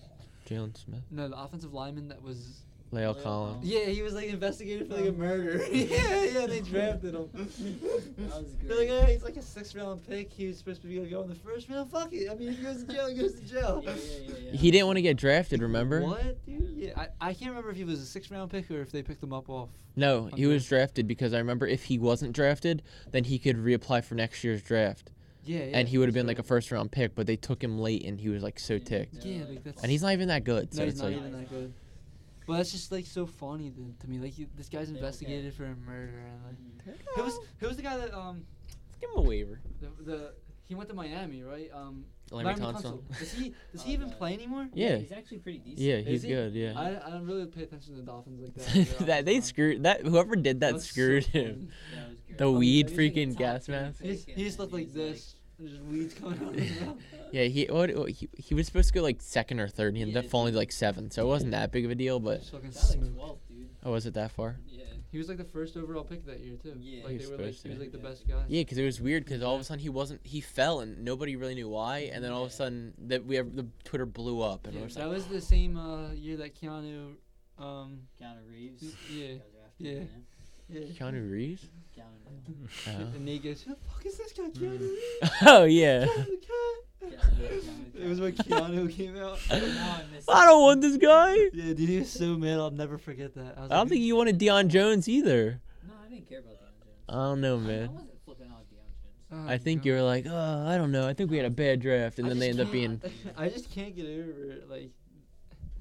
[SPEAKER 1] Jalen Smith,
[SPEAKER 2] no, the offensive lineman that was
[SPEAKER 1] Lael
[SPEAKER 3] La'el
[SPEAKER 1] Collins.
[SPEAKER 2] Yeah, he was like investigated for like a
[SPEAKER 3] Um,
[SPEAKER 2] murder. yeah, yeah, they drafted him.
[SPEAKER 3] That was
[SPEAKER 2] They're like,
[SPEAKER 3] great.
[SPEAKER 2] oh, he's like a six round pick. He was supposed to be gonna go in the first round. Fuck it. I mean, if he goes to jail, he goes to jail.
[SPEAKER 3] Yeah, yeah, yeah, yeah.
[SPEAKER 1] He didn't want to get drafted. Remember?
[SPEAKER 2] What, dude? Yeah, I, I can't remember if he was a six round pick or if they picked him up off.
[SPEAKER 1] No, he was drafted because I remember if he wasn't drafted, then he could reapply for next year's draft,
[SPEAKER 2] Yeah, yeah.
[SPEAKER 1] and he would have
[SPEAKER 2] that's
[SPEAKER 1] been like a
[SPEAKER 2] right.
[SPEAKER 1] first round pick. But they took him late, and he was like so
[SPEAKER 3] Yeah.
[SPEAKER 1] ticked.
[SPEAKER 3] f-
[SPEAKER 2] Yeah,
[SPEAKER 3] Yeah,
[SPEAKER 2] like that's.
[SPEAKER 1] And he's not even that good. So
[SPEAKER 2] No, he's
[SPEAKER 1] it's
[SPEAKER 2] not
[SPEAKER 1] like,
[SPEAKER 2] even that good. Well, that's just like so funny to, to me. Like you, this guy's
[SPEAKER 3] They don't
[SPEAKER 2] investigated for a murder and like.
[SPEAKER 3] Mhm.
[SPEAKER 2] Who was who was the guy that um
[SPEAKER 1] give him a waiver.
[SPEAKER 2] the, the he went to Miami right um
[SPEAKER 1] Larry Tunsil.
[SPEAKER 2] Tunsil. Does he does he
[SPEAKER 3] Oh,
[SPEAKER 2] even
[SPEAKER 3] God.
[SPEAKER 2] play anymore?
[SPEAKER 1] Yeah,
[SPEAKER 3] He's actually pretty decent.
[SPEAKER 1] yeah,
[SPEAKER 2] Is
[SPEAKER 1] he's
[SPEAKER 2] he?
[SPEAKER 1] good. Yeah,
[SPEAKER 2] I, I don't really pay attention to the Dolphins like that.
[SPEAKER 1] that they screwed that whoever did that screwed him.
[SPEAKER 3] That was great.
[SPEAKER 1] The weed
[SPEAKER 2] have you seen
[SPEAKER 1] freaking gas mask.
[SPEAKER 2] He just- he just looked like this. and Just weeds coming out of his mouth.
[SPEAKER 1] Yeah, he what, what- he he was supposed to go like second or third. He ended up
[SPEAKER 3] Yeah.
[SPEAKER 1] falling to like seventh, so it wasn't that big of a deal. But
[SPEAKER 2] Just fucking
[SPEAKER 3] That's like
[SPEAKER 2] smooth.
[SPEAKER 3] 12, dude.
[SPEAKER 1] oh, was it that far?
[SPEAKER 3] Yeah.
[SPEAKER 2] He was like the first overall pick that year too.
[SPEAKER 3] Yeah.
[SPEAKER 2] like
[SPEAKER 1] He
[SPEAKER 2] they
[SPEAKER 1] was
[SPEAKER 2] were like
[SPEAKER 1] supposed
[SPEAKER 2] he was
[SPEAKER 1] to.
[SPEAKER 2] like the best guy.
[SPEAKER 1] Yeah, because it was weird. Because all of
[SPEAKER 2] Yeah.
[SPEAKER 1] a sudden he wasn't. He fell, and nobody really knew why. And then all of a
[SPEAKER 3] Yeah.
[SPEAKER 1] sudden that we have the Twitter blew up, and
[SPEAKER 2] Yeah,
[SPEAKER 1] we're
[SPEAKER 2] that
[SPEAKER 1] like,
[SPEAKER 2] was the same uh, year that Keanu, um,
[SPEAKER 3] Keanu Reeves.
[SPEAKER 2] Y- yeah,
[SPEAKER 3] You guys are after him,
[SPEAKER 2] yeah.
[SPEAKER 1] Keanu Reeves.
[SPEAKER 3] yeah. Keanu
[SPEAKER 1] Oh.
[SPEAKER 2] And he goes, "Who the fuck is this guy, Keanu?" Reeves?
[SPEAKER 1] oh yeah.
[SPEAKER 2] Keanu the cat."
[SPEAKER 3] Keanu,
[SPEAKER 2] it was when Keanu came out.
[SPEAKER 3] Now I miss
[SPEAKER 1] I
[SPEAKER 3] it.
[SPEAKER 1] don't want this guy.
[SPEAKER 2] Yeah, dude, he was so mad. I'll never forget that.
[SPEAKER 1] I
[SPEAKER 2] I, was
[SPEAKER 1] don't
[SPEAKER 2] like,
[SPEAKER 1] think you wanted Deion Jones either.
[SPEAKER 3] No, I didn't care about Deion Jones.
[SPEAKER 1] I don't know,
[SPEAKER 3] I- I
[SPEAKER 1] man.
[SPEAKER 3] wasn't flipping out Deion Jones.
[SPEAKER 2] "Oh
[SPEAKER 1] I
[SPEAKER 2] my
[SPEAKER 1] think
[SPEAKER 2] God."
[SPEAKER 1] you were like, oh, I don't know. I think we had a bad draft, and
[SPEAKER 2] I
[SPEAKER 1] then they
[SPEAKER 2] just
[SPEAKER 1] end up being.
[SPEAKER 2] can't- I just can't get over it. Like,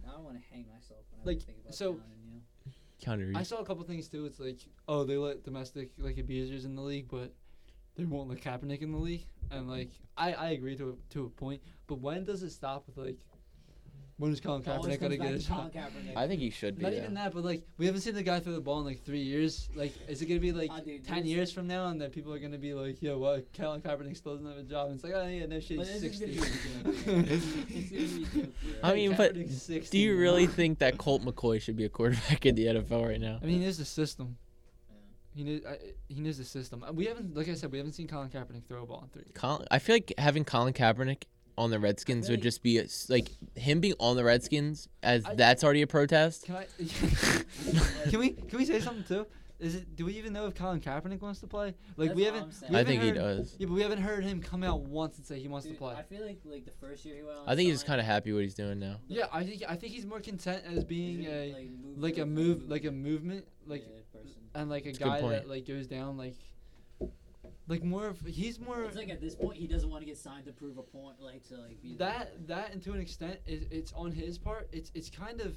[SPEAKER 3] I don't want to hang myself when
[SPEAKER 2] Like,
[SPEAKER 3] I think about
[SPEAKER 2] so-
[SPEAKER 3] Keanu and you.
[SPEAKER 1] Keanu
[SPEAKER 2] I
[SPEAKER 1] Reeves.
[SPEAKER 2] saw a couple things too. It's like, oh, they let domestic like abusers in the league, but they won't let Kaepernick in the league. And like, I I agree to a, to a point, but when does it stop with like, when is Colin
[SPEAKER 3] It always
[SPEAKER 2] Kaepernick gonna
[SPEAKER 3] comes back
[SPEAKER 2] get a
[SPEAKER 3] to Colin
[SPEAKER 2] shot?
[SPEAKER 3] Kaepernick.
[SPEAKER 1] I think he should be.
[SPEAKER 2] Not
[SPEAKER 1] though.
[SPEAKER 2] even that, but like we haven't seen the guy throw the ball in like three years. Like, is it gonna be like
[SPEAKER 3] Ah, dude,
[SPEAKER 2] ten
[SPEAKER 3] there's-
[SPEAKER 2] years from now, and then people are gonna be like, "Yo, what? Colin Kaepernick still doesn't have a job." And it's like, oh yeah, no shit,
[SPEAKER 3] But
[SPEAKER 2] he's
[SPEAKER 3] this is gonna
[SPEAKER 2] sixty.
[SPEAKER 3] be a joke, yeah. It's gonna be a joke, yeah.
[SPEAKER 1] I mean, but
[SPEAKER 2] Kaepernick's 60
[SPEAKER 1] do you
[SPEAKER 2] now.
[SPEAKER 1] really think that Colt McCoy should be a quarterback in the NFL right now?
[SPEAKER 2] I mean, there's the system. He
[SPEAKER 3] Yeah.
[SPEAKER 2] knows. I, he knows the system. Uh, We haven't, like I said, we haven't seen Colin Kaepernick throw a ball in three. years.
[SPEAKER 1] Colin, I feel like having Colin Kaepernick on the Redskins would
[SPEAKER 3] Really?
[SPEAKER 1] just be a s like him being on the Redskins as
[SPEAKER 2] I-
[SPEAKER 1] that's already a protest.
[SPEAKER 2] Can I? can we? Can we say something too? Is it? Do we even know if Colin Kaepernick wants to play? Like
[SPEAKER 3] That's
[SPEAKER 2] we
[SPEAKER 3] what
[SPEAKER 2] haven't.
[SPEAKER 3] I'm saying.
[SPEAKER 2] we
[SPEAKER 1] I
[SPEAKER 2] haven't
[SPEAKER 1] think he
[SPEAKER 2] heard-
[SPEAKER 1] does.
[SPEAKER 2] Yeah, but we haven't heard him come out once and say he wants
[SPEAKER 3] Dude,
[SPEAKER 2] to play.
[SPEAKER 3] I feel like like the first year he went. On
[SPEAKER 1] I think he's just
[SPEAKER 3] kind
[SPEAKER 1] kind of happy what he's doing now.
[SPEAKER 2] yeah, I think I think he's more content as being a
[SPEAKER 3] like, move
[SPEAKER 2] like a
[SPEAKER 3] with
[SPEAKER 2] move
[SPEAKER 3] the-
[SPEAKER 2] like a movement like
[SPEAKER 3] yeah, person.
[SPEAKER 2] and like a
[SPEAKER 1] That's a good
[SPEAKER 2] guy
[SPEAKER 1] point.
[SPEAKER 2] that like goes down like like more of he's more
[SPEAKER 3] It's like at this point he doesn't want to get signed to prove a point, like to like be
[SPEAKER 2] that that and to an extent is it's on his part it's it's kind of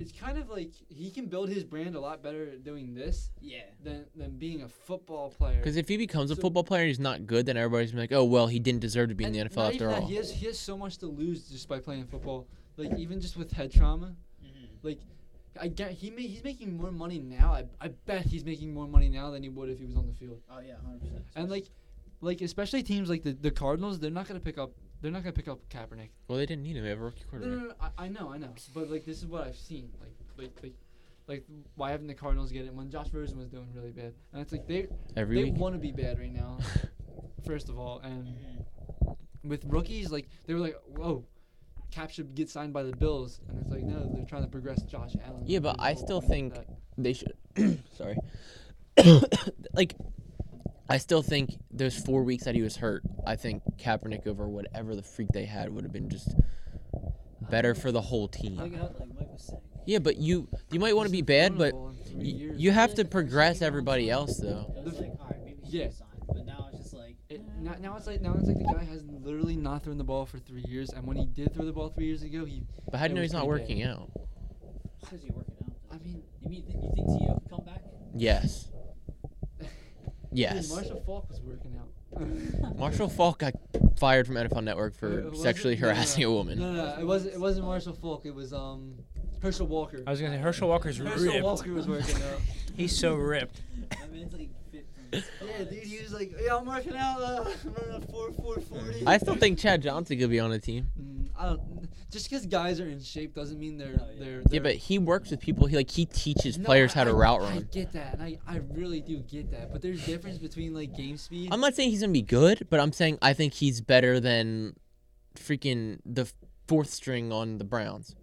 [SPEAKER 2] it's kind of like he can build his brand a lot better doing this
[SPEAKER 3] yeah.
[SPEAKER 2] than than being a football player
[SPEAKER 1] Because if he becomes a
[SPEAKER 2] So-
[SPEAKER 1] football player and he's not good, then everybody's gonna be like, oh well, he didn't deserve to be in the
[SPEAKER 2] And
[SPEAKER 1] NFL
[SPEAKER 2] not
[SPEAKER 1] after
[SPEAKER 2] even that,
[SPEAKER 1] all.
[SPEAKER 2] he has he has so much to lose just by playing football like even just with head trauma
[SPEAKER 3] Mhm.
[SPEAKER 2] I get he ma- he's making more money now I, I bet he's making more money now than he would if he was on the field
[SPEAKER 3] Oh yeah, hundred percent.
[SPEAKER 2] and like like especially teams like the, the Cardinals they're not gonna pick up they're not gonna pick up Kaepernick
[SPEAKER 1] Well, they didn't need him. They have a rookie
[SPEAKER 2] No, no,
[SPEAKER 1] quarterback.
[SPEAKER 2] no, no, I, I know, I know. But like, this is what I've seen. Like, like, like, like, why haven't the Cardinals get it when Josh Rosen was doing really bad? And it's like they
[SPEAKER 1] Every
[SPEAKER 2] Mm, they
[SPEAKER 1] week.
[SPEAKER 2] want to be bad right now, first of all. And
[SPEAKER 3] Mm-hmm.
[SPEAKER 2] with rookies, like they were like, whoa, Cap should get signed by the Bills, and it's like no, they're trying to progress Josh Allen.
[SPEAKER 1] Yeah, but
[SPEAKER 2] There's a
[SPEAKER 1] I
[SPEAKER 2] whole
[SPEAKER 1] still
[SPEAKER 2] point of
[SPEAKER 1] think-
[SPEAKER 2] that.
[SPEAKER 1] they should sorry like I still think those four weeks that he was hurt, I think Kaepernick over whatever the freak they had would have been just better for the whole
[SPEAKER 3] Look
[SPEAKER 1] team.
[SPEAKER 3] at how, like Mike was saying.
[SPEAKER 1] Yeah, but you you might want to
[SPEAKER 2] He's
[SPEAKER 1] be
[SPEAKER 2] been
[SPEAKER 1] bad, but
[SPEAKER 2] vulnerable in three
[SPEAKER 1] you,
[SPEAKER 2] years.
[SPEAKER 1] you have to progress everybody else though.
[SPEAKER 3] It was
[SPEAKER 2] The-
[SPEAKER 3] like, all right, maybe he
[SPEAKER 2] Yeah.
[SPEAKER 3] should sign, but now it's just like
[SPEAKER 2] It, now, now it's like now it's like the guy has literally not thrown the ball for three years, and when he did throw the ball three years ago, he
[SPEAKER 1] But how do you
[SPEAKER 2] It
[SPEAKER 1] know
[SPEAKER 2] was
[SPEAKER 1] he's not
[SPEAKER 2] pretty
[SPEAKER 1] working out?
[SPEAKER 3] because you're working out.
[SPEAKER 2] I mean
[SPEAKER 3] You mean you think Tio could come back?
[SPEAKER 1] Yes.
[SPEAKER 2] dude,
[SPEAKER 1] Yes.
[SPEAKER 2] Marshall Falk was working out.
[SPEAKER 1] Marshall Falk got fired from NFL Network
[SPEAKER 2] It- it
[SPEAKER 1] for
[SPEAKER 2] wasn't-
[SPEAKER 1] sexually
[SPEAKER 2] no, no, no.
[SPEAKER 1] harassing a woman.
[SPEAKER 2] No, no, no, it wasn't. It wasn't Marshall Falk. It was um, Herschel Walker.
[SPEAKER 4] I was gonna say Herschel Walker's
[SPEAKER 2] Herschel
[SPEAKER 4] ripped.
[SPEAKER 2] Walker was working out.
[SPEAKER 4] He's so ripped.
[SPEAKER 3] I mean, it's like fit from his
[SPEAKER 2] Yeah,
[SPEAKER 3] thighs.
[SPEAKER 2] dude, he was like, yeah, I'm working out. Uh, I'm running a four four forty.
[SPEAKER 1] I still think Chad Johnson could be on a team.
[SPEAKER 2] Mm, I don't. Just because guys are in shape doesn't mean they're
[SPEAKER 3] Oh, yeah.
[SPEAKER 2] they're,
[SPEAKER 1] Yeah, but
[SPEAKER 2] they're-
[SPEAKER 1] he works with people. He like he teaches
[SPEAKER 2] No,
[SPEAKER 1] players
[SPEAKER 2] I-
[SPEAKER 1] how to
[SPEAKER 2] I-
[SPEAKER 1] route
[SPEAKER 2] I
[SPEAKER 1] run.
[SPEAKER 2] get that, and I, I really do get that. But there's difference between like game speed.
[SPEAKER 1] I'm not saying he's gonna be good, but I'm saying I think he's better than freaking the f- fourth string on the Browns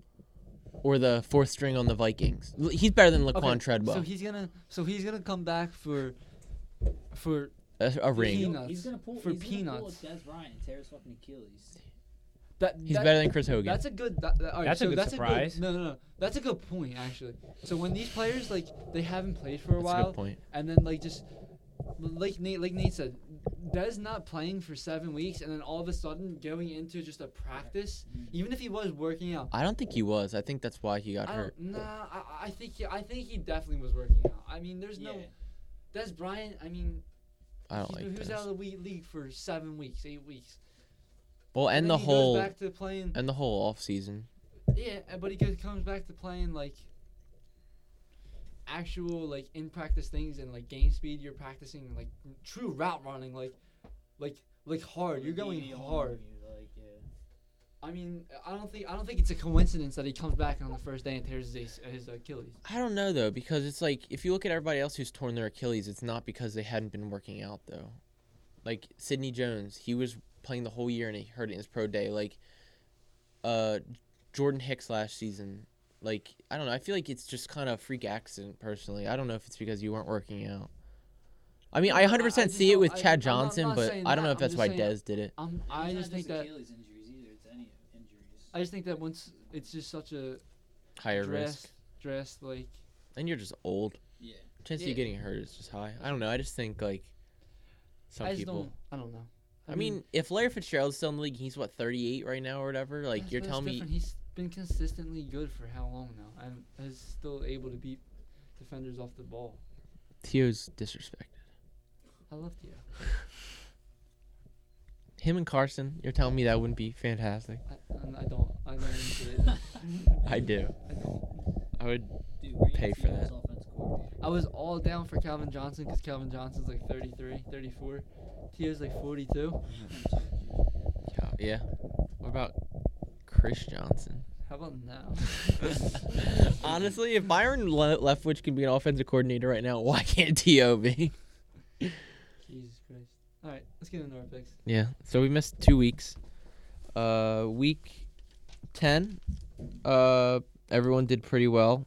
[SPEAKER 1] or the fourth string on the Vikings. L- He's better than Laquan
[SPEAKER 2] Okay,
[SPEAKER 1] Treadwell.
[SPEAKER 2] So he's gonna so he's gonna come back for for
[SPEAKER 1] a, a
[SPEAKER 3] He's
[SPEAKER 1] ring.
[SPEAKER 3] gonna- He's gonna pull
[SPEAKER 2] For
[SPEAKER 3] he's Gonna pull
[SPEAKER 2] peanuts.
[SPEAKER 3] a Des Bryant and tear his fucking Achilles.
[SPEAKER 2] that.
[SPEAKER 1] He's
[SPEAKER 2] that-
[SPEAKER 1] better than Chris Hogan.
[SPEAKER 2] That's a good. That, that- all right,
[SPEAKER 4] That's a
[SPEAKER 2] so
[SPEAKER 4] good
[SPEAKER 2] that's
[SPEAKER 4] surprise.
[SPEAKER 2] A good, no, no, no. That's a good point actually. So when these players like they haven't played for a
[SPEAKER 1] That's a
[SPEAKER 2] while,
[SPEAKER 1] good point.
[SPEAKER 2] and then like just like Nate, like Nate said, Des not playing for seven weeks, and then all of a sudden going into just a practice, even if he was working out.
[SPEAKER 1] I don't think he was. I think that's why he got
[SPEAKER 2] I
[SPEAKER 1] hurt.
[SPEAKER 2] don't, nah, I, I think he, I think he definitely was working out. I mean, there's
[SPEAKER 3] yeah.
[SPEAKER 2] no Des Bryant. I mean,
[SPEAKER 1] I don't
[SPEAKER 2] he,
[SPEAKER 1] like
[SPEAKER 2] he was out
[SPEAKER 1] this.
[SPEAKER 2] of the we- league for seven weeks, eight weeks,
[SPEAKER 1] Well, and
[SPEAKER 2] then
[SPEAKER 1] the
[SPEAKER 2] he
[SPEAKER 1] whole
[SPEAKER 2] goes back to playing.
[SPEAKER 1] and the whole off season.
[SPEAKER 2] Yeah, uh, but he goes, comes back to playing like actual like in practice things and like game speed. You're practicing like true route running, like like like hard. You're going
[SPEAKER 3] Maybe on
[SPEAKER 2] hard.
[SPEAKER 3] you, like, yeah.
[SPEAKER 2] I mean, I don't think I don't think it's a coincidence that he comes back on the first day and tears his, his Achilles.
[SPEAKER 1] I don't know though because it's like if you look at everybody else who's torn their Achilles, it's not because they hadn't been working out though. Like Sidney Jones, he was playing the whole year and he hurt it in his pro day. Like uh, Jordan Hicks last season. Like I don't know. I feel like it's just kind of a freak accident personally. I don't know if it's because you weren't working out. I mean, I 100%
[SPEAKER 2] just
[SPEAKER 1] see it
[SPEAKER 2] don't-
[SPEAKER 1] with
[SPEAKER 2] I-
[SPEAKER 1] Chad
[SPEAKER 2] I'm not- I'm
[SPEAKER 1] Johnson,
[SPEAKER 2] not
[SPEAKER 1] but
[SPEAKER 2] saying
[SPEAKER 1] I don't
[SPEAKER 2] that.
[SPEAKER 1] know if
[SPEAKER 2] I'm
[SPEAKER 1] that's
[SPEAKER 2] just
[SPEAKER 1] why
[SPEAKER 2] saying-
[SPEAKER 1] Dez did it.
[SPEAKER 2] Um, I
[SPEAKER 3] It's
[SPEAKER 2] just
[SPEAKER 3] not
[SPEAKER 2] think that
[SPEAKER 3] Achilles injuries either. It's any injuries.
[SPEAKER 2] I just think that once it's just such a
[SPEAKER 1] Higher risk.
[SPEAKER 2] dress dress like
[SPEAKER 1] And you're just old.
[SPEAKER 3] yeah.
[SPEAKER 1] Chance of
[SPEAKER 2] Yeah.
[SPEAKER 1] you getting hurt is just high. I don't know. I just think like some
[SPEAKER 2] I just
[SPEAKER 1] people.
[SPEAKER 2] don't I don't know.
[SPEAKER 1] I mean, if Larry Fitzgerald's still in the league, he's what 38 right now or whatever. Like
[SPEAKER 2] that's-
[SPEAKER 1] you're
[SPEAKER 2] that's
[SPEAKER 1] telling me,
[SPEAKER 2] different. he's been consistently good for how long now, and is still able to beat defenders off the ball.
[SPEAKER 1] Theo's disrespect.
[SPEAKER 2] I love Theo.
[SPEAKER 1] Him and Carson, you're telling me that wouldn't be fantastic?
[SPEAKER 2] I, I, I don't. I don't enjoy it.
[SPEAKER 1] I do.
[SPEAKER 2] I don't.
[SPEAKER 1] I would.
[SPEAKER 3] Dude, we're
[SPEAKER 1] Pay for that.
[SPEAKER 2] I was all down for Calvin Johnson because Calvin Johnson's like 33, 34. Theo's like 42.
[SPEAKER 1] Yeah. yeah. What about Chris Johnson?
[SPEAKER 2] How about now?
[SPEAKER 1] Honestly, if Byron Le- Leftwich can be an offensive coordinator right now, why can't Tio be?
[SPEAKER 2] Jesus Christ. All right, let's get into our picks.
[SPEAKER 1] Yeah. So we missed two weeks. Uh, week ten. Uh, everyone did pretty well.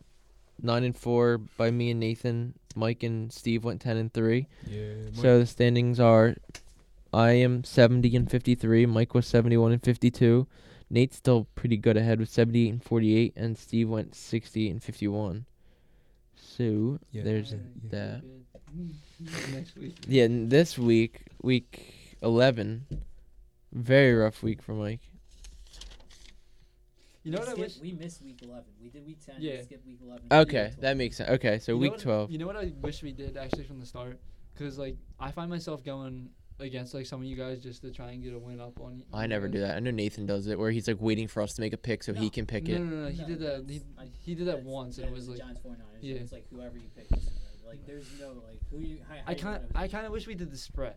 [SPEAKER 1] Nine and four by me and Nathan. Mike and Steve went ten and three.
[SPEAKER 4] Yeah.
[SPEAKER 1] So the standings are I am 70 and 53, Mike was 71 and 52. Nate's still pretty good ahead with 78 and 48 and Steve went 60 and 51. So
[SPEAKER 4] Yeah.
[SPEAKER 1] there's
[SPEAKER 2] All right,
[SPEAKER 1] that.
[SPEAKER 2] we're good. Next week.
[SPEAKER 1] Yeah, and this week, week 11, very rough week for Mike.
[SPEAKER 2] You know what I wish?
[SPEAKER 3] We missed week 11. We did week 10.
[SPEAKER 2] Yeah.
[SPEAKER 3] We skipped week 11.
[SPEAKER 1] Okay, that makes sense. Okay, so
[SPEAKER 2] You know
[SPEAKER 1] week
[SPEAKER 2] what-
[SPEAKER 1] 12.
[SPEAKER 2] You know what I wish we did actually from the start, because like I find myself going against like some of you guys just to try and get a win up on. y-
[SPEAKER 1] I never do that. I know Nathan does it where he's like waiting for us to make a pick so he
[SPEAKER 3] No,
[SPEAKER 1] can pick
[SPEAKER 2] no,
[SPEAKER 1] it.
[SPEAKER 2] No, no, no. He
[SPEAKER 3] No,
[SPEAKER 2] did that. He,
[SPEAKER 3] that's- I-
[SPEAKER 2] he did that
[SPEAKER 3] that's-
[SPEAKER 2] once,
[SPEAKER 3] that
[SPEAKER 2] and it was like
[SPEAKER 3] Giants 49ers.
[SPEAKER 2] yeah.
[SPEAKER 3] Yeah. It's like whoever you pick. is good. Like there's no like who you. How, how
[SPEAKER 2] I
[SPEAKER 3] you
[SPEAKER 2] kind
[SPEAKER 3] gonna-
[SPEAKER 2] I kind of wish we did the spread.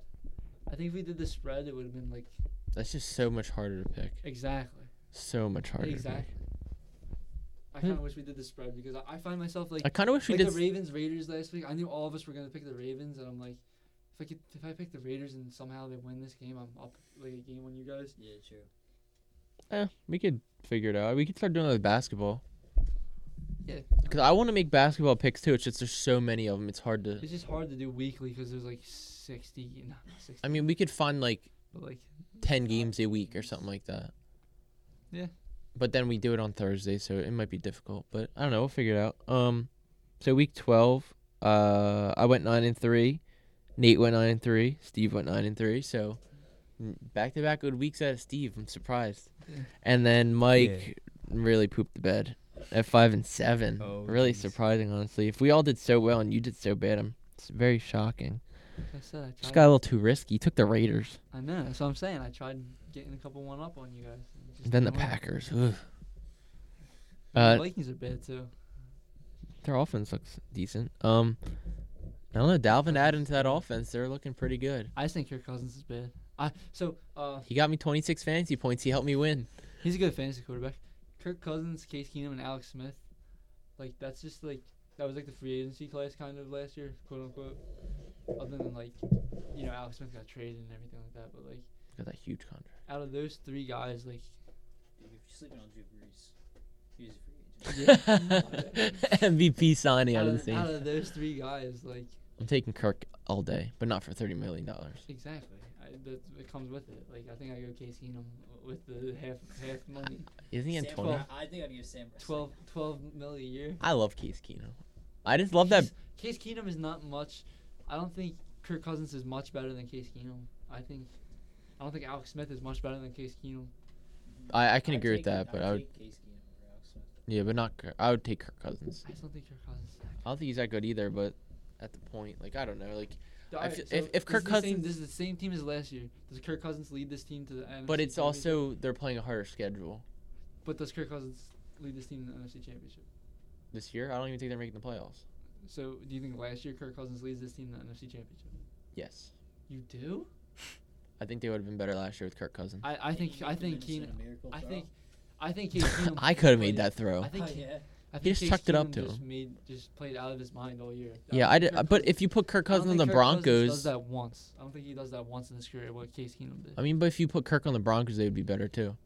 [SPEAKER 2] I think if we did the spread, it would have been like
[SPEAKER 1] That's just so much harder to pick.
[SPEAKER 2] exactly,
[SPEAKER 1] So much harder. To pick.
[SPEAKER 2] exactly. I
[SPEAKER 1] Hmm.
[SPEAKER 2] kind of wish we did the spread because I, I find myself like
[SPEAKER 1] I kind of wish we
[SPEAKER 2] like
[SPEAKER 1] did
[SPEAKER 2] the Ravens Raiders last week. I knew all of us were gonna pick the Ravens, and I'm like, if I could, if I pick the Raiders and somehow they win this game, I'm up like a game on you guys.
[SPEAKER 3] Yeah, true.
[SPEAKER 1] Eh, we could figure it out. We could start doing it with basketball.
[SPEAKER 2] Yeah.
[SPEAKER 1] Because I want to make basketball picks too. It's just there's so many of them. It's hard to.
[SPEAKER 2] It's just hard to do weekly because there's like 60, not 60,
[SPEAKER 1] I mean, we could find like
[SPEAKER 2] but like
[SPEAKER 1] 10 games a week or something like that.
[SPEAKER 2] Yeah.
[SPEAKER 1] But then we do it on Thursday, so it might be difficult. But I don't know. We'll figure it out. Um, So week 12, uh, I went 9 and 3. Nate went 9 and 3. Steve went 9 and 3. So back to back good weeks out of Steve. I'm surprised.
[SPEAKER 2] Yeah.
[SPEAKER 1] And then Mike really pooped the bed at 5 and 7.
[SPEAKER 4] Oh,
[SPEAKER 1] really
[SPEAKER 4] jeez.
[SPEAKER 1] surprising, honestly. If we all did so well and you did so bad, I'm, it's very shocking.
[SPEAKER 2] like I said, I
[SPEAKER 1] Just
[SPEAKER 2] tried.
[SPEAKER 1] got a little too risky. Took the Raiders,
[SPEAKER 2] I know. That's what I'm saying. I tried getting a couple one up on you guys. and it just
[SPEAKER 1] then the
[SPEAKER 2] didn't work.
[SPEAKER 1] Packers. Ugh.
[SPEAKER 2] The
[SPEAKER 1] Uh,
[SPEAKER 2] Vikings are bad too.
[SPEAKER 1] Their offense looks decent. Um, I don't know. Dalvin added into that offense. They're looking pretty good.
[SPEAKER 2] I just think Kirk Cousins is bad. I so uh,
[SPEAKER 1] He got me 26 fantasy points. He helped me win.
[SPEAKER 2] he's a good fantasy quarterback. Kirk Cousins, Case Keenum, and Alex Smith, like that's just like that was like the free agency class kind of last year, quote unquote. Other than like, you know, Alex Smith got traded and everything like that, but like
[SPEAKER 1] Got that huge contract.
[SPEAKER 2] out of those three guys, like
[SPEAKER 3] If you're sleeping on Drew Brees, he's a free agent.
[SPEAKER 2] Yeah.
[SPEAKER 1] MVP signing. I
[SPEAKER 2] out,
[SPEAKER 1] didn't
[SPEAKER 2] of,
[SPEAKER 1] see.
[SPEAKER 2] out of those three guys, like
[SPEAKER 1] I'm taking Kirk all day, but not for 30 million dollars.
[SPEAKER 2] Exactly. I, that it comes with it. Like I think I go Case Keenum with the half half money,
[SPEAKER 1] Isn't he in
[SPEAKER 3] Sam
[SPEAKER 1] 20?
[SPEAKER 3] Bra- I think I'd give Sam. Bra-
[SPEAKER 2] 12, 12 mil a year.
[SPEAKER 1] I love Case Keenum. I just love that.
[SPEAKER 2] Case, Case Keenum is not much. I don't think Kirk Cousins is much better than Case Keenum. I think I don't think Alex Smith is much better than Case Keenum.
[SPEAKER 1] I, I can
[SPEAKER 3] I'd
[SPEAKER 1] agree with
[SPEAKER 3] take-
[SPEAKER 1] that,
[SPEAKER 3] I'd
[SPEAKER 1] but I would.
[SPEAKER 3] take Case Keenum over Alex Smith.
[SPEAKER 1] Yeah, but not. Kirk. I would take Kirk Cousins.
[SPEAKER 2] I just don't think Kirk Cousins. Is that
[SPEAKER 1] I don't think he's that good either, but at the point, like I don't know, like
[SPEAKER 2] good.
[SPEAKER 1] I
[SPEAKER 2] Alright,
[SPEAKER 1] feel- if- if
[SPEAKER 2] this is
[SPEAKER 1] Kirk
[SPEAKER 2] the same-
[SPEAKER 1] Cousins-
[SPEAKER 2] this is the same team as last year. Does Kirk Cousins lead this team to the NFC?
[SPEAKER 1] but it's
[SPEAKER 2] championship?
[SPEAKER 1] also they're playing a harder schedule
[SPEAKER 2] But does Kirk Cousins lead this team to the NFC Championship?
[SPEAKER 1] this year. I don't even think they're making the playoffs.
[SPEAKER 2] So, do you think last year Kirk Cousins leads this team to the NFC Championship?
[SPEAKER 1] Yes.
[SPEAKER 2] You do?
[SPEAKER 1] I think they would have been better last year with Kirk Cousins.
[SPEAKER 2] I, I think I think Keenan I think I think Case Keenum
[SPEAKER 1] I could have made
[SPEAKER 2] played-
[SPEAKER 1] that throw.
[SPEAKER 2] I think
[SPEAKER 3] oh, yeah.
[SPEAKER 2] I think
[SPEAKER 1] just
[SPEAKER 2] Case
[SPEAKER 1] chucked it up
[SPEAKER 2] Keenum
[SPEAKER 1] to
[SPEAKER 2] just
[SPEAKER 1] him.
[SPEAKER 2] Made, just played out of his mind all year.
[SPEAKER 1] yeah, I did, but if you put Kirk
[SPEAKER 2] I don't
[SPEAKER 1] Cousins on
[SPEAKER 2] think
[SPEAKER 1] the
[SPEAKER 2] Kirk Cousins
[SPEAKER 1] Broncos,
[SPEAKER 2] does that once. I don't think he does that once in his career. What Case Keenum did.
[SPEAKER 1] I mean, but if you put Kirk on the Broncos, they would be better too.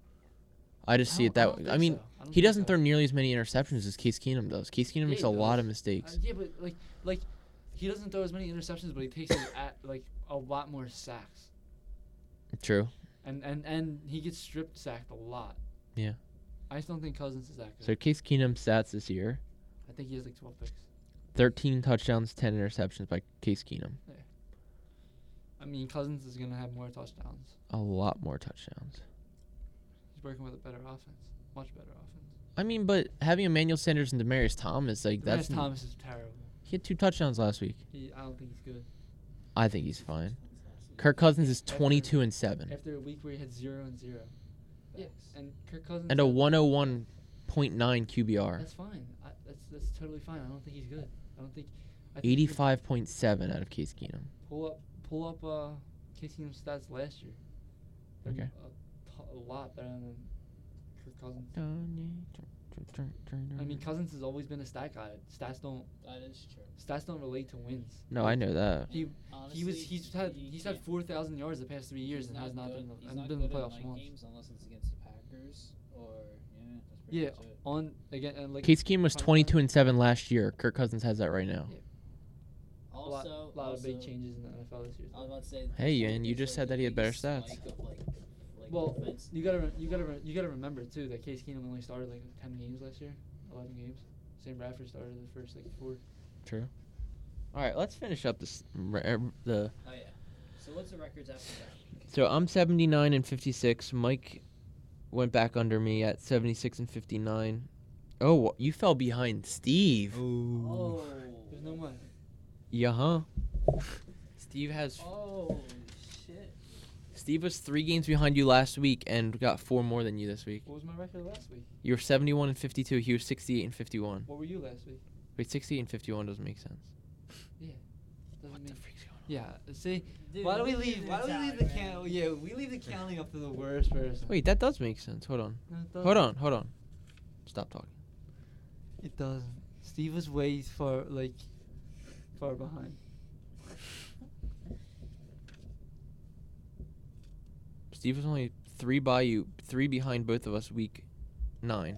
[SPEAKER 1] I just see it that way. I mean, he doesn't
[SPEAKER 2] Uh,
[SPEAKER 1] throw nearly as many interceptions as Case Keenum does. Case Keenum
[SPEAKER 2] Yeah,
[SPEAKER 1] makes
[SPEAKER 2] he
[SPEAKER 1] a lot
[SPEAKER 2] does.
[SPEAKER 1] of mistakes.
[SPEAKER 2] yeah, but like like he doesn't throw as many interceptions, but he takes his at, like a lot more sacks,
[SPEAKER 1] True.
[SPEAKER 2] and and and he gets strip sacked a lot.
[SPEAKER 1] Yeah.
[SPEAKER 2] I just don't think Cousins is that good.
[SPEAKER 1] So Case Keenum stats this year:
[SPEAKER 2] I think he has like 12 picks.
[SPEAKER 1] 13 touchdowns, 10 interceptions by Case Keenum.
[SPEAKER 2] I mean, Cousins is gonna have more touchdowns.
[SPEAKER 1] A lot more touchdowns.
[SPEAKER 2] He's working with a better offense, much better offense.
[SPEAKER 1] I mean, but having Emmanuel Sanders and Demarius Thomas, like
[SPEAKER 2] Demarius
[SPEAKER 1] that's n-
[SPEAKER 2] Thomas is terrible.
[SPEAKER 1] he had two touchdowns last week.
[SPEAKER 2] He, I don't think he's good.
[SPEAKER 1] I think he's fine. Kirk Cousins is 22 and seven
[SPEAKER 2] After a week where he had zero and zero, Yeah, and Kirk Cousins
[SPEAKER 1] and a
[SPEAKER 2] had-
[SPEAKER 1] 101.9 QBR,
[SPEAKER 2] That's fine. I, that's that's totally fine. I don't think he's good. I don't think. I think you
[SPEAKER 1] 85.7 out of Case Keenum.
[SPEAKER 2] Pull up, pull up, uh, Case Keenum's stats last year. They're
[SPEAKER 1] Okay.
[SPEAKER 2] A, t- a lot better than Kirk Cousins. I mean, Cousins has always been a stat guy. Stats don't
[SPEAKER 3] That is true.
[SPEAKER 2] stats don't relate to wins.
[SPEAKER 1] No, I know that.
[SPEAKER 2] He
[SPEAKER 3] Honestly,
[SPEAKER 2] he was he's had
[SPEAKER 3] you
[SPEAKER 2] he's
[SPEAKER 3] can't-
[SPEAKER 2] had four thousand yards the past three years
[SPEAKER 3] he's
[SPEAKER 2] and has not
[SPEAKER 3] good-
[SPEAKER 2] been
[SPEAKER 3] he's
[SPEAKER 2] has
[SPEAKER 3] not
[SPEAKER 2] been in the
[SPEAKER 3] good at
[SPEAKER 2] playoffs
[SPEAKER 3] night
[SPEAKER 2] once.
[SPEAKER 3] Games unless it's against the Packers or yeah, that's pretty
[SPEAKER 2] Yeah,
[SPEAKER 3] much it.
[SPEAKER 2] on again and like
[SPEAKER 1] Case Keenum was
[SPEAKER 2] Fine, fine.
[SPEAKER 1] 22 and seven last year. Kirk Cousins has that right now.
[SPEAKER 2] a lot,
[SPEAKER 3] Also,
[SPEAKER 2] lot of big
[SPEAKER 3] also,
[SPEAKER 2] changes in the NFL this year.
[SPEAKER 3] I was about to say.
[SPEAKER 1] Hey,
[SPEAKER 3] there's,
[SPEAKER 1] and you
[SPEAKER 3] there's,
[SPEAKER 1] just said
[SPEAKER 3] the
[SPEAKER 1] that he had better
[SPEAKER 3] biggest
[SPEAKER 1] stats.
[SPEAKER 3] spike of, like, like,
[SPEAKER 2] Well,
[SPEAKER 3] defense.
[SPEAKER 2] You gotta re- you gotta re- you gotta remember too that Case Keenum only started like ten games last year, eleven games. Sam Bradford started the first like four.
[SPEAKER 1] True. All right, let's finish up this. r- The
[SPEAKER 3] Oh yeah. So what's the records after that?
[SPEAKER 1] so I'm 79 and 56. Mike went back under me at 76 and 59. Oh, you fell behind Steve.
[SPEAKER 4] Oh.
[SPEAKER 3] Oh.
[SPEAKER 2] There's no way.
[SPEAKER 1] Yeah, huh? Steve has
[SPEAKER 3] Oh shit.
[SPEAKER 1] Steve was three games behind you last week and got four more than you this week.
[SPEAKER 2] What was my record last week?
[SPEAKER 1] You were 71 and 52. He was 68 and 51.
[SPEAKER 2] What were you last week?
[SPEAKER 1] Wait, 68 and 51 doesn't make sense.
[SPEAKER 2] Doesn't mean-
[SPEAKER 1] freak's going on?
[SPEAKER 2] yeah. See,
[SPEAKER 3] Dude,
[SPEAKER 2] why do we
[SPEAKER 3] look at
[SPEAKER 2] leave?
[SPEAKER 3] this
[SPEAKER 2] Why do we leave
[SPEAKER 3] guy,
[SPEAKER 2] the
[SPEAKER 3] man.
[SPEAKER 2] count? Yeah, we leave the counting up to the worst person.
[SPEAKER 1] Wait, that does make sense. Hold on.
[SPEAKER 2] No, it
[SPEAKER 1] Hold
[SPEAKER 2] doesn't.
[SPEAKER 1] on. Hold on. Stop talking.
[SPEAKER 2] It doesn't. Steve was way far like far behind.
[SPEAKER 1] Steve was only three by you, three behind both of us week nine.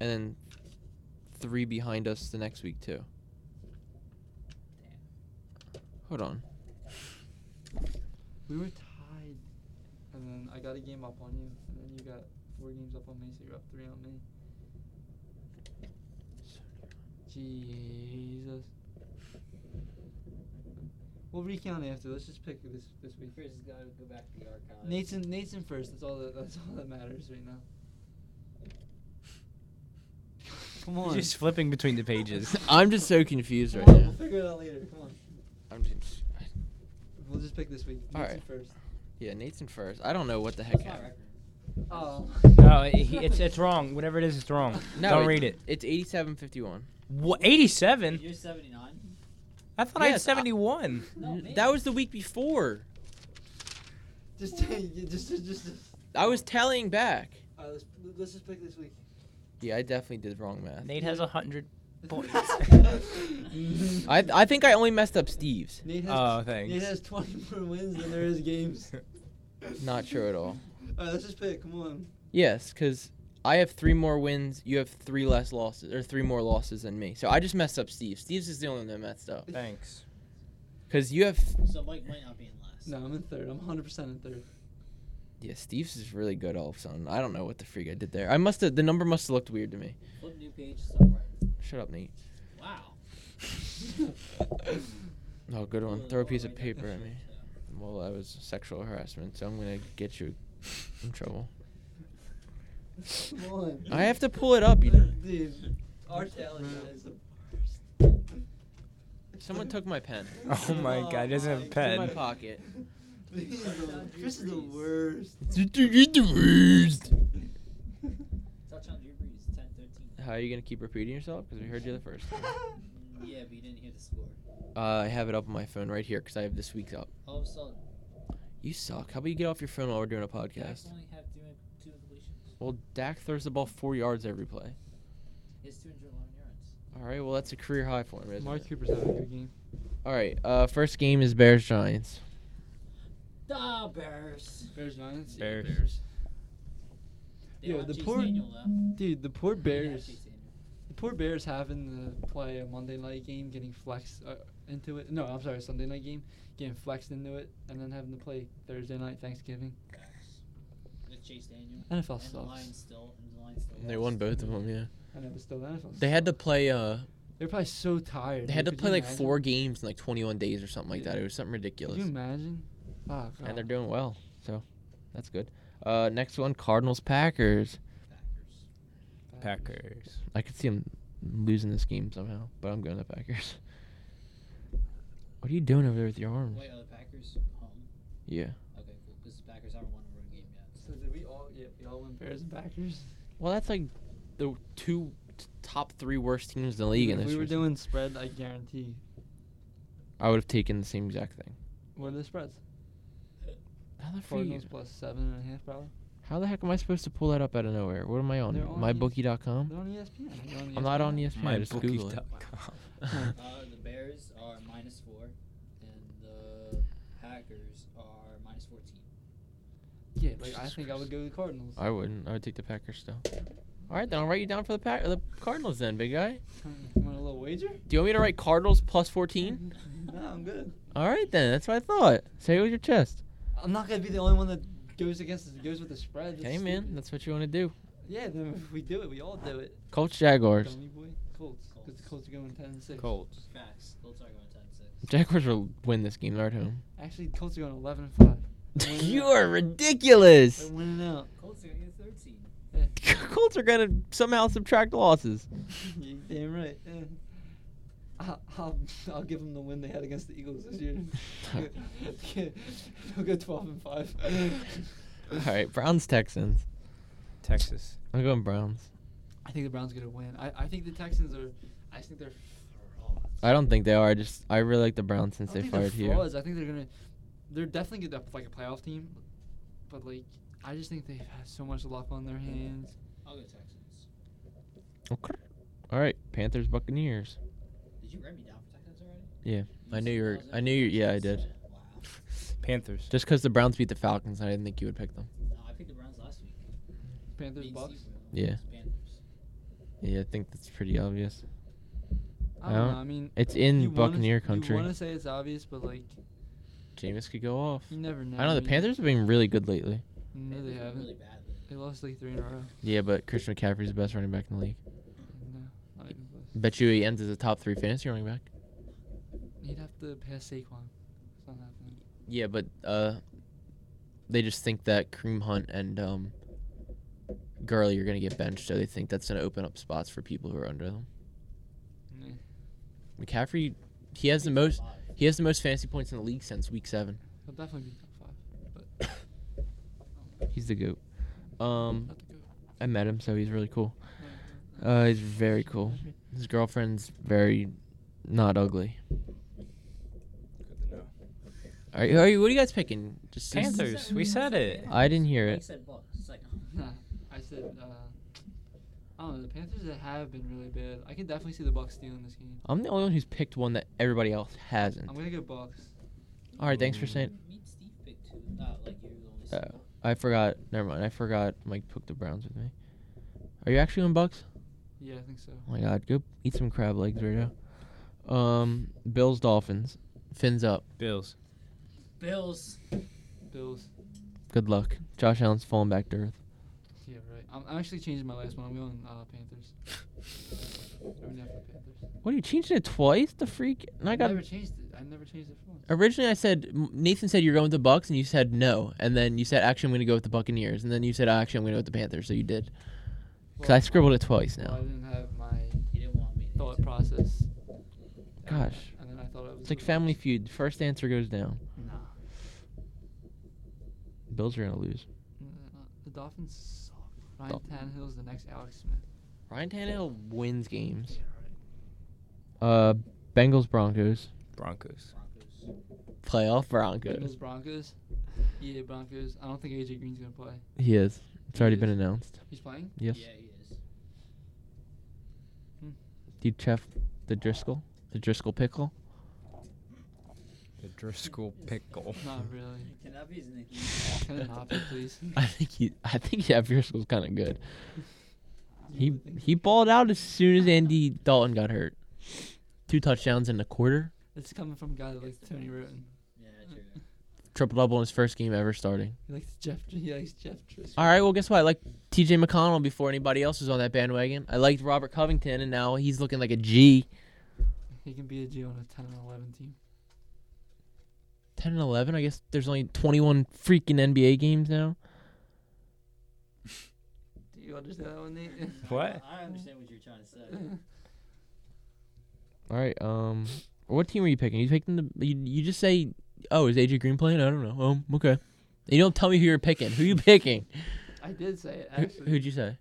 [SPEAKER 1] And then three behind us the next week, too. Hold on.
[SPEAKER 2] We were tied, and then I got a game up on you, and then you got four games up on me, so you're up three on me. Jesus. We'll recount after. Let's just pick this this week.
[SPEAKER 3] Chris has got to go back to the archives.
[SPEAKER 2] Nathan Nathan first. That's all that that's all that matters right now. Come on.
[SPEAKER 4] Just flipping between the pages.
[SPEAKER 1] I'm just so confused
[SPEAKER 2] Come
[SPEAKER 1] right
[SPEAKER 2] on,
[SPEAKER 1] now.
[SPEAKER 2] We'll figure it out later. Come on.
[SPEAKER 1] I'm just,
[SPEAKER 2] We'll just pick this week.
[SPEAKER 1] All
[SPEAKER 2] Nathan
[SPEAKER 1] right.
[SPEAKER 2] first.
[SPEAKER 1] yeah, Nathan first. I don't know what the heck
[SPEAKER 3] What's my
[SPEAKER 1] happened.
[SPEAKER 3] record?
[SPEAKER 2] Oh.
[SPEAKER 4] no, it, he- it's it's wrong. Whatever it is, it's wrong.
[SPEAKER 1] No,
[SPEAKER 4] Don't
[SPEAKER 1] it-
[SPEAKER 4] read it.
[SPEAKER 1] It's 87.51.
[SPEAKER 4] What? 87?
[SPEAKER 3] You're 79.
[SPEAKER 4] I thought I had
[SPEAKER 1] Yes, I-
[SPEAKER 4] 71.
[SPEAKER 3] No, me.
[SPEAKER 1] that was the week before.
[SPEAKER 2] Just just just just. just.
[SPEAKER 1] I was tallying back.
[SPEAKER 2] All right, let's, let's just pick this week.
[SPEAKER 1] Yeah, I definitely did wrong math.
[SPEAKER 4] Nate has 100. Boys.
[SPEAKER 1] I I think I only messed up Steve's.
[SPEAKER 2] Nate has,
[SPEAKER 4] Oh,
[SPEAKER 2] Nate
[SPEAKER 4] thanks.
[SPEAKER 2] has 20 more wins than there is games.
[SPEAKER 1] Not true at all.
[SPEAKER 2] All right, let's just pick. Come on.
[SPEAKER 1] Yes, because I have three more wins. You have three less losses, or three more losses than me. So I just messed up Steve. Steve's is the only one that messed up.
[SPEAKER 4] Thanks.
[SPEAKER 1] Because you have.
[SPEAKER 3] So Mike might not be in last.
[SPEAKER 2] No, I'm in third. I'm 100% in third.
[SPEAKER 1] Yeah, Steve's is really good all of a sudden. I don't know what the freak I did there. I must have. The number must have looked weird to me.
[SPEAKER 3] Flip new page. Start right.
[SPEAKER 1] Shut up, Nate.
[SPEAKER 3] Wow.
[SPEAKER 1] Oh, good one.
[SPEAKER 3] Well,
[SPEAKER 1] Throw a
[SPEAKER 3] I'll
[SPEAKER 1] piece of
[SPEAKER 3] write that
[SPEAKER 1] paper at
[SPEAKER 3] down.
[SPEAKER 1] me.
[SPEAKER 3] Yeah.
[SPEAKER 1] Well, that was sexual harassment, so I'm gonna get you in trouble.
[SPEAKER 2] Come on.
[SPEAKER 1] I have to pull it up. You,
[SPEAKER 2] Dude, our talent guy is the worst.
[SPEAKER 1] someone took my pen.
[SPEAKER 4] Oh my
[SPEAKER 2] Oh
[SPEAKER 4] god, he doesn't have
[SPEAKER 2] my-
[SPEAKER 4] a
[SPEAKER 2] It's
[SPEAKER 1] It's in my
[SPEAKER 4] pen.
[SPEAKER 1] pocket.
[SPEAKER 2] He's the- Chris is the
[SPEAKER 3] Brees.
[SPEAKER 2] worst.
[SPEAKER 1] the worst.
[SPEAKER 3] Touch on Drew Brees. 10, 13.
[SPEAKER 1] How are you gonna keep repeating yourself? Because we heard you the first. time.
[SPEAKER 3] Mm, Yeah, but you didn't hear the score.
[SPEAKER 1] Uh, I have it up on my phone right here because I have this week's up.
[SPEAKER 3] All of a sudden,
[SPEAKER 1] You suck. How about you get off your phone while we're doing a
[SPEAKER 3] Jack
[SPEAKER 1] podcast?
[SPEAKER 3] only have two, two completions.
[SPEAKER 1] Well, Dak throws the ball four yards every play.
[SPEAKER 3] His 211 yards.
[SPEAKER 1] All right. Well, that's a career high for him, isn't
[SPEAKER 2] Mark
[SPEAKER 1] it?
[SPEAKER 2] Cooper's having a good game.
[SPEAKER 1] All right. Uh, first game is Bears Giants.
[SPEAKER 3] The Bears.
[SPEAKER 2] Bears Giants.
[SPEAKER 4] Bears.
[SPEAKER 3] They
[SPEAKER 2] Yeah,
[SPEAKER 3] want
[SPEAKER 2] the
[SPEAKER 3] Chase
[SPEAKER 2] poor-
[SPEAKER 3] Daniel, though.
[SPEAKER 2] Dude, the poor
[SPEAKER 3] They have
[SPEAKER 2] Bears.
[SPEAKER 3] Chase Daniel.
[SPEAKER 2] The poor Bears having to play a Monday night game, getting flexed uh, into it. No, I'm sorry, Sunday night game, getting flexed into it, and then having to play Thursday night Thanksgiving.
[SPEAKER 3] With Chase Daniel.
[SPEAKER 2] NFL
[SPEAKER 3] And the Lions
[SPEAKER 2] sucks.
[SPEAKER 3] still. And the Lions still.
[SPEAKER 1] They
[SPEAKER 3] lost.
[SPEAKER 1] won both of them. Yeah.
[SPEAKER 2] I know, but still, the NFL.
[SPEAKER 1] They had to
[SPEAKER 2] sucks.
[SPEAKER 1] play. Uh,
[SPEAKER 2] They're probably so tired.
[SPEAKER 1] they had to
[SPEAKER 2] dude. Could you
[SPEAKER 1] play like
[SPEAKER 2] imagine?
[SPEAKER 1] four games in like 21 days or something like that. It was something
[SPEAKER 2] Could
[SPEAKER 1] ridiculous.
[SPEAKER 2] you imagine? Oh, God.
[SPEAKER 1] And they're doing well, so that's good. Uh, next one, Cardinals Packers.
[SPEAKER 3] Packers.
[SPEAKER 4] Packers.
[SPEAKER 1] I could see them losing this game somehow, but I'm going to Packers. What are you doing over there with your arms?
[SPEAKER 3] Wait, are the Packers home?
[SPEAKER 1] Yeah.
[SPEAKER 3] Okay, cool. Because the Packers haven't won a road game yet.
[SPEAKER 2] So did we all? Yeah, we all went Bears and Packers.
[SPEAKER 1] Well, that's like the two t- top three worst teams in the league. In
[SPEAKER 2] if
[SPEAKER 1] this
[SPEAKER 2] we were
[SPEAKER 1] year's-
[SPEAKER 2] doing spread, I guarantee.
[SPEAKER 1] I would have taken the same exact thing.
[SPEAKER 2] What are the spreads?
[SPEAKER 1] How the, fuck you-
[SPEAKER 2] Cardinals plus seven and a half, probably.
[SPEAKER 1] how the heck am I supposed to pull that up out of nowhere? What am I on?
[SPEAKER 2] They're on E
[SPEAKER 1] Mybookie.com?
[SPEAKER 2] They're on ESPN. They're on
[SPEAKER 1] I'm not on E
[SPEAKER 2] ESPN.
[SPEAKER 1] ESPN. I just Google it.
[SPEAKER 3] Uh, the Bears are minus four, and the Packers are minus fourteen.
[SPEAKER 2] Yeah, like I
[SPEAKER 1] Jesus
[SPEAKER 2] think I would go with the Cardinals.
[SPEAKER 1] I wouldn't. I would take the Packers still. All right, then I'll write you down for the pack, the Cardinals then, big guy.
[SPEAKER 2] You want a little wager?
[SPEAKER 1] Do you want me to write Cardinals plus 14?
[SPEAKER 2] no, I'm good.
[SPEAKER 1] All right, then. That's what I thought. Say it with your chest.
[SPEAKER 2] I'm not gonna be the only one that goes against goes with the spread. That's
[SPEAKER 1] Okay, man.
[SPEAKER 2] stupid.
[SPEAKER 1] That's what you want to do.
[SPEAKER 2] yeah, then if we do it, we all do it.
[SPEAKER 1] Colts, Jaguars.
[SPEAKER 2] Dummy boy, Colts, because the Colts are going ten and six.
[SPEAKER 4] Colts.
[SPEAKER 3] Facts. Colts are going ten six.
[SPEAKER 1] Jaguars will win this game. They're at home.
[SPEAKER 2] Actually, Colts are going eleven and five. They're winning
[SPEAKER 1] you
[SPEAKER 2] out.
[SPEAKER 1] are ridiculous.
[SPEAKER 2] They're winning out.
[SPEAKER 3] Colts are going to get thirteen.
[SPEAKER 1] Colts are gonna somehow subtract losses.
[SPEAKER 2] you damn right. Yeah. I'll, I'll I'll give them the win they had against the Eagles this year. They'll go twelve and five.
[SPEAKER 1] All right, Browns, Texans.
[SPEAKER 4] Texas.
[SPEAKER 1] I'm going Browns.
[SPEAKER 2] I think the Browns are gonna win. I, I think the Texans are. I just think they're frauds.
[SPEAKER 1] I don't think they are. I just I really like the Browns since
[SPEAKER 2] I
[SPEAKER 1] they
[SPEAKER 2] don't
[SPEAKER 1] fired
[SPEAKER 2] think they're
[SPEAKER 1] here.
[SPEAKER 2] frauds. I think they're gonna. They're definitely gonna like a playoff team, but like I just think they have so much luck on their hands.
[SPEAKER 3] I'll go Texans.
[SPEAKER 1] Okay. All right, Panthers, Buccaneers.
[SPEAKER 3] Did you write me down for Texans already?
[SPEAKER 1] Yeah, I knew
[SPEAKER 3] said
[SPEAKER 1] you were-
[SPEAKER 3] Bills
[SPEAKER 1] I
[SPEAKER 3] and
[SPEAKER 1] knew you- yeah, I
[SPEAKER 3] Texans.
[SPEAKER 1] did.
[SPEAKER 3] Wow.
[SPEAKER 4] Panthers.
[SPEAKER 1] Just because the Browns beat the Falcons, I didn't think you would pick them.
[SPEAKER 3] No, I picked the Browns last week.
[SPEAKER 2] Panthers,
[SPEAKER 3] Me and
[SPEAKER 2] Bucks.
[SPEAKER 3] Steve were the ones.
[SPEAKER 1] Yeah.
[SPEAKER 3] Panthers.
[SPEAKER 1] Yeah, I think that's pretty obvious.
[SPEAKER 2] I don't know. I mean,
[SPEAKER 1] It's in
[SPEAKER 2] you wanna-
[SPEAKER 1] Buccaneer country.
[SPEAKER 2] You want to say it's obvious, but like
[SPEAKER 1] Jameis could go off.
[SPEAKER 2] you never know.
[SPEAKER 1] I know the
[SPEAKER 2] mean,
[SPEAKER 1] Panthers have been really good lately.
[SPEAKER 2] No, they
[SPEAKER 3] Panthers were
[SPEAKER 2] haven't.
[SPEAKER 3] Really bad.
[SPEAKER 2] They lost like three in a row.
[SPEAKER 1] Yeah, but Christian McCaffrey's the best running back in the league.
[SPEAKER 2] No, not even close.
[SPEAKER 1] Bet you he ends as a top three fantasy running back.
[SPEAKER 2] He'd have to pass Saquon. It's not happening.
[SPEAKER 1] Yeah, but uh, they just think that Cream Hunt and um, Gurley are gonna get benched, so they think that's gonna open up spots for people who are under them.
[SPEAKER 2] Nah.
[SPEAKER 1] McCaffrey, he has the most. He has the most fantasy points in the league since week seven.
[SPEAKER 2] He'll definitely be top five.
[SPEAKER 1] He's the goat. Um,
[SPEAKER 2] Not the goat.
[SPEAKER 1] I met him, so he's really cool. Uh, he's very cool. His girlfriend's very not ugly.
[SPEAKER 4] Good to know.
[SPEAKER 1] Are you? Are you what are you guys picking? Just
[SPEAKER 4] Panthers. we said it.
[SPEAKER 1] I didn't hear it.
[SPEAKER 3] He said Bucks. It's like,
[SPEAKER 2] Nah, I said. Uh, I don't know. The Panthers have been really bad. I can definitely see the Bucks stealing this game.
[SPEAKER 1] I'm the only one who's picked one that everybody else hasn't.
[SPEAKER 2] I'm gonna go Bucks.
[SPEAKER 1] All right, thanks for
[SPEAKER 4] Mm.
[SPEAKER 1] saying.
[SPEAKER 3] Me and Steve picked two. Not like you're the only.
[SPEAKER 1] Oh.
[SPEAKER 3] single.
[SPEAKER 1] I forgot. Never mind. I forgot. Mike took the Browns with me. Are you actually on Bucks?
[SPEAKER 2] Yeah, I think so.
[SPEAKER 1] Oh my God, go eat some crab legs right now. Um, Bills, Dolphins, fins up.
[SPEAKER 4] Bills.
[SPEAKER 3] Bills.
[SPEAKER 2] Bills.
[SPEAKER 1] Good luck. Josh Allen's falling back to earth.
[SPEAKER 2] Yeah, right. I'm, I'm actually changing my last one. I'm going uh, Panthers. I would never pick Panthers.
[SPEAKER 1] What are you changing it twice? The freak! And I got
[SPEAKER 2] never changed it. I never changed it for once.
[SPEAKER 1] originally. I said M- Nathan said you're going with the Bucks, and you said no. And then you said actually I'm going to go with the Buccaneers, and then you said actually I'm going to go with the Panthers. So you did. Cause I scribbled it twice
[SPEAKER 2] Well, I
[SPEAKER 1] now.
[SPEAKER 2] didn't have my
[SPEAKER 3] He didn't want me. To
[SPEAKER 2] thought
[SPEAKER 3] answer.
[SPEAKER 2] process.
[SPEAKER 1] Gosh.
[SPEAKER 2] And then I thought it was.
[SPEAKER 1] It's like Family Feud. First answer goes down.
[SPEAKER 2] Nah.
[SPEAKER 1] Bills are gonna lose.
[SPEAKER 2] uh, The Dolphins suck. Ryan
[SPEAKER 1] Dol-
[SPEAKER 2] Tannehill's the next Alex Smith.
[SPEAKER 1] Ryan Tannehill wins games. Uh, Bengals Broncos
[SPEAKER 3] Broncos.
[SPEAKER 4] Broncos.
[SPEAKER 1] playoff Broncos.
[SPEAKER 2] Bengals Broncos. Yeah, Broncos. I don't think AJ Green's gonna play.
[SPEAKER 1] He is. It's already been
[SPEAKER 2] Yes.
[SPEAKER 1] announced.
[SPEAKER 2] He's playing.
[SPEAKER 1] Yes.
[SPEAKER 3] Yeah, he is.
[SPEAKER 1] Do you chef the Driscoll? The Driscoll pickle?
[SPEAKER 4] The Driscoll pickle.
[SPEAKER 2] Not really.
[SPEAKER 3] Can that be his name?
[SPEAKER 2] Can it not be, please?
[SPEAKER 1] I think he. I think yeah, Driscoll's kind of good. He he balled out as soon as Andy Dalton got hurt. Two touchdowns in a quarter.
[SPEAKER 2] It's coming from a guy that likes
[SPEAKER 3] Against the
[SPEAKER 2] Tony
[SPEAKER 3] Bengals.
[SPEAKER 2] Roten.
[SPEAKER 3] Yeah, true.
[SPEAKER 1] Triple double in his first game ever starting.
[SPEAKER 2] He likes Jeff. He likes Jeff Driscoll.
[SPEAKER 1] All right, well guess what? I liked T.J. McConnell before anybody else was on that bandwagon. I liked Robert Covington, and now he's looking like a G.
[SPEAKER 2] He can be a G on a 10 and 11 team.
[SPEAKER 1] Ten and eleven. I guess there's only 21 freaking NBA games now.
[SPEAKER 2] Do you understand that one, Nate?
[SPEAKER 4] What?
[SPEAKER 3] I, I understand what you're trying to say.
[SPEAKER 1] All right. Um, what team are you picking? You picking the? You, you just say, oh, is AJ Green playing? I don't know. Um, okay. You don't tell me who you're picking. Who you picking?
[SPEAKER 2] I did say it,
[SPEAKER 1] who,
[SPEAKER 2] actually.
[SPEAKER 1] who'd you say?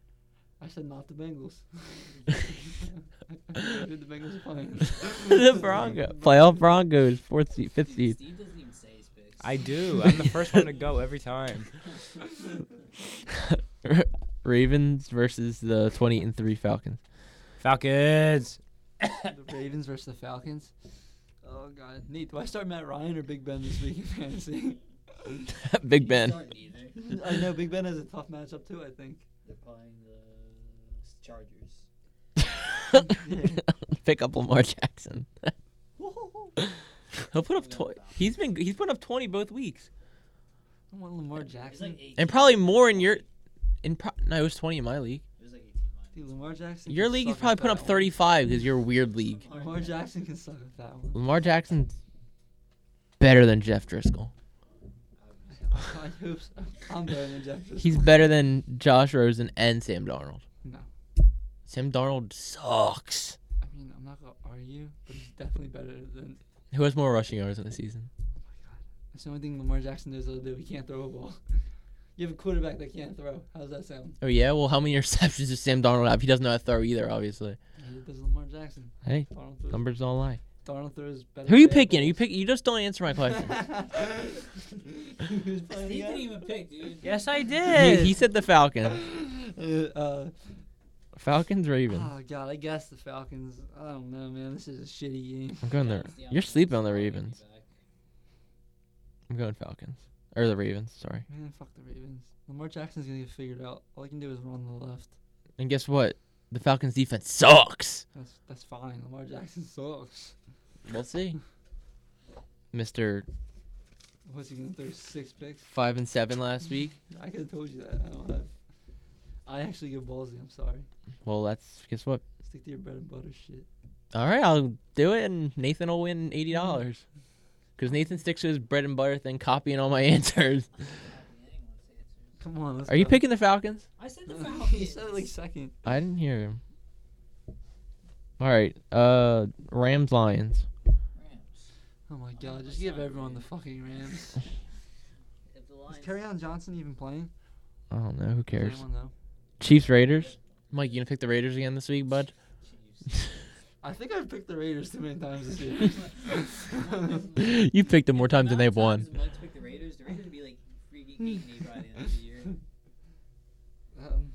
[SPEAKER 2] I said not the Bengals. I did the Bengals are playing.
[SPEAKER 1] the Broncos. Playoff Broncos. Fourth seed, fifth
[SPEAKER 3] Steve,
[SPEAKER 1] seed.
[SPEAKER 3] Steve doesn't even say his picks.
[SPEAKER 4] I do. I'm the first one to go every time.
[SPEAKER 1] Ravens versus the 20 and 3 Falcons.
[SPEAKER 4] Falcons.
[SPEAKER 2] the Ravens versus the Falcons. Oh, God. Nate, do I start Matt Ryan or Big Ben this week in fantasy?
[SPEAKER 1] Big
[SPEAKER 3] You
[SPEAKER 1] Ben.
[SPEAKER 3] start neither.
[SPEAKER 2] I know Big Ben has a tough matchup, too, I think.
[SPEAKER 3] They're playing the Chargers.
[SPEAKER 1] Pick up Lamar Jackson.
[SPEAKER 2] I
[SPEAKER 1] He'll put up 20. He's been he's put up 20 both weeks.
[SPEAKER 2] want Lamar
[SPEAKER 3] There's like
[SPEAKER 2] Jackson.
[SPEAKER 3] 18
[SPEAKER 1] And probably more in
[SPEAKER 3] points.
[SPEAKER 1] your in pro- no, it was 20 in my league.
[SPEAKER 3] There's like 18 points.
[SPEAKER 2] Dude, Lamar Jackson.
[SPEAKER 1] Your
[SPEAKER 2] can
[SPEAKER 1] league is
[SPEAKER 2] suck at
[SPEAKER 1] probably put
[SPEAKER 2] that
[SPEAKER 1] up
[SPEAKER 2] one.
[SPEAKER 1] 35 cuz you're a weird league.
[SPEAKER 2] Lamar Jackson can suck at that one.
[SPEAKER 1] Lamar Jackson's better than Jeff Driscoll.
[SPEAKER 2] I hope so. I'm better than Jeff. Driscoll.
[SPEAKER 1] He's better than Josh Rosen and Sam Darnold.
[SPEAKER 2] No.
[SPEAKER 1] Sam Darnold sucks.
[SPEAKER 2] I mean, I'm not gonna argue, but he's definitely better than.
[SPEAKER 1] Who has more rushing yards in the season?
[SPEAKER 2] That's the only thing Lamar Jackson does other than he can't throw a ball. You have a quarterback that can't throw. How does that sound?
[SPEAKER 1] Oh yeah, well how many interceptions does Sam Darnold have? He doesn't know how to throw either, obviously.
[SPEAKER 2] Neither does Lamar Jackson.
[SPEAKER 1] Hey,
[SPEAKER 2] Darnold throws,
[SPEAKER 1] numbers don't lie.
[SPEAKER 2] Darnold throws better.
[SPEAKER 1] Who you
[SPEAKER 2] bad
[SPEAKER 1] picking? You
[SPEAKER 2] balls.
[SPEAKER 1] pick. You just don't answer my question.
[SPEAKER 2] Who's playing
[SPEAKER 3] Steve didn't
[SPEAKER 2] again?
[SPEAKER 3] even pick, dude.
[SPEAKER 4] Yes, I
[SPEAKER 1] he,
[SPEAKER 4] did.
[SPEAKER 1] he said the Falcons.
[SPEAKER 2] Uh, uh,
[SPEAKER 1] Falcons Ravens.
[SPEAKER 2] oh God, I guess the Falcons. I don't know, man. This is a shitty game.
[SPEAKER 1] I'm going the.
[SPEAKER 3] It's the
[SPEAKER 1] You're sleeping on the
[SPEAKER 3] opposite.
[SPEAKER 1] Ravens. I'm going Falcons or the Ravens. Sorry.
[SPEAKER 2] Man, fuck the Ravens. Lamar Jackson's gonna get figured out. All he can do is run on the left.
[SPEAKER 1] And guess what? The Falcons defense sucks.
[SPEAKER 2] That's that's fine. Lamar Jackson sucks.
[SPEAKER 1] We'll see. Mister
[SPEAKER 2] What's he gonna throw six picks?
[SPEAKER 1] five and seven last week.
[SPEAKER 2] I could have told you that. I don't have. I actually get ballsy. I'm sorry.
[SPEAKER 1] Well, that's guess what.
[SPEAKER 2] Stick to your bread and butter shit.
[SPEAKER 1] All right, I'll do it, and Nathan will win eighty dollars. Cause Nathan sticks to his bread and butter thing, copying all my answers.
[SPEAKER 2] Come on. Let's
[SPEAKER 1] Are you
[SPEAKER 2] go.
[SPEAKER 1] picking the Falcons?
[SPEAKER 3] I said the
[SPEAKER 2] No,
[SPEAKER 3] Falcons.
[SPEAKER 2] you said it like second.
[SPEAKER 1] I didn't hear him. All right, uh, Rams Lions.
[SPEAKER 3] Rams.
[SPEAKER 2] Oh my god!
[SPEAKER 3] I'm
[SPEAKER 2] Just give
[SPEAKER 3] sorry,
[SPEAKER 2] everyone the
[SPEAKER 3] dude.
[SPEAKER 2] fucking Rams.
[SPEAKER 3] If the
[SPEAKER 2] Is
[SPEAKER 3] Lions-
[SPEAKER 2] Carryon Johnson even playing?
[SPEAKER 1] I don't know. Who
[SPEAKER 2] Does
[SPEAKER 1] cares?
[SPEAKER 2] anyone know?
[SPEAKER 1] Chiefs Raiders. Mike, you gonna pick the Raiders again this week, bud?
[SPEAKER 3] Chiefs.
[SPEAKER 2] I think I've picked the Raiders too many times this year.
[SPEAKER 1] you picked them more
[SPEAKER 3] If the
[SPEAKER 1] times than they've
[SPEAKER 3] amount
[SPEAKER 1] won.
[SPEAKER 3] of times Mike's picked the Raiders. The Raiders would be like freaking
[SPEAKER 2] Hmm.
[SPEAKER 3] eating me by the end of the year.
[SPEAKER 2] um,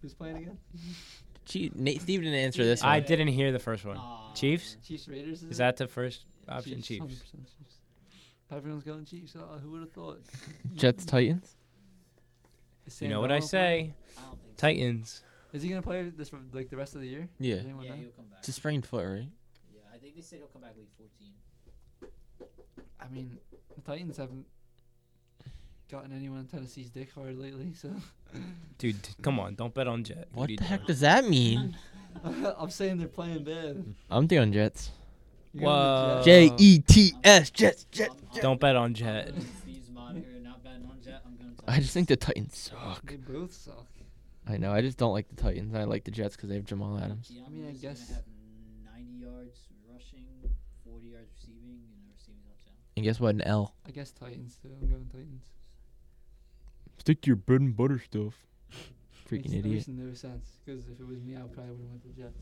[SPEAKER 2] who's playing again?
[SPEAKER 1] Chief, Nate, Steve didn't answer this one.
[SPEAKER 4] I didn't hear the first one.
[SPEAKER 3] Aw,
[SPEAKER 4] Chiefs?
[SPEAKER 2] Chiefs Raiders.
[SPEAKER 4] Is
[SPEAKER 2] it?
[SPEAKER 4] that the first option?
[SPEAKER 2] Chiefs,
[SPEAKER 4] Chiefs.
[SPEAKER 2] 100% Chiefs. Everyone's going Chiefs. Oh, who would have thought?
[SPEAKER 1] Jets Titans.
[SPEAKER 2] Is
[SPEAKER 4] You
[SPEAKER 2] Sam
[SPEAKER 4] know what I
[SPEAKER 2] Darnold playing?
[SPEAKER 4] say?
[SPEAKER 3] man. I don't think so.
[SPEAKER 4] Titans.
[SPEAKER 2] Is he gonna play this for, like the rest of the year?
[SPEAKER 1] Yeah.
[SPEAKER 2] Does anyone
[SPEAKER 3] Yeah,
[SPEAKER 2] know?
[SPEAKER 3] he'll come back.
[SPEAKER 1] It's a sprained foot, right?
[SPEAKER 3] yeah, I think they said he'll come back week 14.
[SPEAKER 2] I mean, the Titans haven't gotten anyone in Tennessee's dick hard lately, so
[SPEAKER 4] Dude, t- come on. Don't bet on Jet.
[SPEAKER 1] What the heck does that mean?
[SPEAKER 2] I'm saying they're playing bad.
[SPEAKER 1] I'm doing Jets.
[SPEAKER 2] You're going with the
[SPEAKER 1] J
[SPEAKER 2] Jets.
[SPEAKER 1] E T S Jets Jets.
[SPEAKER 3] I'm- I'm-
[SPEAKER 4] Don't bet on
[SPEAKER 3] I'm
[SPEAKER 4] Jet.
[SPEAKER 3] going with Steve's mod here, not betting on Jet. I'm going
[SPEAKER 1] I
[SPEAKER 3] Titans.
[SPEAKER 1] just think the Titans suck.
[SPEAKER 2] They both suck.
[SPEAKER 1] I know. I just don't like the Titans. I like the Jets because they have Jamal Adams.
[SPEAKER 3] Giannis
[SPEAKER 2] I mean, I
[SPEAKER 3] is
[SPEAKER 2] guess-
[SPEAKER 3] Gonna have 90 yards rushing, 40 yards receiving, and a receiving touchdown.
[SPEAKER 1] And guess what? An L.
[SPEAKER 2] I guess Titans too. I'm going Titans.
[SPEAKER 1] Stick to your bread and butter stuff. Freaking
[SPEAKER 2] makes, that
[SPEAKER 1] idiot.
[SPEAKER 2] makes no sense. Because if it was me, I probably would have went to the Jets.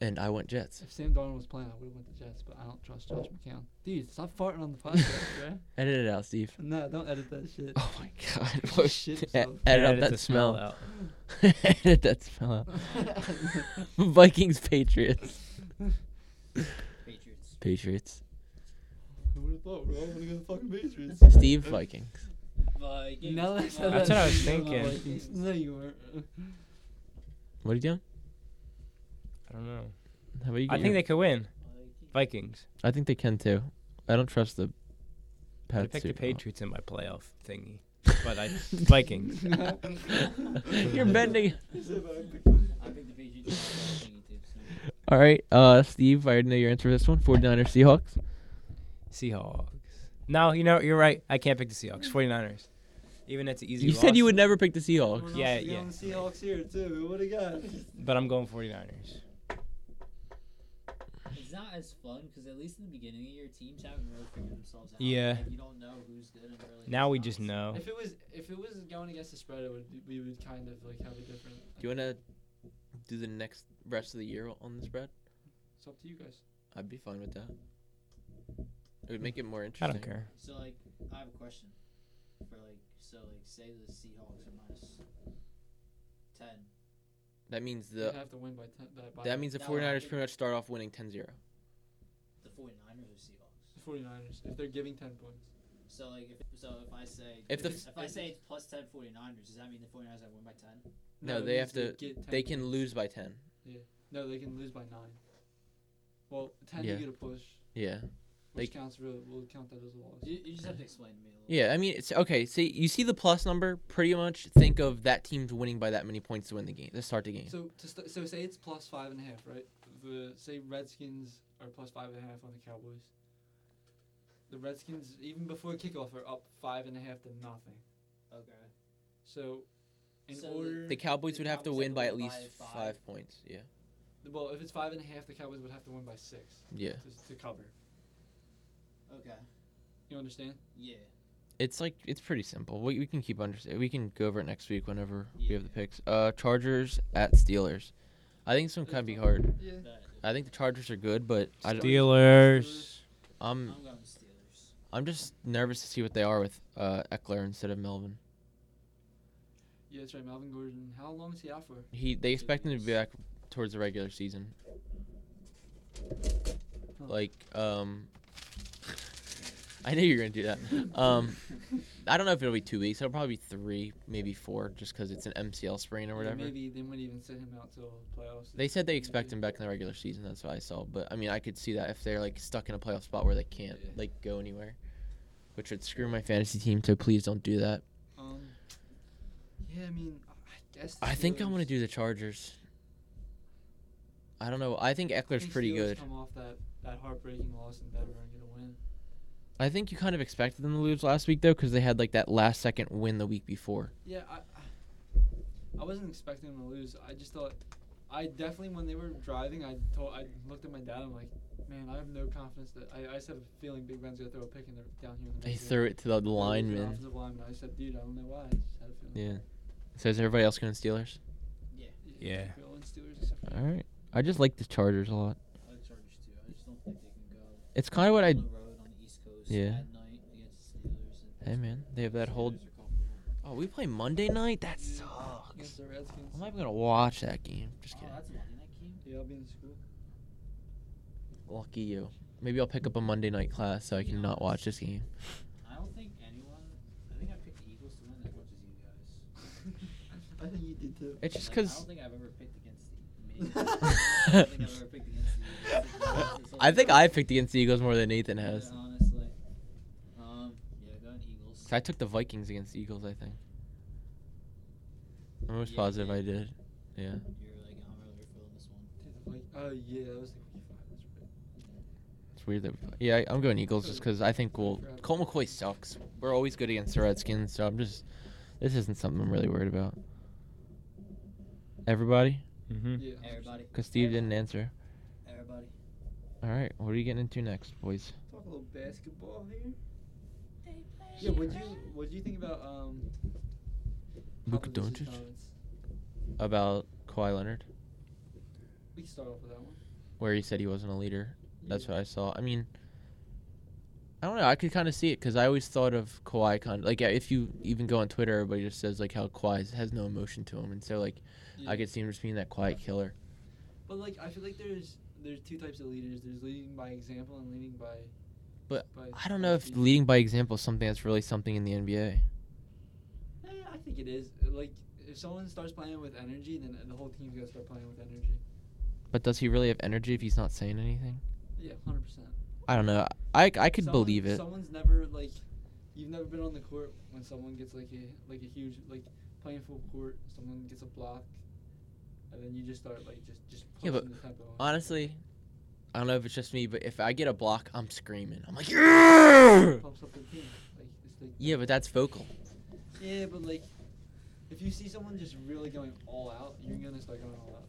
[SPEAKER 1] And I went Jets.
[SPEAKER 2] If Sam Darnold was playing, I would have went to Jets. But I don't trust
[SPEAKER 1] Oh.
[SPEAKER 2] Josh McCown. Dude, stop farting on the podcast, bro.
[SPEAKER 1] Edit it out, Steve.
[SPEAKER 2] No, don't edit that shit.
[SPEAKER 1] Oh my god.
[SPEAKER 2] He
[SPEAKER 1] what-
[SPEAKER 2] shit
[SPEAKER 1] e-
[SPEAKER 2] himself.
[SPEAKER 1] edit out
[SPEAKER 4] Edit
[SPEAKER 1] that
[SPEAKER 4] the smell
[SPEAKER 1] smell.
[SPEAKER 4] out.
[SPEAKER 1] edit that smell out. Vikings Patriots.
[SPEAKER 3] Patriots.
[SPEAKER 1] Patriots.
[SPEAKER 2] Who would have thought, bro? I'm gonna go fucking Patriots.
[SPEAKER 1] Steve Vikings.
[SPEAKER 3] Vikings.
[SPEAKER 2] Now that I said
[SPEAKER 4] That's
[SPEAKER 2] that,
[SPEAKER 4] what I was
[SPEAKER 2] you were
[SPEAKER 4] thinking.
[SPEAKER 2] Vikings. No, you weren't.
[SPEAKER 1] What are you doing?
[SPEAKER 4] I don't know.
[SPEAKER 1] How about you?
[SPEAKER 4] I
[SPEAKER 1] get
[SPEAKER 4] think
[SPEAKER 1] your-
[SPEAKER 4] they could win. Vikings.
[SPEAKER 1] I think they can too. I don't trust the
[SPEAKER 4] I
[SPEAKER 1] Pats.
[SPEAKER 4] picked the
[SPEAKER 1] super much.
[SPEAKER 4] Patriots in my playoff thingy, but I Vikings.
[SPEAKER 1] You're bending.
[SPEAKER 3] I think the Patriots. are the thingy too, so.
[SPEAKER 1] All right, uh, Steve. I already know your answer for this one. 49ers, Seahawks.
[SPEAKER 4] Seahawks. No, you know you're right. I can't pick the Seahawks. 49ers. Even that's an easy.
[SPEAKER 1] You said you
[SPEAKER 4] loss,
[SPEAKER 1] would never pick the Seahawks.
[SPEAKER 4] Yeah, yeah.
[SPEAKER 2] The Seahawks here too. What do you got?
[SPEAKER 4] But I'm going 49ers.
[SPEAKER 3] It's not as fun because at least in the beginning of the year, teams haven't really figured themselves out.
[SPEAKER 4] Yeah.
[SPEAKER 3] Like, you don't know who's good and really.
[SPEAKER 4] Now
[SPEAKER 3] who's
[SPEAKER 4] we
[SPEAKER 3] not.
[SPEAKER 4] just know.
[SPEAKER 2] If it was, if it was going against the spread, it would be- we would kind of like have a different.
[SPEAKER 1] Do you want to do the next rest of the year on the spread?
[SPEAKER 2] It's up to you guys.
[SPEAKER 1] I'd be fine with that. It would make it more
[SPEAKER 4] I
[SPEAKER 1] interesting.
[SPEAKER 4] don't care.
[SPEAKER 3] So like, I have a question. For like, so like, say the Seahawks are minus ten.
[SPEAKER 1] That means
[SPEAKER 2] You'd
[SPEAKER 1] the
[SPEAKER 2] have to win by ten. By, by
[SPEAKER 1] that means the
[SPEAKER 3] That would
[SPEAKER 1] 49ers
[SPEAKER 3] happen.
[SPEAKER 1] pretty much start off winning 10-0.
[SPEAKER 3] The 49ers are Seahawks.
[SPEAKER 2] the 49ers if they're giving ten points.
[SPEAKER 3] So like, if, so if I say
[SPEAKER 1] If the
[SPEAKER 3] if I say it's plus 10 49ers, does that mean the 49ers have won by ten?
[SPEAKER 1] No,
[SPEAKER 2] it
[SPEAKER 1] they
[SPEAKER 2] means
[SPEAKER 1] have to-
[SPEAKER 2] get 10
[SPEAKER 1] They can
[SPEAKER 2] points.
[SPEAKER 1] lose by 10.
[SPEAKER 2] No, they can lose by nine. Well, ten
[SPEAKER 1] Yeah.
[SPEAKER 2] you get a push,
[SPEAKER 1] Yeah.
[SPEAKER 2] which
[SPEAKER 1] They-
[SPEAKER 2] counts really. We'll count that as a loss.
[SPEAKER 3] You, you just have to explain to me. A little
[SPEAKER 1] Yeah, I mean it's okay. See, you see the plus number, pretty much think of that team's winning by that many points to win the game. To start the game.
[SPEAKER 2] So to st- so say it's plus five and a half, right? The say Redskins are plus five and a half on the Cowboys. The Redskins, even before kickoff, are up five and a half to nothing.
[SPEAKER 3] Okay.
[SPEAKER 2] So, in
[SPEAKER 3] So the-
[SPEAKER 2] order,
[SPEAKER 1] the Cowboys would have to
[SPEAKER 3] Cowboys
[SPEAKER 1] win
[SPEAKER 3] have to
[SPEAKER 1] by at
[SPEAKER 3] win
[SPEAKER 1] least
[SPEAKER 3] by five.
[SPEAKER 1] 5 points. Yeah.
[SPEAKER 2] well, if it's five and a half, the Cowboys would have to win by six
[SPEAKER 1] Yeah.
[SPEAKER 2] to, to cover.
[SPEAKER 3] Okay.
[SPEAKER 2] You understand?
[SPEAKER 3] Yeah.
[SPEAKER 1] It's like it's pretty simple. We, we can keep under we can go over it next week whenever we have the
[SPEAKER 3] Yeah.
[SPEAKER 1] picks. Uh, Chargers at Steelers. I think it's gonna kind of be hard.
[SPEAKER 2] Yeah.
[SPEAKER 3] That,
[SPEAKER 1] I think the Chargers are good, but I don't,
[SPEAKER 4] Steelers.
[SPEAKER 1] I'm
[SPEAKER 3] I'm going Steelers.
[SPEAKER 1] I'm just nervous to see what they are with uh, Eckler instead of Melvin.
[SPEAKER 2] Yeah, that's right. Melvin Gordon. How long is he out for?
[SPEAKER 1] He they expect him to be back towards the regular season. Like um, I knew you were gonna do that. Um, I don't know if it'll be two weeks. It'll probably be three, maybe four, just because it's an MCL sprain or
[SPEAKER 2] Or
[SPEAKER 1] whatever.
[SPEAKER 2] Maybe they wouldn't even sit him out till playoffs.
[SPEAKER 1] They said they expect him back in the regular season. That's what I saw. But I mean, I could see that if they're like stuck in a playoff spot where they can't
[SPEAKER 2] Yeah.
[SPEAKER 1] like go anywhere, which would screw my fantasy team. So please don't do that.
[SPEAKER 2] Um. Yeah, I mean, I guess. the
[SPEAKER 1] I think I'm gonna
[SPEAKER 2] Steelers-
[SPEAKER 1] do the Chargers. I don't know. I think Eckler's
[SPEAKER 2] think
[SPEAKER 1] pretty
[SPEAKER 2] Steelers
[SPEAKER 1] good.
[SPEAKER 2] Come off that, that heartbreaking loss in Denver and get a win.
[SPEAKER 1] I think you kind of expected them to lose last week though, because they had like that last second win the week before.
[SPEAKER 2] Yeah, I, I wasn't expecting them to lose. I just thought, I definitely when they were driving, I told, I looked at my dad. I'm like, man, I have no confidence that I, I just have a feeling Big Ben's gonna throw a pick and they're down here. In the
[SPEAKER 1] They
[SPEAKER 2] midfield."
[SPEAKER 1] threw it to the
[SPEAKER 2] Threw it to The
[SPEAKER 1] lineman.
[SPEAKER 2] offensive lineman. I said, dude, I don't know why. I just had a feeling.
[SPEAKER 1] Yeah. So is everybody else going Steelers?
[SPEAKER 3] Yeah.
[SPEAKER 4] Yeah.
[SPEAKER 2] We all in Steelers except for
[SPEAKER 1] All right. I just like the Chargers a lot.
[SPEAKER 3] I like Chargers too. I just don't think they can go.
[SPEAKER 1] It's kind of what I.
[SPEAKER 3] on the road on the East Coast
[SPEAKER 1] Yeah.
[SPEAKER 3] at night against the Steelers. And
[SPEAKER 1] Hey man, they have that whole.
[SPEAKER 3] Steelers are comfortable.
[SPEAKER 1] Oh, we play Monday night. That
[SPEAKER 2] Yeah.
[SPEAKER 1] sucks.
[SPEAKER 2] against the Redskins.
[SPEAKER 1] I'm not even gonna watch that game. Just
[SPEAKER 3] Oh,
[SPEAKER 1] kidding.
[SPEAKER 3] that's a Monday night game.
[SPEAKER 2] Yeah, I'll be in school.
[SPEAKER 1] Lucky you. Maybe I'll pick up a Monday night class so I can not watch this game.
[SPEAKER 3] I don't think anyone. I think I picked the Eagles to win as much as you guys.
[SPEAKER 2] I think you did too.
[SPEAKER 1] It's just
[SPEAKER 3] Like, I
[SPEAKER 1] because
[SPEAKER 3] don't think I've ever picked against the. Maybe. I don't think I've ever picked against the. Eagles.
[SPEAKER 1] I think I picked against the Eagles more than Nathan
[SPEAKER 3] Yeah,
[SPEAKER 1] has.
[SPEAKER 3] Honestly. Um. Yeah, going Eagles.
[SPEAKER 1] 'Cause I took the Vikings against the Eagles. I think. I'm almost
[SPEAKER 3] Yeah,
[SPEAKER 1] positive
[SPEAKER 3] yeah.
[SPEAKER 1] I did. Yeah.
[SPEAKER 3] You're like I'm really feeling this one.
[SPEAKER 2] Like, oh yeah, that was the week five. That's right.
[SPEAKER 1] It's weird that. We play. Yeah, I- I'm going Eagles just because I think we'll. Colt McCoy sucks. We're always good against the Redskins, so I'm just. This isn't something I'm really worried about. Everybody, Hmm.
[SPEAKER 4] Mm-hmm.
[SPEAKER 2] Yeah. 100%.
[SPEAKER 3] Everybody.
[SPEAKER 1] because Steve didn't answer.
[SPEAKER 3] Everybody.
[SPEAKER 1] All right, what are you getting into next, boys?
[SPEAKER 2] Talk a little basketball here. Yeah, what do you what do you think about um
[SPEAKER 1] Luka
[SPEAKER 2] Popovich's
[SPEAKER 1] Doncic?
[SPEAKER 2] comments.
[SPEAKER 1] about Kawhi Leonard,
[SPEAKER 2] We can start off with that one.
[SPEAKER 1] where he said he wasn't a leader. That's
[SPEAKER 2] Yeah.
[SPEAKER 1] what I saw. I mean, I don't know. I could kind of see it because I always thought of Kawhi kind like yeah, if you even go on Twitter, everybody just says like how Kawhi has no emotion to him, and so like
[SPEAKER 2] Yeah.
[SPEAKER 1] I could see him just being that quiet killer.
[SPEAKER 2] But like I feel like there's there's two types of leaders. There's leading by example and leading by.
[SPEAKER 1] But
[SPEAKER 2] by
[SPEAKER 1] I don't know if
[SPEAKER 2] speech.
[SPEAKER 1] leading by example is something that's really something in the NBA.
[SPEAKER 2] Eh, I think it is. Like if someone starts playing with energy, then the whole team's gonna start playing with energy.
[SPEAKER 1] But does he really have energy if he's not saying anything?
[SPEAKER 2] Yeah, hundred percent.
[SPEAKER 1] I don't know. I I could believe it.
[SPEAKER 2] Someone's never like, you've never been on the court when someone gets like a like a huge like playing full court. Someone gets a block, and then you just start like just just
[SPEAKER 1] Yeah,
[SPEAKER 2] pushing
[SPEAKER 1] but
[SPEAKER 2] the tempo. on.
[SPEAKER 1] Honestly, I don't know if it's just me, but if I get a block, I'm screaming. I'm like, yeah.
[SPEAKER 2] Pumps up the team. Like, it's like
[SPEAKER 1] Yeah, but that's vocal.
[SPEAKER 2] yeah, but like, if you see someone just really going all out, you're gonna start going all out.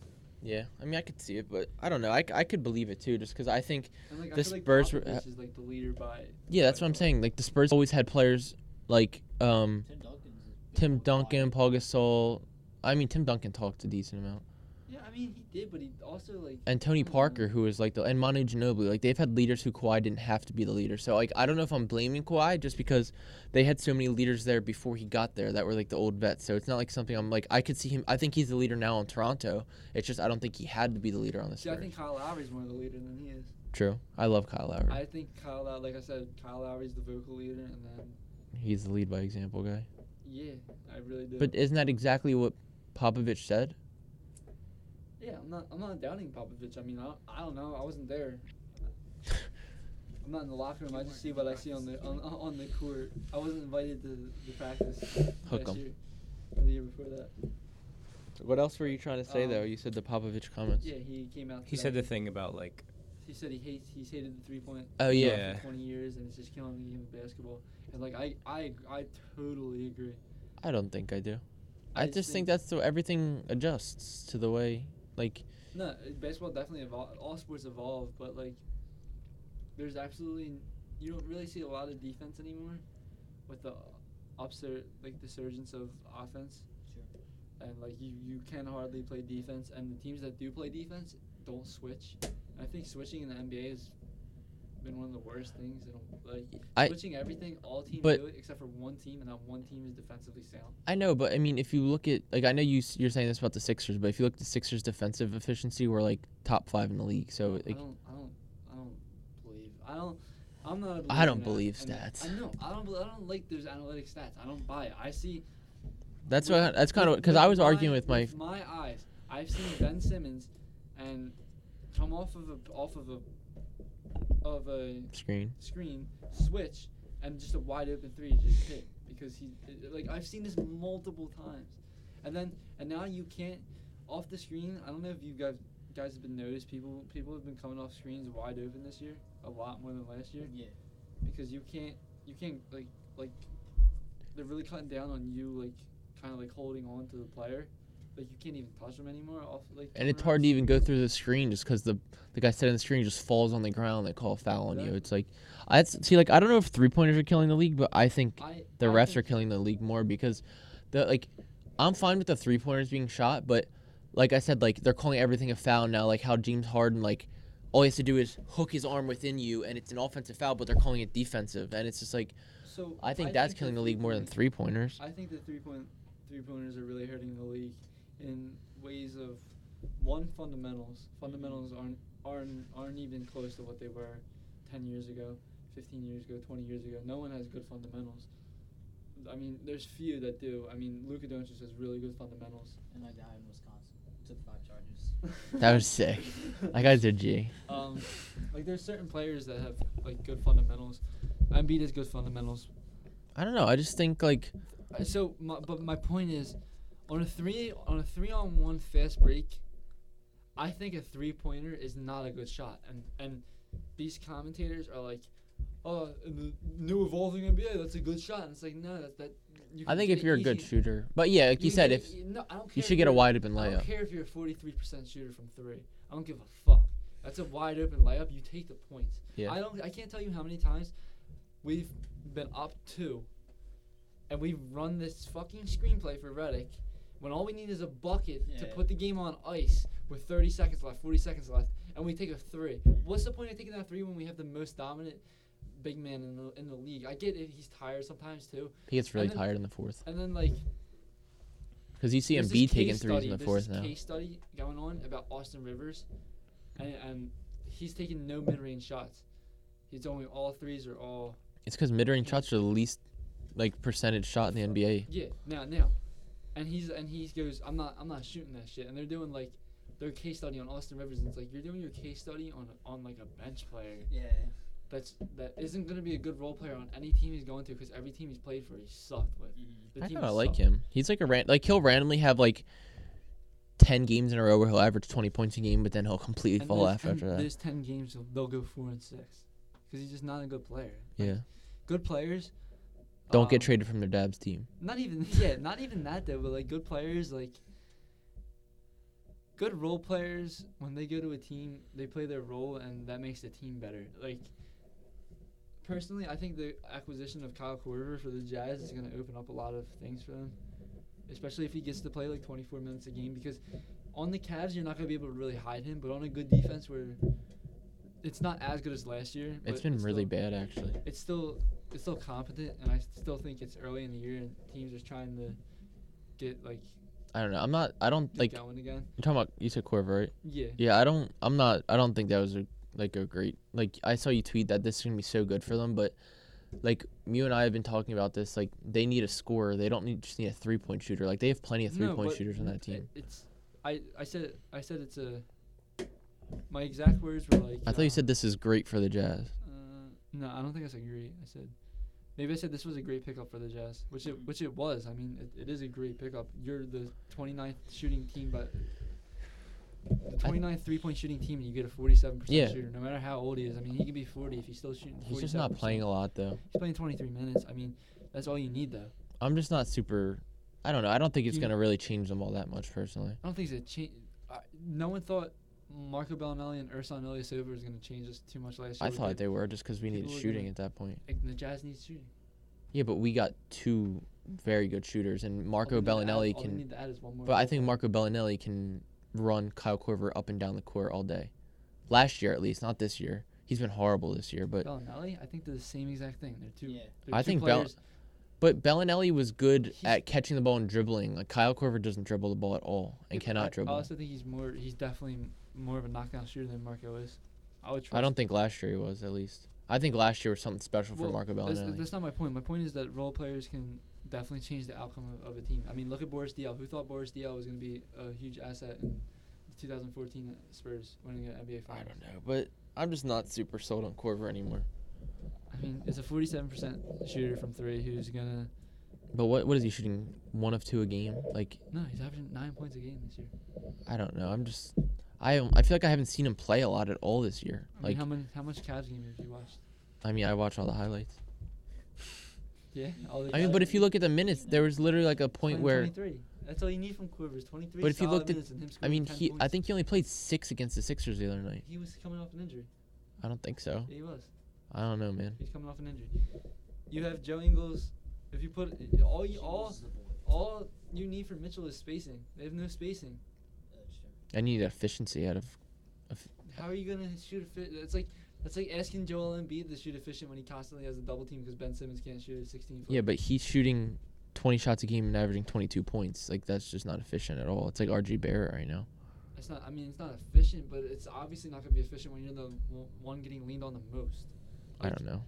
[SPEAKER 1] Yeah, I mean, I could see it, but I don't know. I, c- I could believe it too, just because I think.
[SPEAKER 2] And like,
[SPEAKER 1] The
[SPEAKER 2] I feel like
[SPEAKER 1] Spurs were-
[SPEAKER 2] Popovich is like the leader by.
[SPEAKER 1] Yeah, that's
[SPEAKER 2] by
[SPEAKER 1] what I'm
[SPEAKER 2] far.
[SPEAKER 1] saying. Like the Spurs always had players like um,
[SPEAKER 3] Tim Duncan's. a
[SPEAKER 1] Tim
[SPEAKER 3] big old guy.
[SPEAKER 1] Duncan, Paul Gasol. I mean, Tim Duncan talked a decent amount,
[SPEAKER 2] Yeah, I mean he did, but he also like.
[SPEAKER 1] and Tony
[SPEAKER 2] I don't know.
[SPEAKER 1] Parker, who was like the and Manu Ginobili. Like they've had leaders who Kawhi didn't have to be the leader. So like I don't know if I'm blaming Kawhi just because they had so many leaders there before he got there that were like the old vets. So it's not like something I'm like I could see him. I think he's the leader now in Toronto. It's just I don't think he had to be the leader on the
[SPEAKER 2] See, I
[SPEAKER 1] Spurs.
[SPEAKER 2] think Kyle Lowry's more of the leader than he is.
[SPEAKER 1] True. I love Kyle Lowry.
[SPEAKER 2] I think Kyle Lowry, like I said, Kyle Lowry's the vocal leader, and then
[SPEAKER 1] he's the lead by example guy.
[SPEAKER 2] yeah, I really do.
[SPEAKER 1] But isn't that exactly what Popovich said?
[SPEAKER 2] Yeah, I'm not. I'm not doubting Popovich. I mean, I, I don't know. I wasn't there. I'm not in the locker room. I just see what I see on the on, on on the court. I wasn't invited to the practice
[SPEAKER 1] Hook
[SPEAKER 2] last
[SPEAKER 1] 'em.
[SPEAKER 2] year or the year before that.
[SPEAKER 1] What else were you trying to say though?
[SPEAKER 2] Um,
[SPEAKER 1] You said the Popovich comments.
[SPEAKER 2] Yeah, he came out.
[SPEAKER 4] He
[SPEAKER 2] today.
[SPEAKER 4] said the thing about like
[SPEAKER 2] He said he hates. He's hated the three point.
[SPEAKER 1] Oh
[SPEAKER 2] shot
[SPEAKER 1] yeah.
[SPEAKER 4] Yeah.
[SPEAKER 2] For 20 years, and it's just killing the game of basketball. And like I, I, I totally agree.
[SPEAKER 1] I don't think I do. I,
[SPEAKER 2] just
[SPEAKER 1] just think
[SPEAKER 2] think-
[SPEAKER 1] that's the everything adjusts to the way like
[SPEAKER 2] No, uh, baseball definitely evolve. All sports evolve, but like, there's absolutely you don't really see a lot of defense anymore, with the upsurge, like the surgence of offense,
[SPEAKER 3] Sure.
[SPEAKER 2] and like you you can hardly play defense, and the teams that do play defense don't switch. And I think switching in the NBA has been one of the worst things. It'll, like
[SPEAKER 1] I-
[SPEAKER 2] switching everything, all teams
[SPEAKER 1] but-
[SPEAKER 2] do it except for one team, and that one team is defensively sound.
[SPEAKER 1] I know, but I mean if you look at like I know you s- you're saying this about the Sixers, but if you look at the Sixers defensive efficiency, we're like top 5 in the league. So
[SPEAKER 2] I
[SPEAKER 1] like
[SPEAKER 2] don't, I don't, I don't believe. I don't. I'm not. a
[SPEAKER 1] I don't
[SPEAKER 2] believer in
[SPEAKER 1] believe
[SPEAKER 2] ana- ana-
[SPEAKER 1] stats.
[SPEAKER 2] I know. I don't. bel- I don't like those analytic stats. I don't buy it. I see.
[SPEAKER 1] that's
[SPEAKER 2] with-
[SPEAKER 1] what that's kind of
[SPEAKER 2] with-
[SPEAKER 1] cuz I was arguing
[SPEAKER 2] my-
[SPEAKER 1] with my
[SPEAKER 2] my eyes. I've seen Ben Simmons, and come off of a off of a of a
[SPEAKER 1] screen.
[SPEAKER 2] screen switch, and just a wide open three is just hit because he like I've seen this multiple times, and then and now you can't off the screen. I don't know if you guys guys have been noticed. People people have been coming off screens wide open this year a lot more than last year
[SPEAKER 3] Yeah.
[SPEAKER 2] because you can't you can't like like they're really cutting down on you like kind of like holding on to the player like you can't even touch them anymore off like
[SPEAKER 1] And it's
[SPEAKER 2] turnarounds.
[SPEAKER 1] hard to even go through the screen just because the the guy sitting on the screen just falls on the ground. They call a foul on you.
[SPEAKER 2] Exactly.
[SPEAKER 1] It's like I s- see like I don't know if three pointers are killing the league, but I think
[SPEAKER 2] I,
[SPEAKER 1] the
[SPEAKER 2] I
[SPEAKER 1] refs
[SPEAKER 2] think-
[SPEAKER 1] are killing the league more because the like I'm fine with the three pointers being shot, but like I said, like they're calling everything a foul now. Like how James Harden like all he has to do is hook his arm within you, and it's an offensive foul, but they're calling it defensive, and it's just like
[SPEAKER 2] so
[SPEAKER 1] I think that's
[SPEAKER 2] that
[SPEAKER 1] killing the league more than three
[SPEAKER 2] three-point-
[SPEAKER 1] pointers.
[SPEAKER 2] I think the three point three pointers are really hurting the league in ways of one fundamentals. Fundamentals aren't aren't aren't even close to what they were ten years ago, fifteen years ago, twenty years ago. No one has good fundamentals. I mean, there's few that do. I mean, Luka Doncic has really good fundamentals.
[SPEAKER 3] And that guy in Wisconsin took five charges.
[SPEAKER 1] That was sick. That guy's a G.
[SPEAKER 2] Um, like there's certain players that have like good fundamentals. Embiid has good fundamentals.
[SPEAKER 1] I don't know. I just think like
[SPEAKER 2] Uh, So, my, but my point is, on a three on a three on one fast break, I think a three pointer is not a good shot, and and these commentators are like, oh, in the new evolving NBA, that's a good shot, and it's like no, that that. You
[SPEAKER 1] I
[SPEAKER 2] can
[SPEAKER 1] think
[SPEAKER 2] get
[SPEAKER 1] if
[SPEAKER 2] it
[SPEAKER 1] you're a good
[SPEAKER 2] easy.
[SPEAKER 1] shooter, but yeah, like you
[SPEAKER 2] can
[SPEAKER 1] said,
[SPEAKER 2] get
[SPEAKER 1] if
[SPEAKER 2] it- no, I don't care
[SPEAKER 1] you
[SPEAKER 2] if
[SPEAKER 1] should get a
[SPEAKER 2] you're-
[SPEAKER 1] wide open
[SPEAKER 2] I
[SPEAKER 1] layup.
[SPEAKER 2] don't care if you're a 43% shooter from three. I don't give a fuck. That's a wide open layup. You take the points.
[SPEAKER 1] Yeah.
[SPEAKER 2] I don't. I can't tell you how many times we've been up two, and we run this fucking screenplay for Reddick when all we need is a bucket to
[SPEAKER 3] Yeah.
[SPEAKER 2] put the game on ice with 30 seconds left, 40 seconds left, and we take a three. What's the point of taking that three when we have the most dominant big man in the, in the league? I get it, he's tired sometimes too.
[SPEAKER 1] He gets really
[SPEAKER 2] And then-
[SPEAKER 1] tired in the fourth
[SPEAKER 2] And then, like,
[SPEAKER 1] because you see
[SPEAKER 2] there's
[SPEAKER 1] Embiid
[SPEAKER 2] this
[SPEAKER 1] taking
[SPEAKER 2] case
[SPEAKER 1] threes
[SPEAKER 2] study-
[SPEAKER 1] in the
[SPEAKER 2] there's
[SPEAKER 1] fourth
[SPEAKER 2] this
[SPEAKER 1] now.
[SPEAKER 2] Case study going on about Austin Rivers, and, and he's taking no mid-range shots. He's only all threes or all
[SPEAKER 1] It's because mid-range shots are the least like percentage shot in the NBA.
[SPEAKER 2] yeah now now, and he's and he goes I'm not I'm not shooting that shit. And they're doing like their case study on Austin Rivers. And it's like you're doing your case study on on like a bench player
[SPEAKER 3] Yeah.
[SPEAKER 2] that's that isn't gonna be a good role player on any team he's going to because every team he's played for he sucked with.
[SPEAKER 3] Mhm.
[SPEAKER 2] The
[SPEAKER 1] I
[SPEAKER 2] team
[SPEAKER 1] kind of
[SPEAKER 2] has
[SPEAKER 1] like
[SPEAKER 2] sucked.
[SPEAKER 1] him. He's like a ran- like he'll randomly have like ten games in a row where he'll average twenty points a game, but then he'll completely
[SPEAKER 2] And
[SPEAKER 1] fall
[SPEAKER 2] there's
[SPEAKER 1] off
[SPEAKER 2] 10
[SPEAKER 1] after that.
[SPEAKER 2] There's ten games they'll, they'll go four and six because he's just not a good player.
[SPEAKER 1] Yeah,
[SPEAKER 2] good players
[SPEAKER 1] don't get
[SPEAKER 2] um,
[SPEAKER 1] traded from their Dabs team.
[SPEAKER 2] Not even yeah, not even that though. But like good players, like good role players, when they go to a team, they play their role, and that makes the team better. Like personally, I think the acquisition of Kyle Korver for the Jazz is going to open up a lot of things for them, especially if he gets to play like 24 minutes a game. Because on the Cavs, you're not going to be able to really hide him, but on a good defense where it's not as good as last year,
[SPEAKER 1] It's
[SPEAKER 2] but
[SPEAKER 1] been really
[SPEAKER 2] still-
[SPEAKER 1] bad actually.
[SPEAKER 2] it's still it's still competent, and I still think it's early in the year, and teams are trying to get like
[SPEAKER 1] I don't know. I'm not. I don't
[SPEAKER 2] get
[SPEAKER 1] like.
[SPEAKER 2] going again.
[SPEAKER 1] You're talking about you said Corver, right?
[SPEAKER 2] Yeah,
[SPEAKER 1] Yeah, I don't. I'm not. I don't think that was a like a great. Like I saw you tweet that this is gonna be so good for them, but like you and I have been talking about this. Like they need a scorer. They don't need just need a three point shooter. Like they have plenty of
[SPEAKER 2] No,
[SPEAKER 1] three point
[SPEAKER 2] but
[SPEAKER 1] shooters on that team.
[SPEAKER 2] it- it's I I said I said it's a. My exact words were like.
[SPEAKER 1] I thought you
[SPEAKER 2] uh,
[SPEAKER 1] said this is great for the Jazz.
[SPEAKER 2] Uh, no, I don't think I said great. I said maybe I said this was a great pickup for the Jazz, which it which it was. I mean, it, it is a great pickup. You're the 29th shooting team, but the 29th three point shooting team, and you get a 47 percent
[SPEAKER 1] Yeah.
[SPEAKER 2] shooter, no matter how old he is. I mean, he could be 40 if he's still shooting.
[SPEAKER 1] He's just not playing
[SPEAKER 2] 47%.
[SPEAKER 1] a lot though.
[SPEAKER 2] He's playing 23 minutes. I mean, that's all you need though.
[SPEAKER 1] I'm just not super. I don't know. I don't think it's
[SPEAKER 2] You-
[SPEAKER 1] gonna really change them all that much personally.
[SPEAKER 2] I don't think it's a change. No one thought Marco Bellinelli and Ursan Ilyasova was going to change us too much last year.
[SPEAKER 1] I
[SPEAKER 2] We
[SPEAKER 1] thought
[SPEAKER 2] did.
[SPEAKER 1] they were just because we needed
[SPEAKER 2] people were
[SPEAKER 1] shooting
[SPEAKER 2] gonna-
[SPEAKER 1] at that point.
[SPEAKER 2] Like, the Jazz needs shooting.
[SPEAKER 1] Yeah, but we got two very good shooters, and
[SPEAKER 2] All
[SPEAKER 1] Marco
[SPEAKER 2] they need to add-
[SPEAKER 1] Bellinelli
[SPEAKER 2] all they
[SPEAKER 1] can
[SPEAKER 2] need to add is one more
[SPEAKER 1] But I
[SPEAKER 2] role
[SPEAKER 1] think
[SPEAKER 2] player.
[SPEAKER 1] Marco Bellinelli can run Kyle Korver up and down the court all day. Last year, at least, not this year. He's been horrible this year, but
[SPEAKER 2] Bellinelli, Oh, I think they're the same exact thing. They're two.
[SPEAKER 3] Yeah.
[SPEAKER 2] they're
[SPEAKER 1] I
[SPEAKER 2] two
[SPEAKER 1] think Bell-
[SPEAKER 2] players.
[SPEAKER 1] but Bellinelli was good
[SPEAKER 2] He's-
[SPEAKER 1] at catching the ball and dribbling. Like Kyle Korver doesn't dribble the ball at all and
[SPEAKER 2] Yeah,
[SPEAKER 1] cannot
[SPEAKER 2] I,
[SPEAKER 1] dribble.
[SPEAKER 2] I also think he's more. He's definitely m- more of a knockdown shooter than Marco is. I would. Trust
[SPEAKER 1] I don't think last year he was at least. I think last year was something special for
[SPEAKER 2] Well,
[SPEAKER 1] Marco
[SPEAKER 2] That's,
[SPEAKER 1] Bellinelli.
[SPEAKER 2] that's not my point. My point is that role players can definitely change the outcome of, of a team. I mean, look at Boris Diaw. Who thought Boris Diaw was going to be a huge asset in the 2014 Spurs winning an NBA
[SPEAKER 1] I
[SPEAKER 2] Finals?
[SPEAKER 1] don't know, but I'm just not super sold on Korver anymore.
[SPEAKER 2] I mean, it's a 47% shooter from three who's gonna.
[SPEAKER 1] But what what is he shooting? One of two a game? Like
[SPEAKER 2] No, he's averaging nine points a game this year.
[SPEAKER 1] I don't know. I'm just I haven't- I feel like I haven't seen him play a lot at all this year.
[SPEAKER 2] I mean,
[SPEAKER 1] Like
[SPEAKER 2] how many? How much Cavs game have you watched?
[SPEAKER 1] I mean I watch all the highlights.
[SPEAKER 2] Yeah. all the
[SPEAKER 1] I mean,
[SPEAKER 2] Cavs
[SPEAKER 1] but if you
[SPEAKER 2] games.
[SPEAKER 1] look at the minutes, there was literally like a point where
[SPEAKER 2] 23. That's all you need from Quivers. 23
[SPEAKER 1] But if you
[SPEAKER 2] solid
[SPEAKER 1] looked at-
[SPEAKER 2] minutes and him
[SPEAKER 1] I
[SPEAKER 2] scoring
[SPEAKER 1] mean,
[SPEAKER 2] 10
[SPEAKER 1] he I
[SPEAKER 2] points.
[SPEAKER 1] think he only played six against the Sixers the other night.
[SPEAKER 2] he was coming off an injury.
[SPEAKER 1] I don't think so.
[SPEAKER 2] Yeah, he was.
[SPEAKER 1] I don't know, man.
[SPEAKER 2] He's coming off an injury. You have Joe Ingles. If you put all you all
[SPEAKER 3] She's the boy.
[SPEAKER 2] all you need for Mitchell is spacing. They have no spacing.
[SPEAKER 3] That's true.
[SPEAKER 1] I need efficiency out of.
[SPEAKER 2] How are you gonna shoot a fit? That's like that's like asking Joel Embiid to shoot efficient when he constantly has a double team because Ben Simmons can't shoot at 16 foot.
[SPEAKER 1] Yeah, but he's shooting 20 shots a game and averaging 22 points. Like that's just not efficient at all. It's like RG Barrett right now.
[SPEAKER 2] it's not. I mean, it's not efficient, but it's obviously not gonna be efficient when you're the w- one getting leaned on the most.
[SPEAKER 1] I don't know.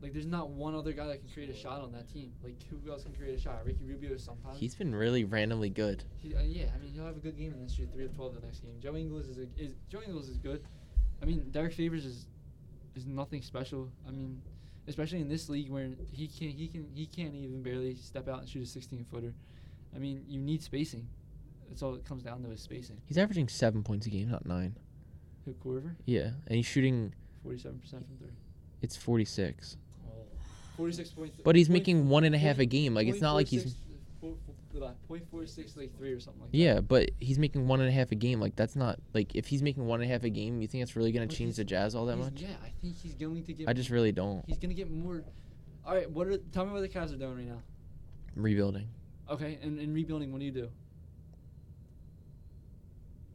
[SPEAKER 2] Like, there's not one other guy that can create a shot on that team. Like, who else can create a shot? Ricky Rubio sometimes.
[SPEAKER 1] He's been really randomly good.
[SPEAKER 2] He, uh, yeah, I mean, he'll have a good game and then shoot three of twelve the next game. Joe Ingles is a, is Joe Ingles is good. I mean, Derek Favors is is nothing special. I mean, especially in this league where he can he can he can't even barely step out and shoot a sixteen footer. I mean, you need spacing. That's all it comes down to is spacing.
[SPEAKER 1] He's averaging seven points a game, not nine.
[SPEAKER 2] Who Corver,
[SPEAKER 1] Yeah, and he's shooting.
[SPEAKER 2] forty seven percent from three.
[SPEAKER 1] It's 46.
[SPEAKER 3] Oh.
[SPEAKER 2] Forty six points.
[SPEAKER 1] But he's making one and a half a game. Like it's not like he's.
[SPEAKER 2] uh, point four six like three or something like that.
[SPEAKER 1] Yeah, but he's making one and a half a game. Like that's not like if he's making one and a half a game, you think that's really gonna
[SPEAKER 2] But
[SPEAKER 1] change
[SPEAKER 2] he's-
[SPEAKER 1] the Jazz all that
[SPEAKER 2] He's-
[SPEAKER 1] much?
[SPEAKER 2] Yeah, I think he's going to get.
[SPEAKER 1] I just really don't.
[SPEAKER 2] He's gonna get more. All right, what are? Tell me what the Cavs are doing right now.
[SPEAKER 1] rebuilding.
[SPEAKER 2] Okay, and in rebuilding, what do you do?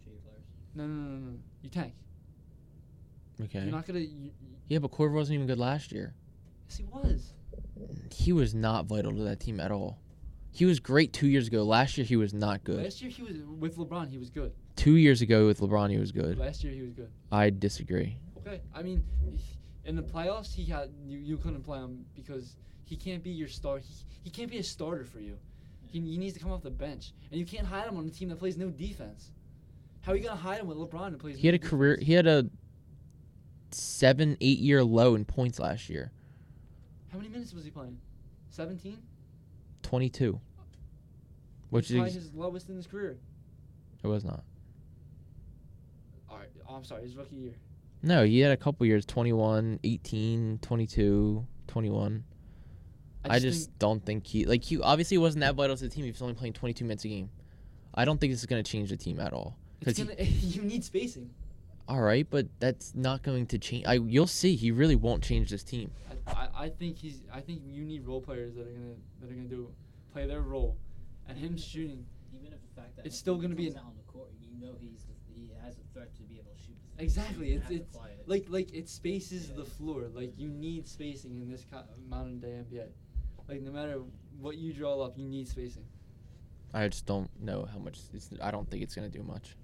[SPEAKER 3] Trade players.
[SPEAKER 2] No, no, no, no, no. You tank.
[SPEAKER 1] Okay.
[SPEAKER 2] You're not gonna. You,
[SPEAKER 1] Yeah, but Corver wasn't even good last year.
[SPEAKER 2] yes, he was.
[SPEAKER 1] He was not vital to that team at all. He was great two years ago. Last year he was not good.
[SPEAKER 2] Last year he was with LeBron. He was good.
[SPEAKER 1] Two years ago with LeBron he was good.
[SPEAKER 2] Last year he was good.
[SPEAKER 1] I disagree.
[SPEAKER 2] Okay, I mean, in the playoffs he had you, you couldn't play him because he can't be your star. He, he can't be a starter for you. He, he needs to come off the bench, and you can't hide him on a team that plays no defense. How are you gonna hide him with LeBron who plays?
[SPEAKER 1] He had
[SPEAKER 2] no
[SPEAKER 1] a career.
[SPEAKER 2] defense?
[SPEAKER 1] He had a seven, eight year low in points last year.
[SPEAKER 2] How many minutes was he playing? Seventeen.
[SPEAKER 1] Twenty two. Which is
[SPEAKER 2] probably
[SPEAKER 1] ex-
[SPEAKER 2] his lowest in his career.
[SPEAKER 1] it was not.
[SPEAKER 2] All right, oh, I'm sorry, his rookie year.
[SPEAKER 1] No, he had a couple years 21, 18, 22, 21. I just, don't think he like he obviously wasn't that vital to the team. He was only playing 22 minutes a game. I don't think this is going to change the team at all. 'cause
[SPEAKER 2] think
[SPEAKER 1] he-
[SPEAKER 2] it's gonna, you need spacing.
[SPEAKER 1] All right, but that's not going to change. I you'll see. He really won't change this team.
[SPEAKER 2] I, I, I think he's. I think you need role players that are gonna that are gonna do play their role, and him shooting
[SPEAKER 3] Even if the fact that
[SPEAKER 2] It's
[SPEAKER 3] if
[SPEAKER 2] still
[SPEAKER 3] he
[SPEAKER 2] gonna be
[SPEAKER 3] comes
[SPEAKER 2] an-
[SPEAKER 3] out on the court, you know he's he has a threat to be able to shoot. the three.
[SPEAKER 2] exactly.
[SPEAKER 3] You
[SPEAKER 2] It's
[SPEAKER 3] have to
[SPEAKER 2] it's
[SPEAKER 3] apply it.
[SPEAKER 2] like like it spaces the
[SPEAKER 3] Yeah.
[SPEAKER 2] floor. Like you need spacing in this co- modern day NBA. Like no matter what you draw up, you need spacing.
[SPEAKER 1] I just don't know how much. It's, I don't think it's going to do much.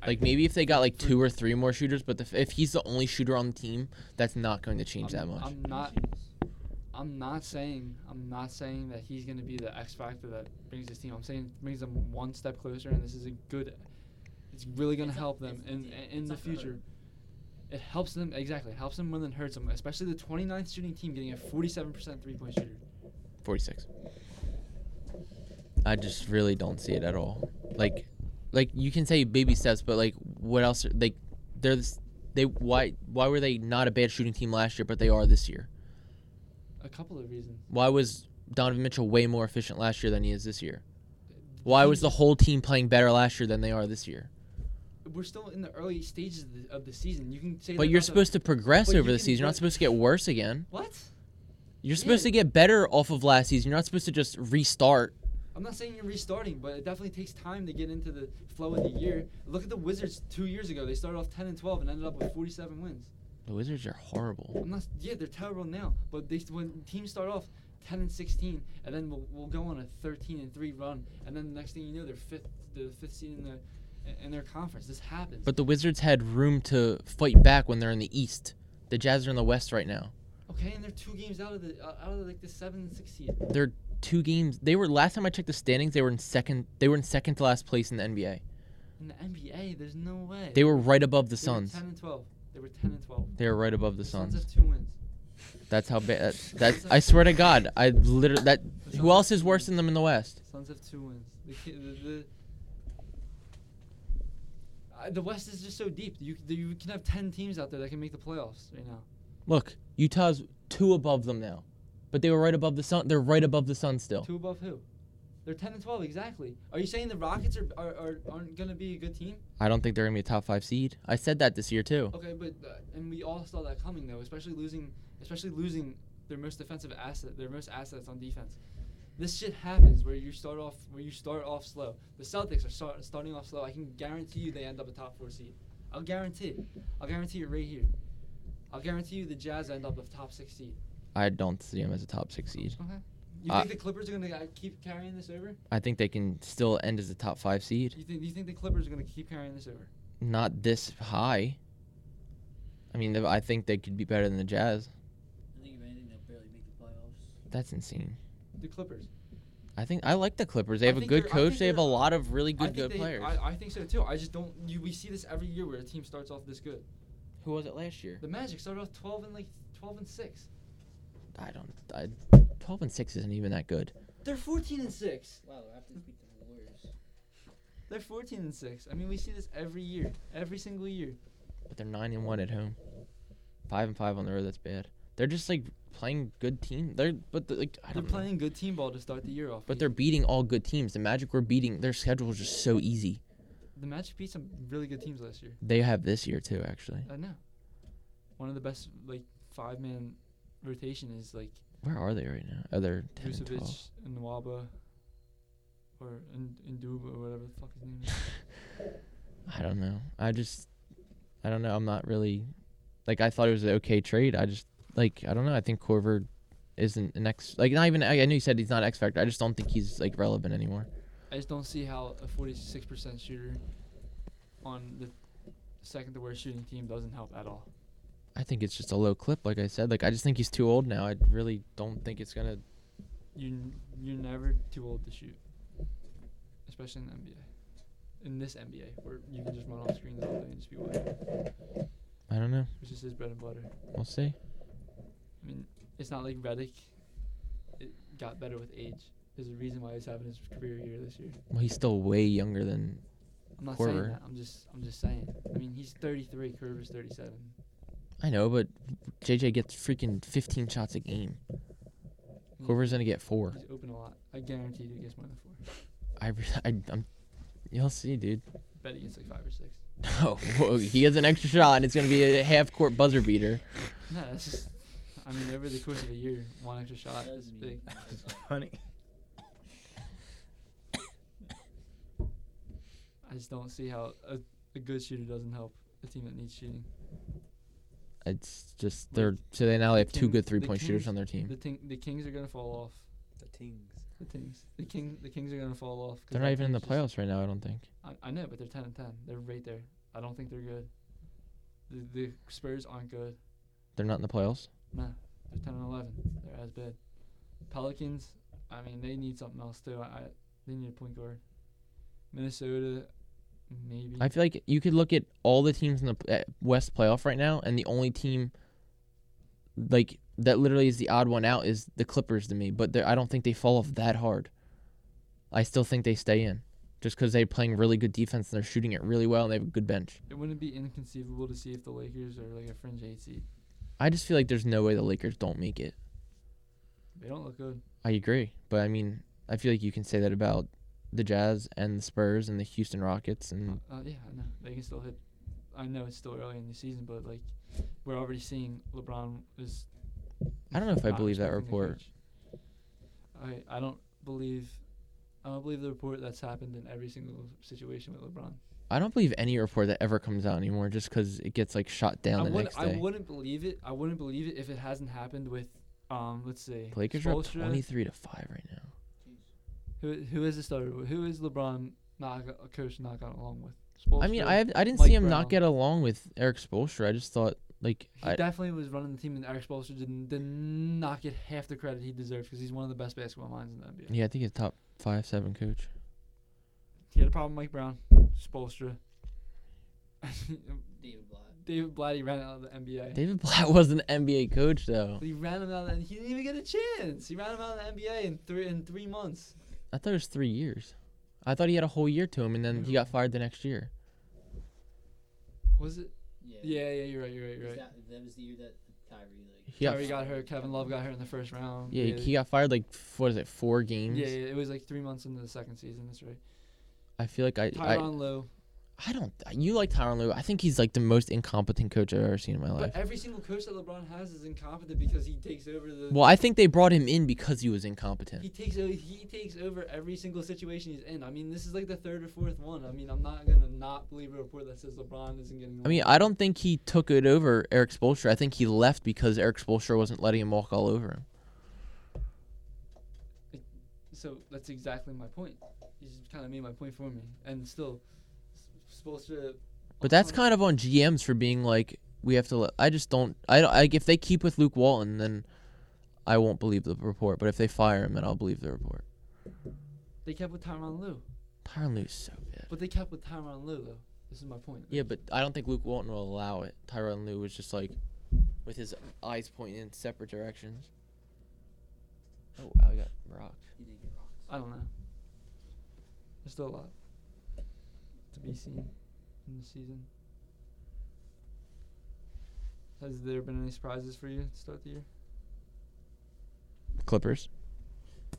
[SPEAKER 4] I-
[SPEAKER 1] Like maybe if they got like
[SPEAKER 2] For-
[SPEAKER 1] two or three more shooters, but the, f- if he's the only shooter on the team, that's not going to change
[SPEAKER 2] I'm,
[SPEAKER 1] that much.
[SPEAKER 2] I'm not. I'm not saying. I'm not saying that he's gonna be the X factor that brings this team. I'm saying brings them one step closer, and this is a good. It's really gonna
[SPEAKER 3] It's a-
[SPEAKER 2] help them
[SPEAKER 3] it's-
[SPEAKER 2] in
[SPEAKER 3] yeah,
[SPEAKER 2] in
[SPEAKER 3] it's
[SPEAKER 2] the
[SPEAKER 3] not gonna
[SPEAKER 2] future. It helps them exactly. Helps them more than hurts them, especially the 29th shooting team getting a 47% three point shooter.
[SPEAKER 1] 46. I just really don't see it at all. Like, like you can say baby steps, but like, what else? Are, like, they're this, they why why were they not a bad shooting team last year, but they are this year?
[SPEAKER 2] A couple of reasons.
[SPEAKER 1] Why was Donovan Mitchell way more efficient last year than he is this year?
[SPEAKER 2] The
[SPEAKER 1] Why
[SPEAKER 2] team
[SPEAKER 1] was the
[SPEAKER 2] is-
[SPEAKER 1] whole team playing better last year than they are this year?
[SPEAKER 2] We're still in the early stages of the, of the season. You can say.
[SPEAKER 1] But
[SPEAKER 2] that
[SPEAKER 1] you're
[SPEAKER 2] about the-
[SPEAKER 1] supposed to progress
[SPEAKER 2] but you
[SPEAKER 1] over the
[SPEAKER 2] can
[SPEAKER 1] season. You're not
[SPEAKER 2] put-
[SPEAKER 1] supposed to get worse again.
[SPEAKER 2] What?
[SPEAKER 1] You're supposed
[SPEAKER 2] Yeah.
[SPEAKER 1] to get better off of last season. You're not supposed to just restart.
[SPEAKER 2] I'm not saying you're restarting, but it definitely takes time to get into the flow of the year. Look at the Wizards two years ago. They started off 10 and 12 and ended up with 47 wins.
[SPEAKER 1] The Wizards are horrible.
[SPEAKER 2] I'm not. Yeah, they're terrible now. But they when teams start off 10 and 16, and then we'll, we'll go on a 13 and three run, and then the next thing you know, they're fifth, the fifth seed in the in their conference. This happens.
[SPEAKER 1] But the Wizards had room to fight back when they're in the East. The Jazz are in the West right now.
[SPEAKER 2] okay, and they're two games out of the uh, out of like the seven and six seed.
[SPEAKER 1] They're two games. They were last time I checked the standings. They were in second. They were in second to last place in the NBA.
[SPEAKER 2] In the NBA, there's no way.
[SPEAKER 1] They were right above the
[SPEAKER 2] They were
[SPEAKER 1] Suns.
[SPEAKER 2] 10 and 12. They were 10 and 12.
[SPEAKER 1] They were right above the
[SPEAKER 2] The Suns
[SPEAKER 1] Suns.
[SPEAKER 2] have two wins.
[SPEAKER 1] That's how bad. That's, that's. I swear to God. I literally. That. Who else is worse than them in the West?
[SPEAKER 2] Suns have two wins. The ki- the, the, uh, the West is just so deep. You c- you can have ten teams out there that can make the playoffs right now.
[SPEAKER 1] Look, Utah's two above them now, but they were right above the Sun. They're right above the Suns still.
[SPEAKER 2] Two above who? They're ten and twelve exactly. Are you saying the Rockets are, are, are aren't gonna be a good team?
[SPEAKER 1] I don't think they're gonna be a top five seed. I said that this year too.
[SPEAKER 2] Okay, but uh, and we all saw that coming though, especially losing especially losing their most defensive asset, their most assets on defense. This shit happens where you start off where you start off slow. The Celtics are start, starting off slow. I can guarantee you they end up a top four seed. I'll guarantee. it. I'll guarantee it right here. I'll guarantee you the Jazz end up a top six seed.
[SPEAKER 1] I don't see them as a top six seed.
[SPEAKER 2] Okay. You
[SPEAKER 1] Uh,
[SPEAKER 2] think the Clippers are gonna uh, keep carrying this over?
[SPEAKER 1] I think they can still end as a top five seed.
[SPEAKER 2] You think you think the Clippers are gonna keep carrying this over?
[SPEAKER 1] not this high. I mean, th- I think they could be better than the Jazz.
[SPEAKER 3] I think if anything, they'll barely make the playoffs.
[SPEAKER 1] That's insane.
[SPEAKER 2] The Clippers.
[SPEAKER 1] I think I like the Clippers. They
[SPEAKER 2] I
[SPEAKER 1] have a
[SPEAKER 2] think
[SPEAKER 1] good
[SPEAKER 2] they're- I
[SPEAKER 1] coach.
[SPEAKER 2] think
[SPEAKER 1] They have a
[SPEAKER 2] they're-
[SPEAKER 1] lot of really
[SPEAKER 2] I
[SPEAKER 1] good
[SPEAKER 2] think
[SPEAKER 1] good
[SPEAKER 2] they-
[SPEAKER 1] players.
[SPEAKER 2] I, I think so too. I just don't. You, we see this every year where a team starts off this good.
[SPEAKER 1] Who was it last year?
[SPEAKER 2] The Magic started off 12 and like 12 and 6.
[SPEAKER 1] I don't. I, Twelve and six isn't even that good.
[SPEAKER 2] They're 14 and 6.
[SPEAKER 3] Wow, the Raptors beat the Warriors.
[SPEAKER 2] They're 14 and 6. I mean, we see this every year, every single year.
[SPEAKER 1] But they're nine and one at home, five and five on the road. That's bad. They're just like playing good team. They're but the, like I
[SPEAKER 2] They're
[SPEAKER 1] don't know.
[SPEAKER 2] playing good team ball to start the year off.
[SPEAKER 1] But
[SPEAKER 2] easy.
[SPEAKER 1] they're beating all good teams. The Magic were beating. Their schedule is just so easy.
[SPEAKER 2] the Magic beat some really good teams last year.
[SPEAKER 1] They have this year too, actually.
[SPEAKER 2] I know. One of the best like five man rotation is like
[SPEAKER 1] Where are they right now? Oh, they're 10 and 12.
[SPEAKER 2] Vucevic and Nwaba or and Nduba or whatever the fuck his name is.
[SPEAKER 1] I don't know. I just, I don't know. I'm not really, like, I thought it was an okay trade. I just, like, I don't know. I think Corver isn't an X, like, not even, I, I know you said he's not X Factor. I just don't think he's, like, relevant anymore.
[SPEAKER 2] I just don't see how a 46% shooter on the second to worst shooting team doesn't help at all.
[SPEAKER 1] I think it's just a low clip, like I said. Like, I just think he's too old now. I really don't think it's going to,
[SPEAKER 2] You n- you're never too old to shoot, especially in the NBA. In this NBA, where you can just run off screens all day and just be wide,
[SPEAKER 1] I don't know.
[SPEAKER 2] which is his bread and butter.
[SPEAKER 1] We'll see.
[SPEAKER 2] I mean, it's not like Redick. It got better with age. There's a reason why he's having his career year this year.
[SPEAKER 1] Well, he's still way younger than,
[SPEAKER 2] I'm not
[SPEAKER 1] Corver.
[SPEAKER 2] saying that. I'm just I'm just saying. I mean, he's 33. Kerber's 37.
[SPEAKER 1] I know, but JJ gets freaking 15 shots a game.
[SPEAKER 2] Mm.
[SPEAKER 1] Corver's going to get four.
[SPEAKER 2] He's open a lot. I guarantee you he gets more than four.
[SPEAKER 1] I, re- I, I'm, you'll see, dude.
[SPEAKER 2] Bet he gets like five or six.
[SPEAKER 1] Oh, whoa, he has an extra shot, and it's going to be a half court buzzer beater.
[SPEAKER 2] No, that's just. I mean, over the course of a year, one extra shot is
[SPEAKER 3] Doesn't
[SPEAKER 2] big.
[SPEAKER 3] mean-
[SPEAKER 4] Honey.
[SPEAKER 2] I just don't see how a, a good shooter doesn't help a team that needs shooting.
[SPEAKER 1] It's just
[SPEAKER 2] Like,
[SPEAKER 1] they're so they now they have two
[SPEAKER 2] Kings-
[SPEAKER 1] good
[SPEAKER 2] the
[SPEAKER 1] three point shooters
[SPEAKER 2] Kings-
[SPEAKER 1] on their team.
[SPEAKER 2] The ting, the Kings are gonna fall off.
[SPEAKER 5] The tings.
[SPEAKER 2] The Kings, the King, the Kings are gonna fall off. 'cause
[SPEAKER 1] They're
[SPEAKER 2] that
[SPEAKER 1] not even in the
[SPEAKER 2] team's just-
[SPEAKER 1] playoffs right now. I don't think.
[SPEAKER 2] I, I know, but they're ten and ten. They're right there. I don't think they're good. The the Spurs aren't good.
[SPEAKER 1] They're not in the playoffs.
[SPEAKER 2] Nah, they're ten and eleven. They're as bad. Pelicans, I mean, they need something else too. I, I they need a point guard. Minnesota, maybe.
[SPEAKER 1] I feel like you could look at all the teams in the p- uh, West playoff right now, and the only team like that literally is the odd one out is the Clippers to me. But they're- I don't think they fall off that hard. I still think they stay in, just because they're playing really good defense and they're shooting it really well and they have a good bench.
[SPEAKER 2] it wouldn't be inconceivable to see if the Lakers are like a fringe eight seed.
[SPEAKER 1] I just feel like there's no way the Lakers don't make it.
[SPEAKER 2] They don't look good.
[SPEAKER 1] I agree, but I mean, I feel like you can say that about the Jazz and the Spurs and the Houston Rockets and
[SPEAKER 2] Uh, yeah, I know. They can still hit. I know it's still early in the season, but like we're already seeing LeBron is.
[SPEAKER 1] I don't know if I
[SPEAKER 2] not
[SPEAKER 1] believe that
[SPEAKER 2] respecting the
[SPEAKER 1] report.
[SPEAKER 2] coach. I I don't believe. I don't believe the report that's happened in every single situation with LeBron.
[SPEAKER 1] I don't believe any report that ever comes out anymore just because it gets like shot down
[SPEAKER 2] I
[SPEAKER 1] the
[SPEAKER 2] would,
[SPEAKER 1] next
[SPEAKER 2] I
[SPEAKER 1] day.
[SPEAKER 2] wouldn't believe it. I wouldn't believe it if it hasn't happened with, um, let's see.
[SPEAKER 1] The Lakers are up
[SPEAKER 2] Spoelstra.
[SPEAKER 1] twenty three to five right now.
[SPEAKER 2] Who who is the starter? with? Who is LeBron not go- coach not got along with?
[SPEAKER 1] I mean,
[SPEAKER 2] Spoelstra?
[SPEAKER 1] I have, I didn't
[SPEAKER 2] Mike
[SPEAKER 1] see him
[SPEAKER 2] Brown.
[SPEAKER 1] not get along with Eric Spoelstra. I just thought like
[SPEAKER 2] He
[SPEAKER 1] I,
[SPEAKER 2] definitely was running the team, and Eric Spoelstra did, did not get half the credit he deserves because he's one of the best basketball minds in the NBA.
[SPEAKER 1] yeah, I think he's top five seven coach.
[SPEAKER 2] He had a problem with Mike Brown, Spoelstra.
[SPEAKER 3] David Blatt.
[SPEAKER 2] David Blatty ran out of the NBA.
[SPEAKER 1] David Blatt was an NBA coach though.
[SPEAKER 2] he ran him out, and he didn't even get a chance. He ran him out of the NBA in three in three months.
[SPEAKER 1] I thought it was three years. I thought he had a whole year to him, and then he got fired the next year.
[SPEAKER 2] Was it?
[SPEAKER 3] Yeah.
[SPEAKER 2] Yeah, yeah, you're right, you're right, you're right.
[SPEAKER 3] Is That, that was the year that Kyrie like.
[SPEAKER 1] He got,
[SPEAKER 2] Kyrie got hurt. Kevin Love got hurt in the first round.
[SPEAKER 1] yeah, he got fired like f- what is it four games?
[SPEAKER 2] yeah, yeah, it was like three months into the second season. That's right.
[SPEAKER 1] I feel like I, I
[SPEAKER 2] Tyronn Lue.
[SPEAKER 1] I don't. You like Tyron Lue? I think he's like the most incompetent coach I've ever seen in my life.
[SPEAKER 2] But every single coach that LeBron has is incompetent because he takes over the.
[SPEAKER 1] Well, I think they brought him in because he was incompetent.
[SPEAKER 2] He takes o- he takes over every single situation he's in. I mean, this is like the third or fourth one. I mean, I'm not gonna not believe a report that says LeBron isn't getting.
[SPEAKER 1] I mean, I don't think he took it over Eric Spoelstra. I think he left because Eric Spoelstra wasn't letting him walk all over him.
[SPEAKER 2] so that's exactly my point. You just kind of made my point for me, and still, supposed to.
[SPEAKER 1] But that's kind of on GMs for being like, we have to. Let, I just don't. I don't. Like, if they keep with Luke Walton, then I won't believe the report. But if they fire him, then I'll believe the report.
[SPEAKER 2] They kept with Tyronn Lue,
[SPEAKER 1] Tyron Lue's so bad.
[SPEAKER 2] but they kept with Tyronn Lue though. This is my point.
[SPEAKER 1] Yeah, but I don't think Luke Walton will allow it. Tyron Lue was just like, with his eyes pointing in separate directions. Oh wow, I got rocked.
[SPEAKER 3] He did get rocked.
[SPEAKER 2] I don't know. There's still a lot to be seen in the season. Has there been any surprises for you to start the year?
[SPEAKER 1] Clippers.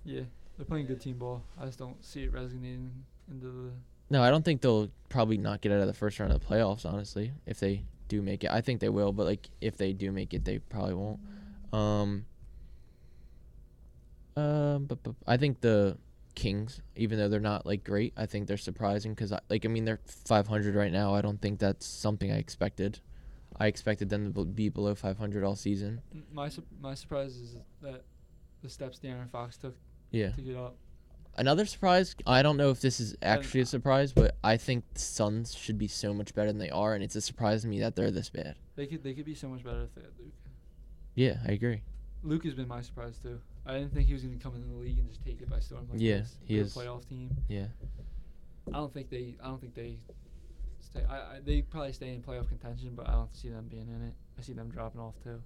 [SPEAKER 2] Yeah, they're playing good team ball. I just don't see it resonating into the.
[SPEAKER 1] No, I don't think they'll probably not get out of the first round of the playoffs, honestly, if they do make it. I think they will, but like if they do make it, they probably won't. Um Um, but, but I think the Kings, even though they're not like great, I think they're surprising because like I mean they're 500 right now. I don't think that's something I expected. I expected them to bel- be below 500 all season.
[SPEAKER 2] M- My su- my surprise is that the steps De'Aaron Fox took
[SPEAKER 1] Yeah.
[SPEAKER 2] to get up.
[SPEAKER 1] Another surprise. I don't know if this is actually a surprise, but I think the Suns should be so much better than they are, and it's a surprise to me that they're this bad.
[SPEAKER 2] They could they could be so much better if they had Luke.
[SPEAKER 1] Yeah, I agree.
[SPEAKER 2] Luke has been my surprise too. I didn't think he was going to come into the league and just take it by storm like
[SPEAKER 1] Yeah,
[SPEAKER 2] this.
[SPEAKER 1] he
[SPEAKER 2] They're a
[SPEAKER 1] is.
[SPEAKER 2] playoff team.
[SPEAKER 1] Yeah.
[SPEAKER 2] I don't think they. I don't think they. Stay. I, I. They probably stay in playoff contention, but I don't see them being in it. I see them dropping off too.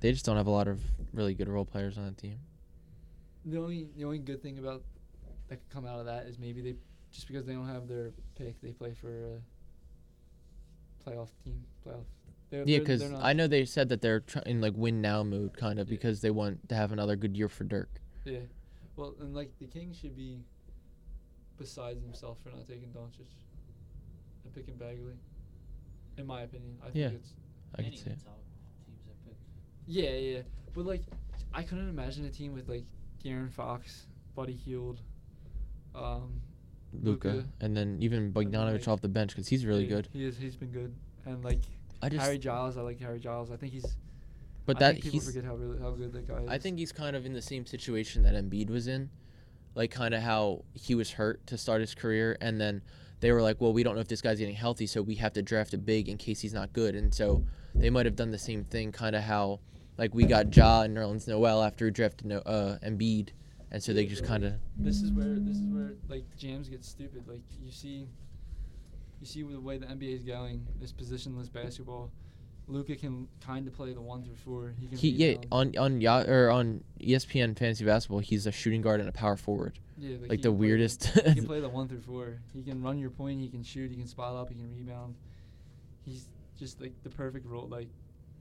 [SPEAKER 1] They just don't have a lot of really good role players on that team.
[SPEAKER 2] The only. The only good thing about that could come out of that is maybe they, just because they don't have their pick, they play for a playoff team. Playoff. They're,
[SPEAKER 1] Yeah,
[SPEAKER 2] they're-
[SPEAKER 1] because
[SPEAKER 2] they're not-
[SPEAKER 1] I know they said that they're try- in like win now mode kind of
[SPEAKER 2] Yeah.
[SPEAKER 1] because they want to have another good year for Dirk.
[SPEAKER 2] Yeah. Well, and like the king should be. Besides himself for not taking Doncic, and picking Bagley. In my opinion, I think
[SPEAKER 1] Yeah.
[SPEAKER 2] it's
[SPEAKER 1] I
[SPEAKER 3] Any
[SPEAKER 1] can
[SPEAKER 3] of
[SPEAKER 1] see.
[SPEAKER 3] the
[SPEAKER 1] It.
[SPEAKER 3] top teams I picked.
[SPEAKER 2] Yeah, yeah, yeah. but like, I couldn't imagine a team with like De'Aaron Fox, Buddy Heald, um,
[SPEAKER 1] Luca,
[SPEAKER 2] Luka.
[SPEAKER 1] and then even Bogdanovich
[SPEAKER 2] like-
[SPEAKER 1] off the bench because he's really
[SPEAKER 2] he-
[SPEAKER 1] good.
[SPEAKER 2] He is. He's been good, and like
[SPEAKER 1] I just,
[SPEAKER 2] Harry Giles. I like Harry Giles. I think he's.
[SPEAKER 1] but
[SPEAKER 2] I
[SPEAKER 1] that
[SPEAKER 2] think people
[SPEAKER 1] he's.
[SPEAKER 2] forget how really how good that guy is.
[SPEAKER 1] I think he's kind of in the same situation that Embiid was in, like kind of how he was hurt to start his career, and then they were like, well, we don't know if this guy's getting healthy, so we have to draft a big in case he's not good, and so they might have done the same thing, kind of how like we got Ja and Nerlens Noel after we drafted no, uh, Embiid, and so they
[SPEAKER 2] Yeah,
[SPEAKER 1] just
[SPEAKER 2] but, like,
[SPEAKER 1] kind of
[SPEAKER 2] this is where this is where like jams get stupid. Like you see, you see the way the NBA is going. This positionless basketball. Luca can kind of play the one through four. He can.
[SPEAKER 1] He yeah on
[SPEAKER 2] rebound.
[SPEAKER 1] on Ya- or on E ESPN fantasy basketball he's a shooting guard and a power forward
[SPEAKER 2] Yeah, like,
[SPEAKER 1] like
[SPEAKER 2] he
[SPEAKER 1] the
[SPEAKER 2] can play
[SPEAKER 1] weirdest
[SPEAKER 2] He can play the one through four. He can run your point. He can shoot. He can spot up. He can rebound. He's just like the perfect role, like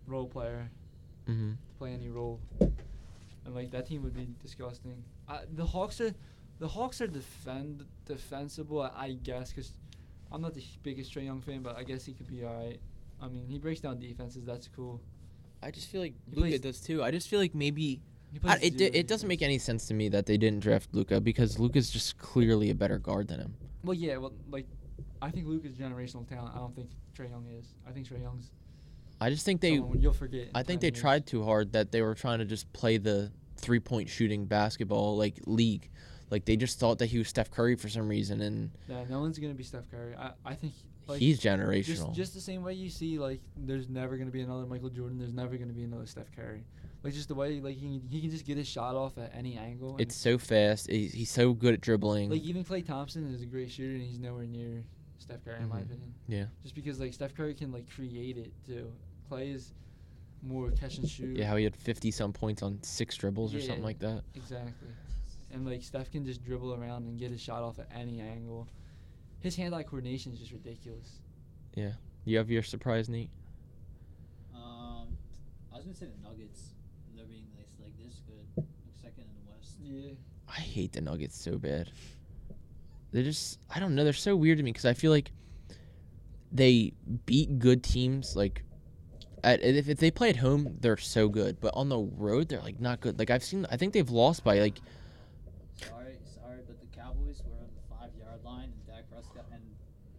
[SPEAKER 2] role player
[SPEAKER 1] hmm
[SPEAKER 2] to play any role. And like that team would be disgusting. I, the Hawks are, the Hawks are defend defensible, I, I guess. Cause I'm not the h- biggest Trey Young fan, but I guess he could be alright. I mean, he breaks down defenses. That's cool.
[SPEAKER 1] I just feel like
[SPEAKER 2] He
[SPEAKER 1] Luca
[SPEAKER 2] plays-
[SPEAKER 1] does too I just feel like maybe
[SPEAKER 2] He
[SPEAKER 1] I,
[SPEAKER 2] plays
[SPEAKER 1] it
[SPEAKER 2] zero
[SPEAKER 1] di- it doesn't
[SPEAKER 2] defense.
[SPEAKER 1] make any sense to me that they didn't draft Luca because Luca's just clearly a better guard than him
[SPEAKER 2] Well, yeah. Well, like, I think Luke is generational talent. I don't think Trey Young is. I think Trey Young's.
[SPEAKER 1] I just think they
[SPEAKER 2] someone you'll forget. in
[SPEAKER 1] I think
[SPEAKER 2] 10
[SPEAKER 1] they
[SPEAKER 2] years.
[SPEAKER 1] tried too hard that they were trying to just play the three point shooting basketball like league like they just thought that he was Steph Curry for some reason and
[SPEAKER 2] Yeah, no one's gonna be Steph Curry. I, I think like
[SPEAKER 1] he's
[SPEAKER 2] just
[SPEAKER 1] generational
[SPEAKER 2] just the same way you see like there's never gonna be another Michael Jordan. There's never gonna be another Steph Curry. Like just the way like he can, he can just get his shot off at any angle. and-
[SPEAKER 1] it's so fast he's, he's so good at dribbling
[SPEAKER 2] like even Clay Thompson is a great shooter and he's nowhere near Steph Curry in my
[SPEAKER 1] Mhm.
[SPEAKER 2] opinion.
[SPEAKER 1] Yeah.
[SPEAKER 2] Just because like Steph Curry can like create it too. Clay is more catch and shoot.
[SPEAKER 1] yeah how he had 50 some points on six dribbles or
[SPEAKER 2] Yeah.
[SPEAKER 1] something like that
[SPEAKER 2] Exactly. And like Steph can just dribble around and get his shot off at any angle. His hand-eye coordination is just ridiculous.
[SPEAKER 1] You have your surprise, Nate.
[SPEAKER 3] Um, I was gonna say the Nuggets. They're being like, like this good, like second in the West.
[SPEAKER 2] Yeah.
[SPEAKER 1] I hate the Nuggets so bad. They're just I don't know. They're so weird to me because I feel like they beat good teams. Like at, if if they play at home, they're so good, but on the road, they're like not good. Like I've seen, I think they've lost by like
[SPEAKER 3] Sorry, sorry, but the Cowboys were on the five yard line, and Dak Prescott and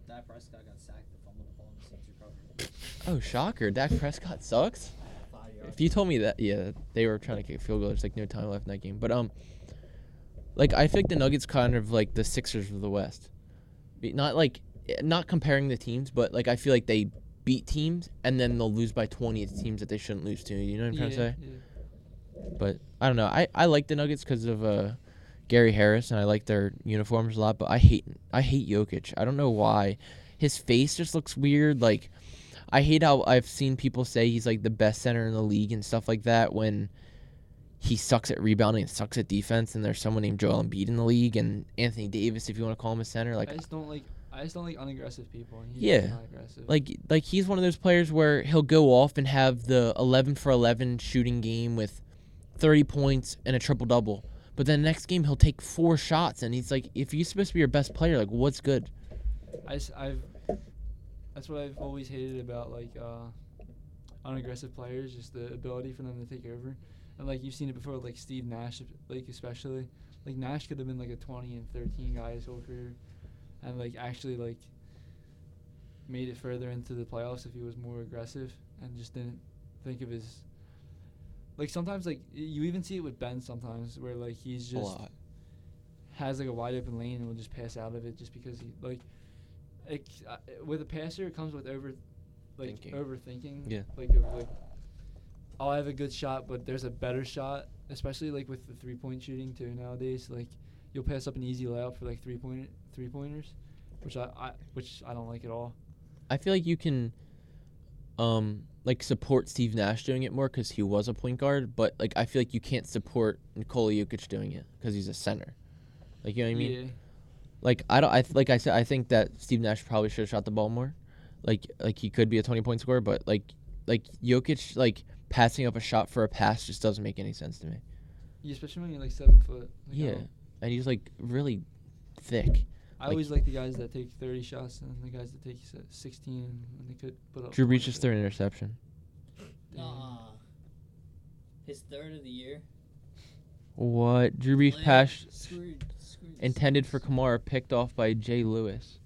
[SPEAKER 3] Dak Prescott got sacked and fumbled the ball, and the Saints recovered.
[SPEAKER 1] oh shocker, Dak Prescott sucks.
[SPEAKER 3] Five yards.
[SPEAKER 1] If you told me that, yeah, they were trying to kick a field goal. There's like no time left in that game. But um, like I think the Nuggets kind of like the Sixers of the West. Be- Not like eh, not comparing the teams, but like I feel like they beat teams and then they'll lose by 20 to teams that they shouldn't lose to. You know what I'm trying to say?
[SPEAKER 2] yeah.
[SPEAKER 1] I don't know. I I like the Nuggets because of uh. Gary Harris and I like their uniforms a lot, but I hate I hate Jokic. I don't know why. His face just looks weird. Like I hate how I've seen people say he's like the best center in the league and stuff like that when he sucks at rebounding and sucks at defense and there's someone named Joel Embiid in the league and Anthony Davis if you want to call him a center. Like
[SPEAKER 2] I just don't like I just don't like unaggressive people. And he's
[SPEAKER 1] Yeah.
[SPEAKER 2] Not aggressive.
[SPEAKER 1] like like he's one of those players where he'll go off and have the 11 for 11 shooting game with 30 points and a triple double but then the next game he'll take four shots and he's like if you're supposed to be your best player like what's good
[SPEAKER 2] I just, I've that's what I've always hated about like uh, unaggressive players, just the ability for them to take over. and like you've seen it before, with, like Steve Nash, like especially, like Nash could have been like a twenty and thirteen guy his whole career, and like actually like made it further into the playoffs if he was more aggressive and just didn't think of his. Like sometimes, like y- you even see it with Ben sometimes, where like he's
[SPEAKER 1] a
[SPEAKER 2] just
[SPEAKER 1] lot.
[SPEAKER 2] has like a wide open lane and will just pass out of it just because he like it, c- uh, with a passer it comes with over like
[SPEAKER 1] Thinking.
[SPEAKER 2] overthinking
[SPEAKER 1] Yeah.
[SPEAKER 2] like of like I'll have a good shot but there's a better shot especially like with the three point shooting too nowadays like you'll pass up an easy layup for like three point three pointers which I, I which I don't like at all
[SPEAKER 1] I feel like you can, um, like support Steve Nash doing it more because he was a point guard, but like I feel like you can't support Nikola Jokic doing it because he's a center. Like you know what I mean?
[SPEAKER 2] yeah.
[SPEAKER 1] Like I don't. I th- like I said. I think that Steve Nash probably should have shot the ball more. Like like he could be a twenty point scorer, but like like Jokic like passing up a shot for a pass just doesn't make any sense to me.
[SPEAKER 2] Yeah, especially when you're like seven foot like, I
[SPEAKER 1] yeah,
[SPEAKER 2] don't-
[SPEAKER 1] and he's like really thick.
[SPEAKER 2] I
[SPEAKER 1] Like-
[SPEAKER 2] always like the guys that take 30 shots and the guys that take s- 16 when they could put up
[SPEAKER 1] Drew
[SPEAKER 2] points,
[SPEAKER 1] Brees'
[SPEAKER 2] but-
[SPEAKER 1] third interception.
[SPEAKER 2] Damn.
[SPEAKER 3] Nah. His third of the year.
[SPEAKER 1] What Drew Brees
[SPEAKER 3] Layup,
[SPEAKER 1] pass
[SPEAKER 3] Screwed. Screwed.
[SPEAKER 1] intended for Kamara picked off by Jay Lewis.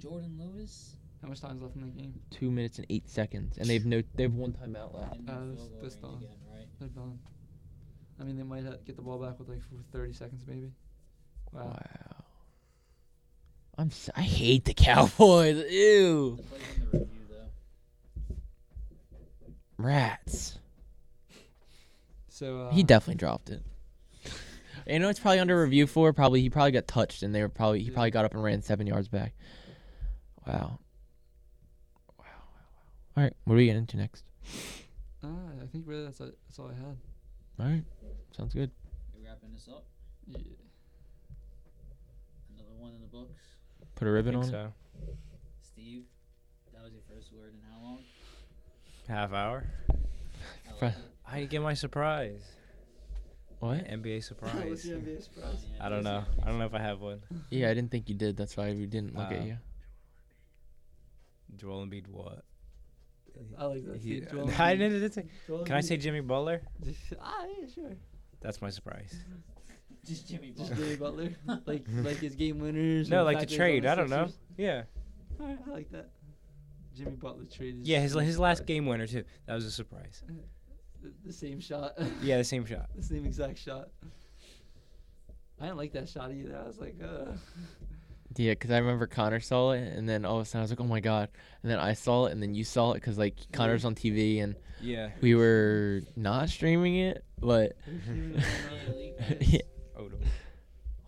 [SPEAKER 3] Jordan Lewis.
[SPEAKER 2] How much time's left in the game?
[SPEAKER 1] Two minutes and eight seconds, and they've no they've one timeout left.
[SPEAKER 3] And no
[SPEAKER 2] Uh,
[SPEAKER 3] field goal
[SPEAKER 2] that's
[SPEAKER 3] range
[SPEAKER 2] done.
[SPEAKER 3] again, right?
[SPEAKER 2] They're done. I mean, they might ha- get the ball back with like f- 30 seconds, maybe. Wow.
[SPEAKER 1] Wow. I'm s- I hate the Cowboys. Ew.
[SPEAKER 3] The play's in the review though.
[SPEAKER 1] Rats.
[SPEAKER 2] So uh,
[SPEAKER 1] He definitely dropped it. You know it's probably under review for probably he probably got touched and they were probably he
[SPEAKER 2] Yeah.
[SPEAKER 1] probably got up and ran seven yards back. Wow. Wow. Wow. Wow. All right. What are we getting into next?
[SPEAKER 2] Ah, I think really that's all, that's all I had.
[SPEAKER 1] All right. Sounds good.
[SPEAKER 3] You're wrapping this up.
[SPEAKER 2] Yeah.
[SPEAKER 3] Another one in the books.
[SPEAKER 1] Put a
[SPEAKER 4] I
[SPEAKER 1] ribbon on.
[SPEAKER 4] think
[SPEAKER 1] it.
[SPEAKER 4] so.
[SPEAKER 3] Steve, that was your first word in how long?
[SPEAKER 4] Half hour.
[SPEAKER 3] I like
[SPEAKER 1] Fri-
[SPEAKER 3] it.
[SPEAKER 4] I didn't get my surprise.
[SPEAKER 1] What?
[SPEAKER 4] NBA surprise.
[SPEAKER 3] Oh, yeah,
[SPEAKER 4] I don't know.
[SPEAKER 3] that's
[SPEAKER 4] I
[SPEAKER 3] it.
[SPEAKER 4] don't know if I have one.
[SPEAKER 1] Yeah, I didn't think you did. That's why we didn't look
[SPEAKER 4] Uh,
[SPEAKER 1] at you.
[SPEAKER 4] Joel Embiid what?
[SPEAKER 2] I like that.
[SPEAKER 4] He-
[SPEAKER 2] Dude, Joel
[SPEAKER 4] I
[SPEAKER 2] Embiid-
[SPEAKER 4] didn't- didn't say-
[SPEAKER 2] Joel
[SPEAKER 4] Can I
[SPEAKER 2] Embiid.
[SPEAKER 4] say Jimmy Butler?
[SPEAKER 2] ah, yeah, sure.
[SPEAKER 4] That's my surprise.
[SPEAKER 3] Just Jimmy
[SPEAKER 2] Just
[SPEAKER 3] Butler.
[SPEAKER 2] Jimmy Butler, like like his game winners.
[SPEAKER 4] No,
[SPEAKER 2] and
[SPEAKER 4] like the
[SPEAKER 2] fact that he's on
[SPEAKER 4] trade. I don't know.
[SPEAKER 2] Sixers.
[SPEAKER 4] Yeah.
[SPEAKER 2] Alright, I like that. Jimmy Butler trade. Is
[SPEAKER 4] Yeah, his
[SPEAKER 2] is
[SPEAKER 4] his last
[SPEAKER 2] surprise.
[SPEAKER 4] game winner too. That was a surprise.
[SPEAKER 2] The, the same shot.
[SPEAKER 4] Yeah, the same shot.
[SPEAKER 2] the same exact shot. I didn't like that shot either. I was like, uh.
[SPEAKER 1] Yeah, because I remember Connor saw it, and then all of a sudden I was like, "Oh my god!" And then I saw it, and then you saw it, because like Connor's on TV, and
[SPEAKER 4] Yeah.
[SPEAKER 1] we were not streaming it, but yeah.
[SPEAKER 4] Oh, no.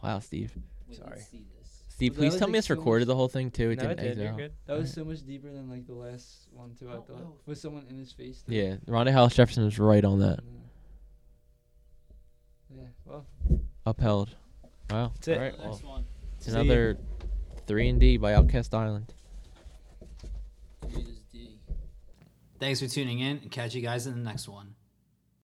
[SPEAKER 1] wow, Steve,
[SPEAKER 3] Wait,
[SPEAKER 4] Sorry.
[SPEAKER 3] Let's see this.
[SPEAKER 1] Steve,
[SPEAKER 2] Well, that
[SPEAKER 1] please
[SPEAKER 2] was,
[SPEAKER 1] tell me
[SPEAKER 2] like,
[SPEAKER 1] it's
[SPEAKER 2] so much-
[SPEAKER 1] recorded the whole thing too. It
[SPEAKER 4] No, I
[SPEAKER 1] didn't
[SPEAKER 4] did.
[SPEAKER 1] exit
[SPEAKER 4] You're
[SPEAKER 1] out.
[SPEAKER 4] good.
[SPEAKER 2] That was
[SPEAKER 1] Alright.
[SPEAKER 2] so much deeper than like the last one too. I
[SPEAKER 3] Oh,
[SPEAKER 2] thought
[SPEAKER 3] wow.
[SPEAKER 2] with someone in his face. too.
[SPEAKER 1] Yeah, Ronda Hollis Jefferson was right on that.
[SPEAKER 2] Yeah. Well,
[SPEAKER 1] Upheld. Wow.
[SPEAKER 4] That's it.
[SPEAKER 1] All right.
[SPEAKER 3] The
[SPEAKER 1] Well,
[SPEAKER 3] next one.
[SPEAKER 1] it's
[SPEAKER 4] See ya.
[SPEAKER 1] another three and D by Outcast Island.
[SPEAKER 3] It is D. Thanks for tuning in and catch you guys in the next one.